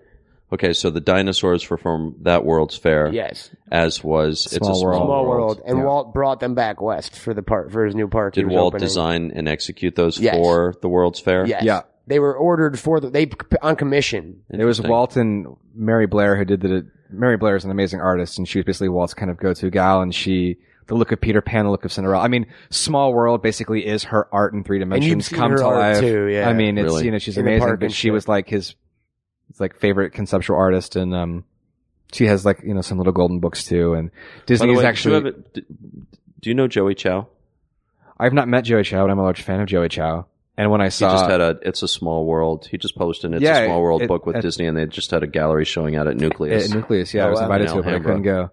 Speaker 3: Okay, so the dinosaurs were from that World's Fair,
Speaker 5: Yes,
Speaker 3: as was It's a
Speaker 4: Small World.
Speaker 3: Small,
Speaker 5: small world, and
Speaker 4: yeah.
Speaker 5: Walt brought them back west for the part for his new park. he
Speaker 3: Did
Speaker 5: was
Speaker 3: Walt
Speaker 5: opening.
Speaker 3: design and execute those
Speaker 5: Yes.
Speaker 3: for the World's Fair?
Speaker 5: Yes.
Speaker 4: Yeah.
Speaker 5: They were ordered for the they on commission.
Speaker 4: It was
Speaker 3: Interesting.
Speaker 4: Walt and Mary Blair who did the. Mary Blair is an amazing artist, and she was basically Walt's kind of go-to gal, and she. The look of Peter Pan, the look of Cinderella. I mean, Small World basically is her art in three dimensions
Speaker 5: seen
Speaker 4: come
Speaker 5: her
Speaker 4: to
Speaker 5: art,
Speaker 4: life.
Speaker 5: too, yeah.
Speaker 4: I mean, it's
Speaker 3: Really?
Speaker 4: you know she's
Speaker 5: In the
Speaker 4: amazing,
Speaker 5: park
Speaker 4: but
Speaker 5: and
Speaker 4: she
Speaker 5: shit.
Speaker 4: was like his, his like favorite conceptual artist, and um, she has like you know some little golden books too, and
Speaker 3: By the
Speaker 4: Disney is
Speaker 3: way,
Speaker 4: actually.
Speaker 3: do you, have a- d- do you know Joey Chow?
Speaker 4: I've not met Joey Chow, and I'm a large fan of Joey Chow. And when I
Speaker 3: He
Speaker 4: saw,
Speaker 3: just had a It's a Small World. He just posted an It's
Speaker 4: Yeah,
Speaker 3: a Small World
Speaker 4: it-
Speaker 3: book with
Speaker 4: it-
Speaker 3: Disney, and they just had a gallery showing out at Nucleus.
Speaker 4: at Nucleus, yeah,
Speaker 5: Oh,
Speaker 4: I was
Speaker 5: wow.
Speaker 4: invited
Speaker 3: In
Speaker 4: to it, but I
Speaker 3: Alhambra.
Speaker 4: couldn't go.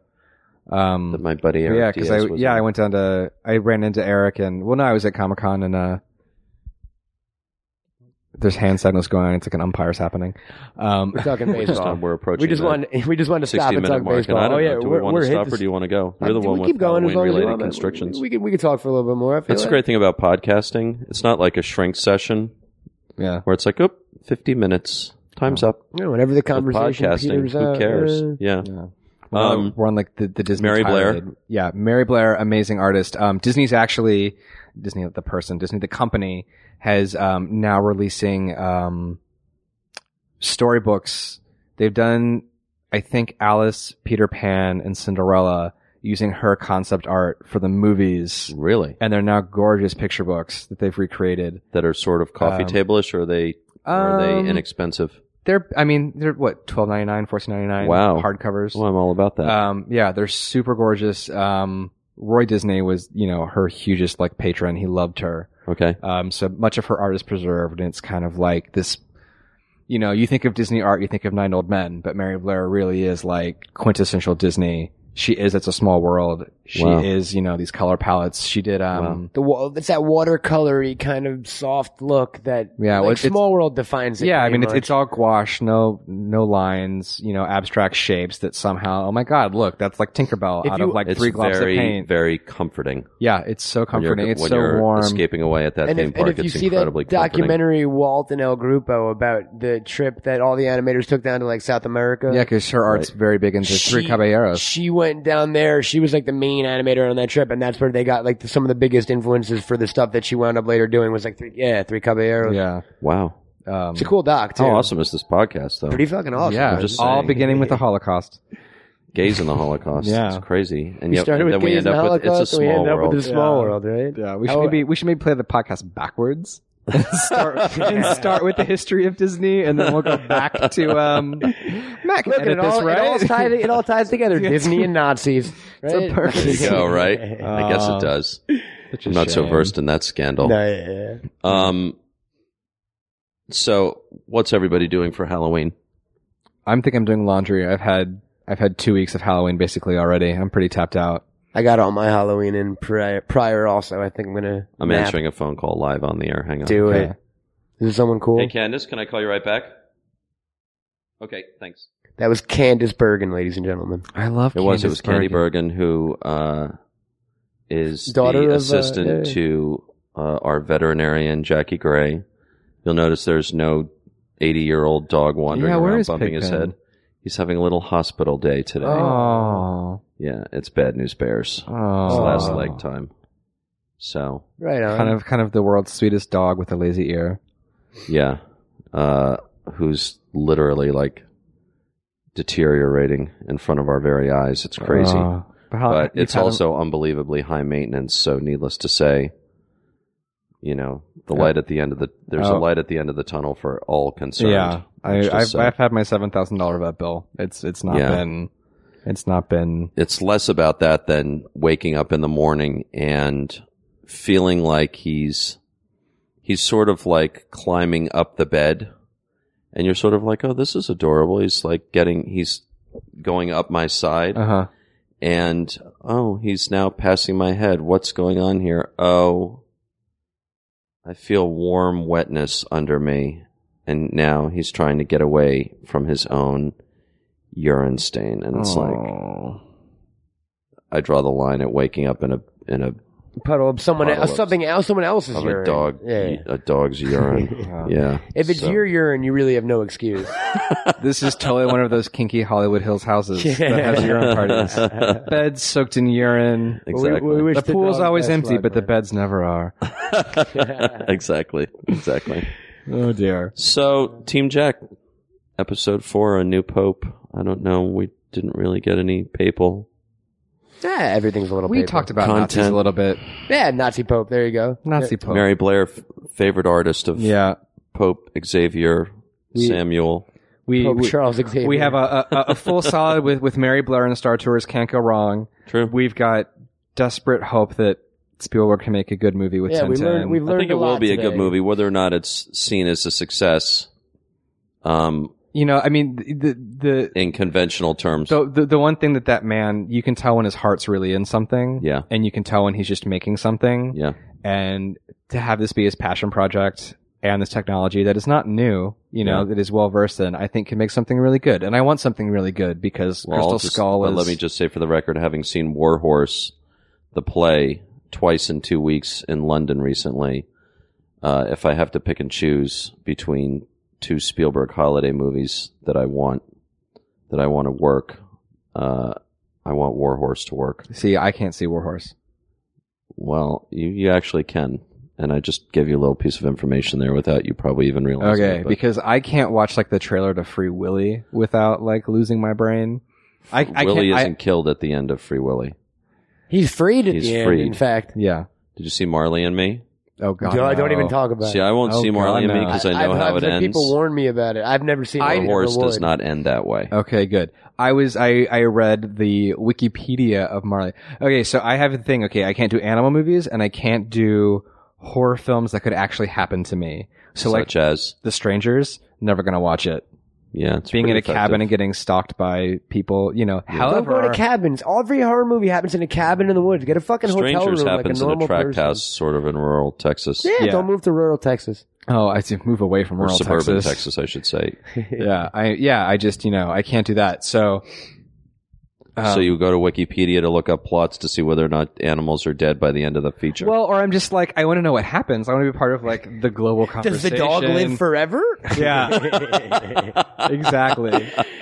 Speaker 4: Um,
Speaker 3: that my buddy
Speaker 4: yeah,
Speaker 3: Eric
Speaker 4: because I
Speaker 3: Diaz was
Speaker 4: yeah
Speaker 3: in.
Speaker 4: I went down to I ran into Eric and well no I was at Comic Con and uh there's hand signals going on it's like an umpire's happening um
Speaker 5: (laughs)
Speaker 3: (laughs)
Speaker 4: (laughs)
Speaker 5: We're talking
Speaker 3: We're just on-
Speaker 5: baseball.
Speaker 3: we're approaching.
Speaker 5: we just
Speaker 3: the
Speaker 5: want (laughs) we just want to stop
Speaker 3: 60
Speaker 5: and
Speaker 3: minute
Speaker 5: talk
Speaker 3: mark,
Speaker 5: baseball.
Speaker 3: and I don't
Speaker 5: oh yeah,
Speaker 3: know. Do we
Speaker 5: we're,
Speaker 3: want
Speaker 5: we're
Speaker 3: to
Speaker 5: hit
Speaker 3: stop,
Speaker 5: this-
Speaker 3: or do you want to go?
Speaker 5: I
Speaker 3: You're the
Speaker 5: think
Speaker 3: one
Speaker 5: we
Speaker 3: with
Speaker 5: keep going as long as you
Speaker 3: Halloween-related
Speaker 5: want.
Speaker 3: constrictions.
Speaker 5: We, we could we could talk for a little bit more. I feel
Speaker 3: That's the
Speaker 5: like.
Speaker 3: great thing about podcasting. It's not like a shrink session
Speaker 4: yeah
Speaker 3: where it's like, oop, 50 minutes, time's up.
Speaker 5: You know, whenever the
Speaker 3: With
Speaker 5: conversation
Speaker 3: podcasting,
Speaker 5: peters out,
Speaker 3: who cares?
Speaker 5: uh,
Speaker 3: yeah.
Speaker 4: yeah
Speaker 3: Um,
Speaker 4: we're on like the, the Disney
Speaker 3: Mary Blair.
Speaker 4: tirade. yeah Mary Blair amazing artist um Disney's actually Disney the person Disney the company has um now releasing um storybooks they've done I think Alice Peter Pan and Cinderella using her concept art for the movies
Speaker 3: Really?
Speaker 4: and they're now gorgeous picture books that they've recreated.
Speaker 3: That are sort of coffee
Speaker 4: Um,
Speaker 3: table-ish, or are they, or are
Speaker 4: Um,
Speaker 3: they inexpensive?
Speaker 4: They're, I mean, they're what twelve ninety nine, fourteen ninety nine.
Speaker 3: Wow.
Speaker 4: hardcovers.
Speaker 3: Well, I'm all about that.
Speaker 4: Um, yeah, they're super gorgeous. Um, Roy Disney was, you know, her hugest like patron. He loved her.
Speaker 3: okay.
Speaker 4: Um, so much of her art is preserved, and it's kind of like this. You know, you think of Disney art, you think of Nine Old Men, but Mary Blair really is like quintessential Disney. She is. It's a small world. She
Speaker 3: Wow.
Speaker 4: is. You know, these color palettes. She did. Um,
Speaker 5: The wa- it's that watercolory kind of soft look that
Speaker 4: Yeah, well,
Speaker 5: like
Speaker 4: it's-
Speaker 5: Small World defines it.
Speaker 4: Yeah, I
Speaker 5: pretty
Speaker 4: mean it's,
Speaker 5: much.
Speaker 4: it's all gouache, no no lines, you know, abstract shapes that somehow. Oh my God, look, that's like Tinkerbell
Speaker 5: If
Speaker 4: out
Speaker 5: you-
Speaker 4: of like
Speaker 3: It's
Speaker 4: three globs
Speaker 3: very,
Speaker 4: of paint.
Speaker 3: very comforting.
Speaker 4: yeah, it's so
Speaker 3: When you're-
Speaker 4: comforting. It's
Speaker 3: when
Speaker 4: so
Speaker 3: you're
Speaker 4: warm.
Speaker 3: escaping away at that
Speaker 5: and
Speaker 3: theme
Speaker 5: if,
Speaker 3: park,
Speaker 5: and if you
Speaker 3: it's
Speaker 5: see that
Speaker 3: incredibly comforting.
Speaker 5: documentary Walt and El Grupo about the trip that all the animators took down to like South America,
Speaker 4: Yeah, because her art's very big into Three
Speaker 5: She-
Speaker 4: Caballeros.
Speaker 5: she went down there. She was like the main animator on that trip, and that's where they got like the, some of the biggest influences for the stuff that she wound up later doing. Was like three, yeah, three caballeros.
Speaker 4: Yeah.
Speaker 3: Wow.
Speaker 4: Um,
Speaker 5: It's a cool doc too.
Speaker 3: How Oh, awesome is this podcast, though?
Speaker 5: Pretty fucking awesome.
Speaker 4: Yeah,
Speaker 3: I'm just
Speaker 4: all
Speaker 3: saying.
Speaker 4: beginning with the Holocaust.
Speaker 3: Gays in the Holocaust.
Speaker 4: Yeah.
Speaker 3: It's crazy. And
Speaker 5: We
Speaker 3: yet,
Speaker 5: started with
Speaker 3: then we end
Speaker 5: gays and
Speaker 3: up with It's
Speaker 5: Holocaust,
Speaker 3: a
Speaker 5: and we
Speaker 3: Small
Speaker 5: end up
Speaker 3: World.
Speaker 5: with the small
Speaker 4: Yeah.
Speaker 5: world, right?
Speaker 4: Yeah, we
Speaker 5: should
Speaker 4: should
Speaker 5: Oh, maybe-
Speaker 4: maybe we should maybe play the podcast (laughs) backwards.
Speaker 5: (laughs)
Speaker 4: start and start with the history of Disney, and then we'll go back to (laughs) um. Matt can
Speaker 5: Look,
Speaker 4: edit
Speaker 5: it all,
Speaker 4: this, right?
Speaker 5: it, all
Speaker 4: (laughs)
Speaker 5: ties, it all ties together.
Speaker 4: It's-
Speaker 5: Disney and Nazis.
Speaker 4: a
Speaker 5: right?
Speaker 4: perfect-
Speaker 3: There you go, right? I guess
Speaker 4: Uh,
Speaker 3: it does.
Speaker 4: Such a
Speaker 3: I'm not so
Speaker 4: shame.
Speaker 3: versed in that scandal.
Speaker 5: No, yeah, yeah.
Speaker 3: Um, so what's everybody doing for Halloween?
Speaker 4: I'm think I'm doing laundry. I've had I've had two weeks of Halloween basically already. I'm pretty tapped out.
Speaker 5: I got all my Halloween in prior, prior also. I think I'm gonna.
Speaker 3: I'm
Speaker 5: nap.
Speaker 3: answering a phone call live on the air. Hang on.
Speaker 5: Do
Speaker 4: Okay.
Speaker 5: it. Is there someone cool?
Speaker 3: Hey, Candace, can I call you right back? Okay, thanks.
Speaker 5: That was Candace Bergen, ladies and gentlemen.
Speaker 4: I love
Speaker 3: It was. It was Candy Bergen who uh, is
Speaker 5: Daughter of,
Speaker 3: the
Speaker 5: uh,
Speaker 3: assistant
Speaker 5: yeah.
Speaker 3: to uh, our veterinarian Jackie Gray. You'll notice there's no 80 year old dog wandering
Speaker 4: Yeah, where
Speaker 3: around
Speaker 4: is
Speaker 3: bumping his
Speaker 4: Pigpen?
Speaker 3: head. He's having a little hospital day today.
Speaker 4: Oh,
Speaker 3: Yeah, it's bad news bears. It's
Speaker 4: oh.
Speaker 3: last leg time. So
Speaker 5: Right on.
Speaker 4: Kind of, kind of the world's sweetest dog with a lazy ear.
Speaker 3: yeah, uh, who's literally like deteriorating in front of our very eyes. It's crazy.
Speaker 4: Oh. but, how-
Speaker 3: but
Speaker 4: you
Speaker 3: it's
Speaker 4: kind of-
Speaker 3: also unbelievably high maintenance. So, needless to say, you know, the
Speaker 4: Oh.
Speaker 3: light at the end of the there's a
Speaker 4: Oh.
Speaker 3: light at the end of the tunnel for all concerned.
Speaker 4: yeah. I,
Speaker 3: which is
Speaker 4: I've,
Speaker 3: sad.
Speaker 4: I've had my seven thousand dollar vet bill. It's it's not
Speaker 3: Yeah.
Speaker 4: been it's not been
Speaker 3: it's less about that than waking up in the morning and feeling like he's he's sort of like climbing up the bed and you're sort of like oh this is adorable he's like getting he's going up my side
Speaker 4: uh huh.
Speaker 3: and oh he's now passing my head what's going on here oh i feel warm wetness under me and now he's trying to get away from his own urine stain and it's like
Speaker 4: Oh.
Speaker 3: I draw the line at waking up in a in a
Speaker 5: puddle of someone
Speaker 3: Puddle
Speaker 5: else,
Speaker 3: of-
Speaker 5: something else, someone else's
Speaker 3: of
Speaker 5: urine.
Speaker 3: a dog
Speaker 5: Yeah.
Speaker 3: a
Speaker 5: (laughs)
Speaker 3: dog's
Speaker 4: (laughs)
Speaker 3: urine. yeah.
Speaker 5: If it's
Speaker 3: So-
Speaker 5: your urine, you really have no excuse.
Speaker 4: This is totally one of those kinky Hollywood Hills houses that has urine (laughs) parties.
Speaker 3: (laughs)
Speaker 4: Beds soaked in urine.
Speaker 3: exactly.
Speaker 5: We, we wish
Speaker 4: The pool's
Speaker 5: dog
Speaker 4: always
Speaker 5: best
Speaker 4: empty,
Speaker 5: luck,
Speaker 4: but the
Speaker 5: man.
Speaker 4: beds never are.
Speaker 5: (laughs)
Speaker 3: exactly. Exactly.
Speaker 4: Oh dear.
Speaker 3: So, Team Jack episode 4 a new pope. I don't know, we didn't really get any papal.
Speaker 5: Yeah, everything's a little.
Speaker 4: We
Speaker 5: paper.
Speaker 4: talked about
Speaker 3: Content.
Speaker 4: Nazis a little bit.
Speaker 5: Yeah, Nazi Pope. There you go.
Speaker 4: Nazi Pope.
Speaker 3: Mary Blair f- favorite artist of
Speaker 4: Yeah.
Speaker 3: Pope Xavier Samuel.
Speaker 4: We
Speaker 5: Pope
Speaker 4: we,
Speaker 5: Charles Xavier.
Speaker 4: we have a, a, a- a full solid with, with Mary Blair and Star Tours. Can't go wrong.
Speaker 3: True.
Speaker 4: We've got desperate hope that Spielberg can make a good movie with
Speaker 5: Yeah, we
Speaker 4: Tintin.
Speaker 5: learned. We've learned.
Speaker 3: I think
Speaker 5: a
Speaker 3: it will
Speaker 5: lot
Speaker 3: be a
Speaker 5: today.
Speaker 3: good movie whether or not it's seen as a success. Um
Speaker 4: you know, I mean, the the
Speaker 3: in conventional terms.
Speaker 4: the, the the one thing that that man you can tell when his heart's really in something.
Speaker 3: Yeah.
Speaker 4: and you can tell when he's just making something.
Speaker 3: yeah.
Speaker 4: and to have this be his passion project and this technology that is not new, you know,
Speaker 3: Yeah.
Speaker 4: that is well versed in, I think can make something really good. And I want something really good because
Speaker 3: Well, I'll
Speaker 4: Crystal
Speaker 3: just-
Speaker 4: Skull
Speaker 3: but
Speaker 4: is.
Speaker 3: Let me just say for the record, having seen War Horse, the play, twice in two weeks in London recently, uh, if I have to pick and choose between two Spielberg holiday movies that I want, that I want to work, uh, I want War Horse to work.
Speaker 4: see, I can't see Warhorse.
Speaker 3: Well, you, you actually can. And I just gave you a little piece of information there without you probably even realizing.
Speaker 4: Okay,
Speaker 3: it, but-
Speaker 4: because I can't watch like the trailer to Free Willy without like losing my brain. I, I
Speaker 3: Willie
Speaker 4: can't. I-
Speaker 3: isn't killed at the end of Free Willy.
Speaker 5: He's freed at
Speaker 3: He's
Speaker 5: the end. In
Speaker 3: freed.
Speaker 5: fact,
Speaker 4: yeah.
Speaker 3: Did you see Marley and Me?
Speaker 4: Oh god.
Speaker 5: No, I don't
Speaker 4: no.
Speaker 5: even talk about.
Speaker 3: See,
Speaker 5: it.
Speaker 3: I won't
Speaker 4: Oh,
Speaker 3: see Marley
Speaker 4: God,
Speaker 3: and Me
Speaker 4: no.
Speaker 3: because I know
Speaker 5: I've,
Speaker 3: how it
Speaker 5: I've had
Speaker 3: ends.
Speaker 5: People warn me about it. I've never seen.
Speaker 4: I-
Speaker 5: it.
Speaker 3: The
Speaker 5: never
Speaker 3: horse does
Speaker 5: would.
Speaker 3: not end that way.
Speaker 4: Okay, good. I was I I read the Wikipedia of Marley. Okay, so I have a thing. Okay, I can't do animal movies and I can't do horror films that could actually happen to me. So like
Speaker 3: Such as,
Speaker 4: The Strangers, never gonna watch it.
Speaker 3: yeah, it's
Speaker 4: Being in
Speaker 3: pretty
Speaker 4: a
Speaker 3: effective.
Speaker 4: cabin and getting stalked by people, you know.
Speaker 5: Don't
Speaker 4: However,
Speaker 5: go to cabins. Every horror movie happens in a cabin in the woods. Get a fucking hotel
Speaker 3: Strangers
Speaker 5: room like a
Speaker 3: happens in
Speaker 5: normal
Speaker 3: a tract
Speaker 5: person.
Speaker 3: house, sort of in rural Texas
Speaker 5: Yeah,
Speaker 4: Yeah.
Speaker 5: don't move to rural Texas.
Speaker 4: oh, I should move away from
Speaker 3: or
Speaker 4: rural
Speaker 3: suburban Texas.
Speaker 4: Texas.
Speaker 3: I should say.
Speaker 4: yeah, I yeah, I just you know I can't do that. So, um,
Speaker 3: so you go to Wikipedia to look up plots to see whether or not animals are dead by the end of the feature.
Speaker 4: well, or I'm just like I want to know what happens. I want to be part of like the global
Speaker 5: (laughs) Does
Speaker 4: conversation.
Speaker 5: the dog live forever?
Speaker 4: (laughs) Yeah, exactly.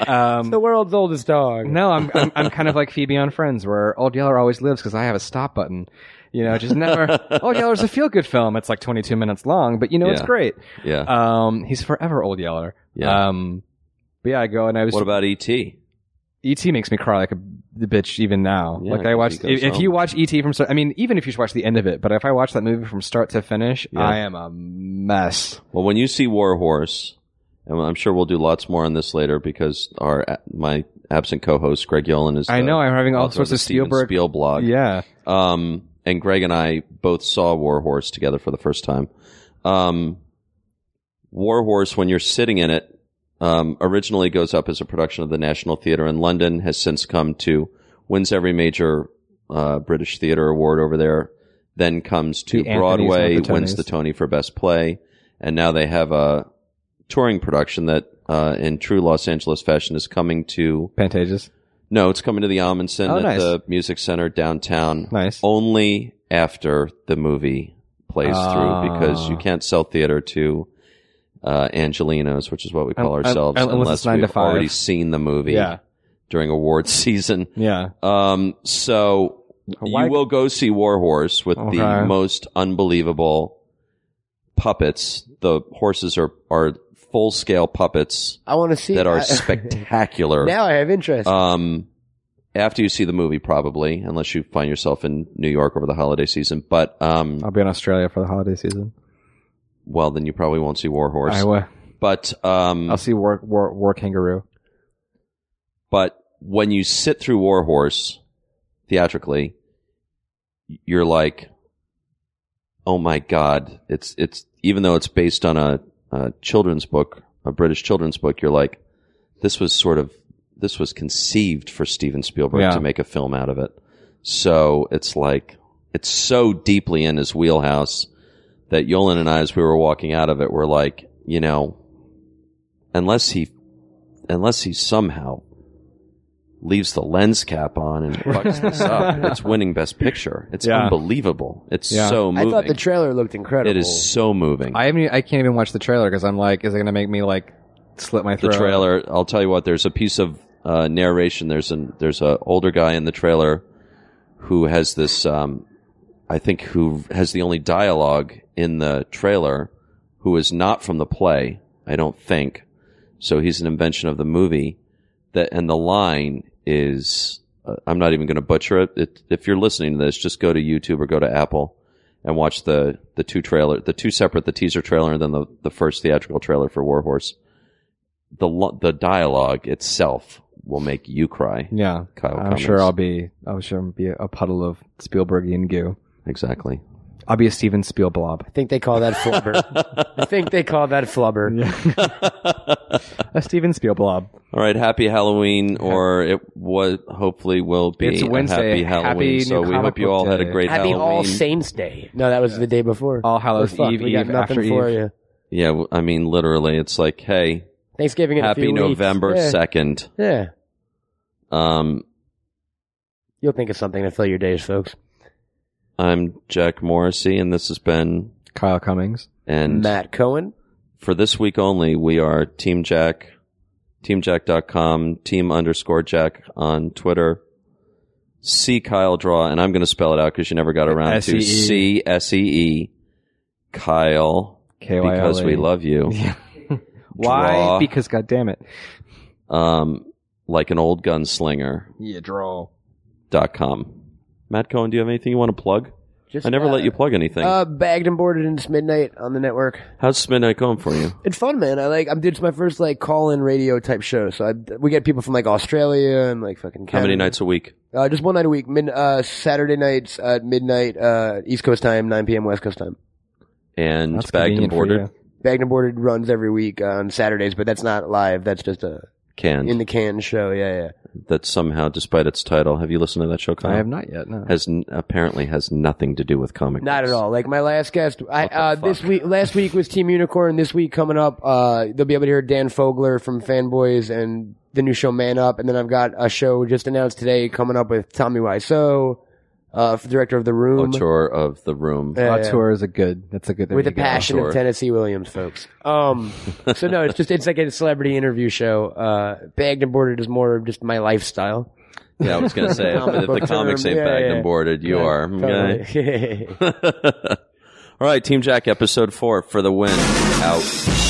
Speaker 5: the
Speaker 4: Um,
Speaker 5: world's oldest dog.
Speaker 4: no, I'm, I'm I'm kind of like Phoebe on Friends, where Old Yeller always lives because I have a stop button. You know, just
Speaker 5: (laughs)
Speaker 4: never. Old Yeller's a feel good film. It's like 22 minutes long, but you know it's
Speaker 3: Yeah.
Speaker 4: great.
Speaker 3: yeah.
Speaker 4: Um, he's forever Old Yeller.
Speaker 3: Yeah.
Speaker 4: Um, but yeah, I go and I was.
Speaker 3: what about E ET?
Speaker 4: ET E makes me cry like a b- bitch even now.
Speaker 3: Yeah,
Speaker 4: like I
Speaker 3: 'cause
Speaker 4: watched.
Speaker 3: he goes
Speaker 4: If, if you
Speaker 3: home.
Speaker 4: watch ET from, start- I mean, even if you just watch the end of it, but if I watch that movie from start to finish,
Speaker 3: Yeah.
Speaker 4: I am a mess.
Speaker 3: Well, when you see War Horse, and I'm sure we'll do lots more on this later because our my absent co-host Greg Yolen is.
Speaker 4: I
Speaker 3: the
Speaker 4: know I'm having all
Speaker 3: author
Speaker 4: sorts
Speaker 3: the
Speaker 4: of
Speaker 3: Steven
Speaker 4: Spielberg.
Speaker 3: Spiel blog.
Speaker 4: Yeah.
Speaker 3: Um, and Greg and I both saw War Horse together for the first time. Um, War Horse, when you're sitting in it, Um, originally goes up as a production of the National Theatre in London, has since come to wins every major uh, British theatre award over there. Then comes to
Speaker 6: The Anthony's
Speaker 3: Broadway,
Speaker 6: with the
Speaker 3: wins the
Speaker 6: Tonys.
Speaker 3: Tony for Best Play, and now they have a touring production that, uh, in true Los Angeles fashion, is coming to
Speaker 4: Pantages.
Speaker 3: no, it's coming to the Amundsen
Speaker 4: Oh,
Speaker 3: at
Speaker 4: nice.
Speaker 3: the Music Center downtown.
Speaker 4: Nice.
Speaker 3: Only after the movie plays
Speaker 4: Ah.
Speaker 3: through because you can't sell theater to uh, Angelinos, which is what we call
Speaker 4: Un- un-
Speaker 3: ourselves,
Speaker 4: un- unless
Speaker 3: unless
Speaker 4: it's nine to
Speaker 3: we've
Speaker 4: five.
Speaker 3: already seen the movie
Speaker 4: Yeah.
Speaker 3: during awards (laughs) season.
Speaker 4: Yeah.
Speaker 3: Um, so
Speaker 4: Why-
Speaker 3: you will go see War Horse with
Speaker 4: Okay.
Speaker 3: the most unbelievable puppets. The horses are, are full scale puppets
Speaker 5: I want to
Speaker 4: (laughs)
Speaker 5: see
Speaker 3: that are
Speaker 5: I- (laughs)
Speaker 3: spectacular.
Speaker 5: now I have interest.
Speaker 3: Um, after you see the movie, probably, unless you find yourself in New York over the holiday season. But um,
Speaker 4: I'll be in Australia for the holiday season.
Speaker 3: well, then you probably won't see War Horse.
Speaker 4: I will.
Speaker 3: But um,
Speaker 4: I'll see war, war, war kangaroo.
Speaker 3: but when you sit through War Horse theatrically, you're like, oh my god! It's it's even though it's based on a, a children's book, a British children's book, you're like, this was sort of this was conceived for Steven Spielberg
Speaker 4: Yeah.
Speaker 3: to make a film out of it. So it's like it's so deeply in his wheelhouse that Yolan and I, as we were walking out of it, were like, you know, unless he, unless he somehow leaves the lens cap on and fucks this
Speaker 4: (laughs)
Speaker 3: up, it's winning Best Picture. It's
Speaker 4: Yeah.
Speaker 3: unbelievable. It's
Speaker 4: Yeah.
Speaker 3: so
Speaker 5: I
Speaker 3: moving.
Speaker 5: thought the trailer looked incredible.
Speaker 3: it is so moving.
Speaker 4: I haven't. e- I can't even watch the trailer because I'm like, is it going to make me like slit my
Speaker 3: the
Speaker 4: throat?
Speaker 3: trailer. I'll tell you what. There's a piece of uh, narration. There's an there's a older guy in the trailer who has this. Um, I think who has the only dialogue in the trailer, who is not from the play. I don't think. So he's an invention of the movie. That and the line is. Uh, I'm not even going to butcher it. it. If you're listening to this, just go to YouTube or go to Apple and watch the the two trailer, the two separate, the teaser trailer and then the the first theatrical trailer for Warhorse the lo- the dialogue itself will make you cry.
Speaker 4: Yeah.
Speaker 3: Kyle
Speaker 4: I'm
Speaker 3: Cummings.
Speaker 4: sure I'll be. I'm sure I'll be a puddle of Spielbergian goo.
Speaker 3: Exactly.
Speaker 4: I'll be a Steven Spielblob.
Speaker 5: I think they call that flubber.
Speaker 3: (laughs)
Speaker 5: I think they call that flubber.
Speaker 4: A Steven Spielblob.
Speaker 3: All right, happy Halloween, or it was hopefully will be
Speaker 4: It's
Speaker 3: a
Speaker 4: Wednesday.
Speaker 3: happy Halloween.
Speaker 4: Happy
Speaker 3: so
Speaker 4: New
Speaker 3: we
Speaker 4: Comic
Speaker 3: hope you
Speaker 4: Book
Speaker 3: all had a
Speaker 4: Day.
Speaker 3: great
Speaker 5: Happy
Speaker 3: Halloween.
Speaker 5: All Saints Day. No, that was the day before.
Speaker 4: All Hallows
Speaker 5: We're fucked.
Speaker 4: Eve.
Speaker 5: We got
Speaker 4: Eve
Speaker 5: nothing
Speaker 4: after
Speaker 5: for
Speaker 4: Eve.
Speaker 5: you.
Speaker 3: yeah, w- I mean literally, it's like hey,
Speaker 5: Thanksgiving in a
Speaker 3: happy
Speaker 5: few weeks.
Speaker 3: November
Speaker 5: yeah.
Speaker 3: second.
Speaker 5: Yeah.
Speaker 3: Um,
Speaker 5: You'll think of something to fill your days, folks.
Speaker 3: I'm Jack Morrissey, and this has been
Speaker 4: Kyle Cummings.
Speaker 3: and
Speaker 5: Matt Cohen.
Speaker 3: for this week only, we are Team Jack, teamjack.com, team underscore Jack on Twitter. See Kyle Draw, and I'm going to spell it out because you never got around to
Speaker 4: S-E-E.
Speaker 3: C S E E Kyle
Speaker 4: K-Y-L-E.
Speaker 5: E.
Speaker 3: because we
Speaker 4: (laughs)
Speaker 3: love you.
Speaker 4: Yeah. Why?
Speaker 3: Draw.
Speaker 4: Because God damn it.
Speaker 3: Um, like an old gunslinger
Speaker 4: Yeah, draw.
Speaker 3: dot com. Matt Cohen, do you have anything you want to plug?
Speaker 5: Just,
Speaker 3: I never
Speaker 5: uh,
Speaker 3: let you plug anything.
Speaker 5: Uh, bagged and boarded into midnight on the network.
Speaker 3: How's Midnight going for you?
Speaker 5: It's fun, man. I like. I'm. It's my first like call-in radio type show. So I, we get people from like Australia and like fucking.
Speaker 3: How many
Speaker 5: Canada.
Speaker 3: nights a week?
Speaker 5: Uh, just one night a week. Mid, uh, Saturday nights at midnight, uh, East Coast time, 9 p.m. West Coast time.
Speaker 3: And
Speaker 4: That's
Speaker 3: bagged and
Speaker 4: convenient for
Speaker 3: boarded?
Speaker 5: Bagged and boarded runs every week on Saturdays, but that's not live. That's just a
Speaker 3: Can.
Speaker 5: in the can show. Yeah, yeah.
Speaker 3: that somehow, despite its title, have you listened to that show,
Speaker 4: you.
Speaker 3: Kyle?
Speaker 4: I have not yet. No.
Speaker 3: has n- apparently has nothing to do with comic.
Speaker 5: Not at
Speaker 3: books.
Speaker 5: all. Like my last guest, I
Speaker 3: What the
Speaker 5: uh, this
Speaker 3: fuck?
Speaker 5: week, last week was Team Unicorn. This week coming up, uh, they'll be able to hear Dan Fogler from Fanboys and the new show Man Up, and then I've got a show just announced today coming up with Tommy Wiseau, uh, director of The Room,
Speaker 3: Auteur Oh, of the room.
Speaker 5: Yeah, yeah.
Speaker 4: Auteur is a good. That's a good. there
Speaker 5: with
Speaker 4: you
Speaker 5: the
Speaker 4: go.
Speaker 5: passion
Speaker 3: Sure.
Speaker 5: of Tennessee Williams, folks.
Speaker 3: (laughs)
Speaker 5: Um, so no, it's just it's like a celebrity interview show. Uh, bagged and boarded is more of just my lifestyle.
Speaker 3: yeah, I was gonna
Speaker 5: (laughs)
Speaker 3: say if, if the
Speaker 5: Book
Speaker 3: comics
Speaker 5: term,
Speaker 3: ain't
Speaker 5: yeah,
Speaker 3: bagged
Speaker 5: yeah.
Speaker 3: and boarded, you are. okay?
Speaker 5: Totally. (laughs)
Speaker 3: all right, Team Jack, episode four for the win. Out.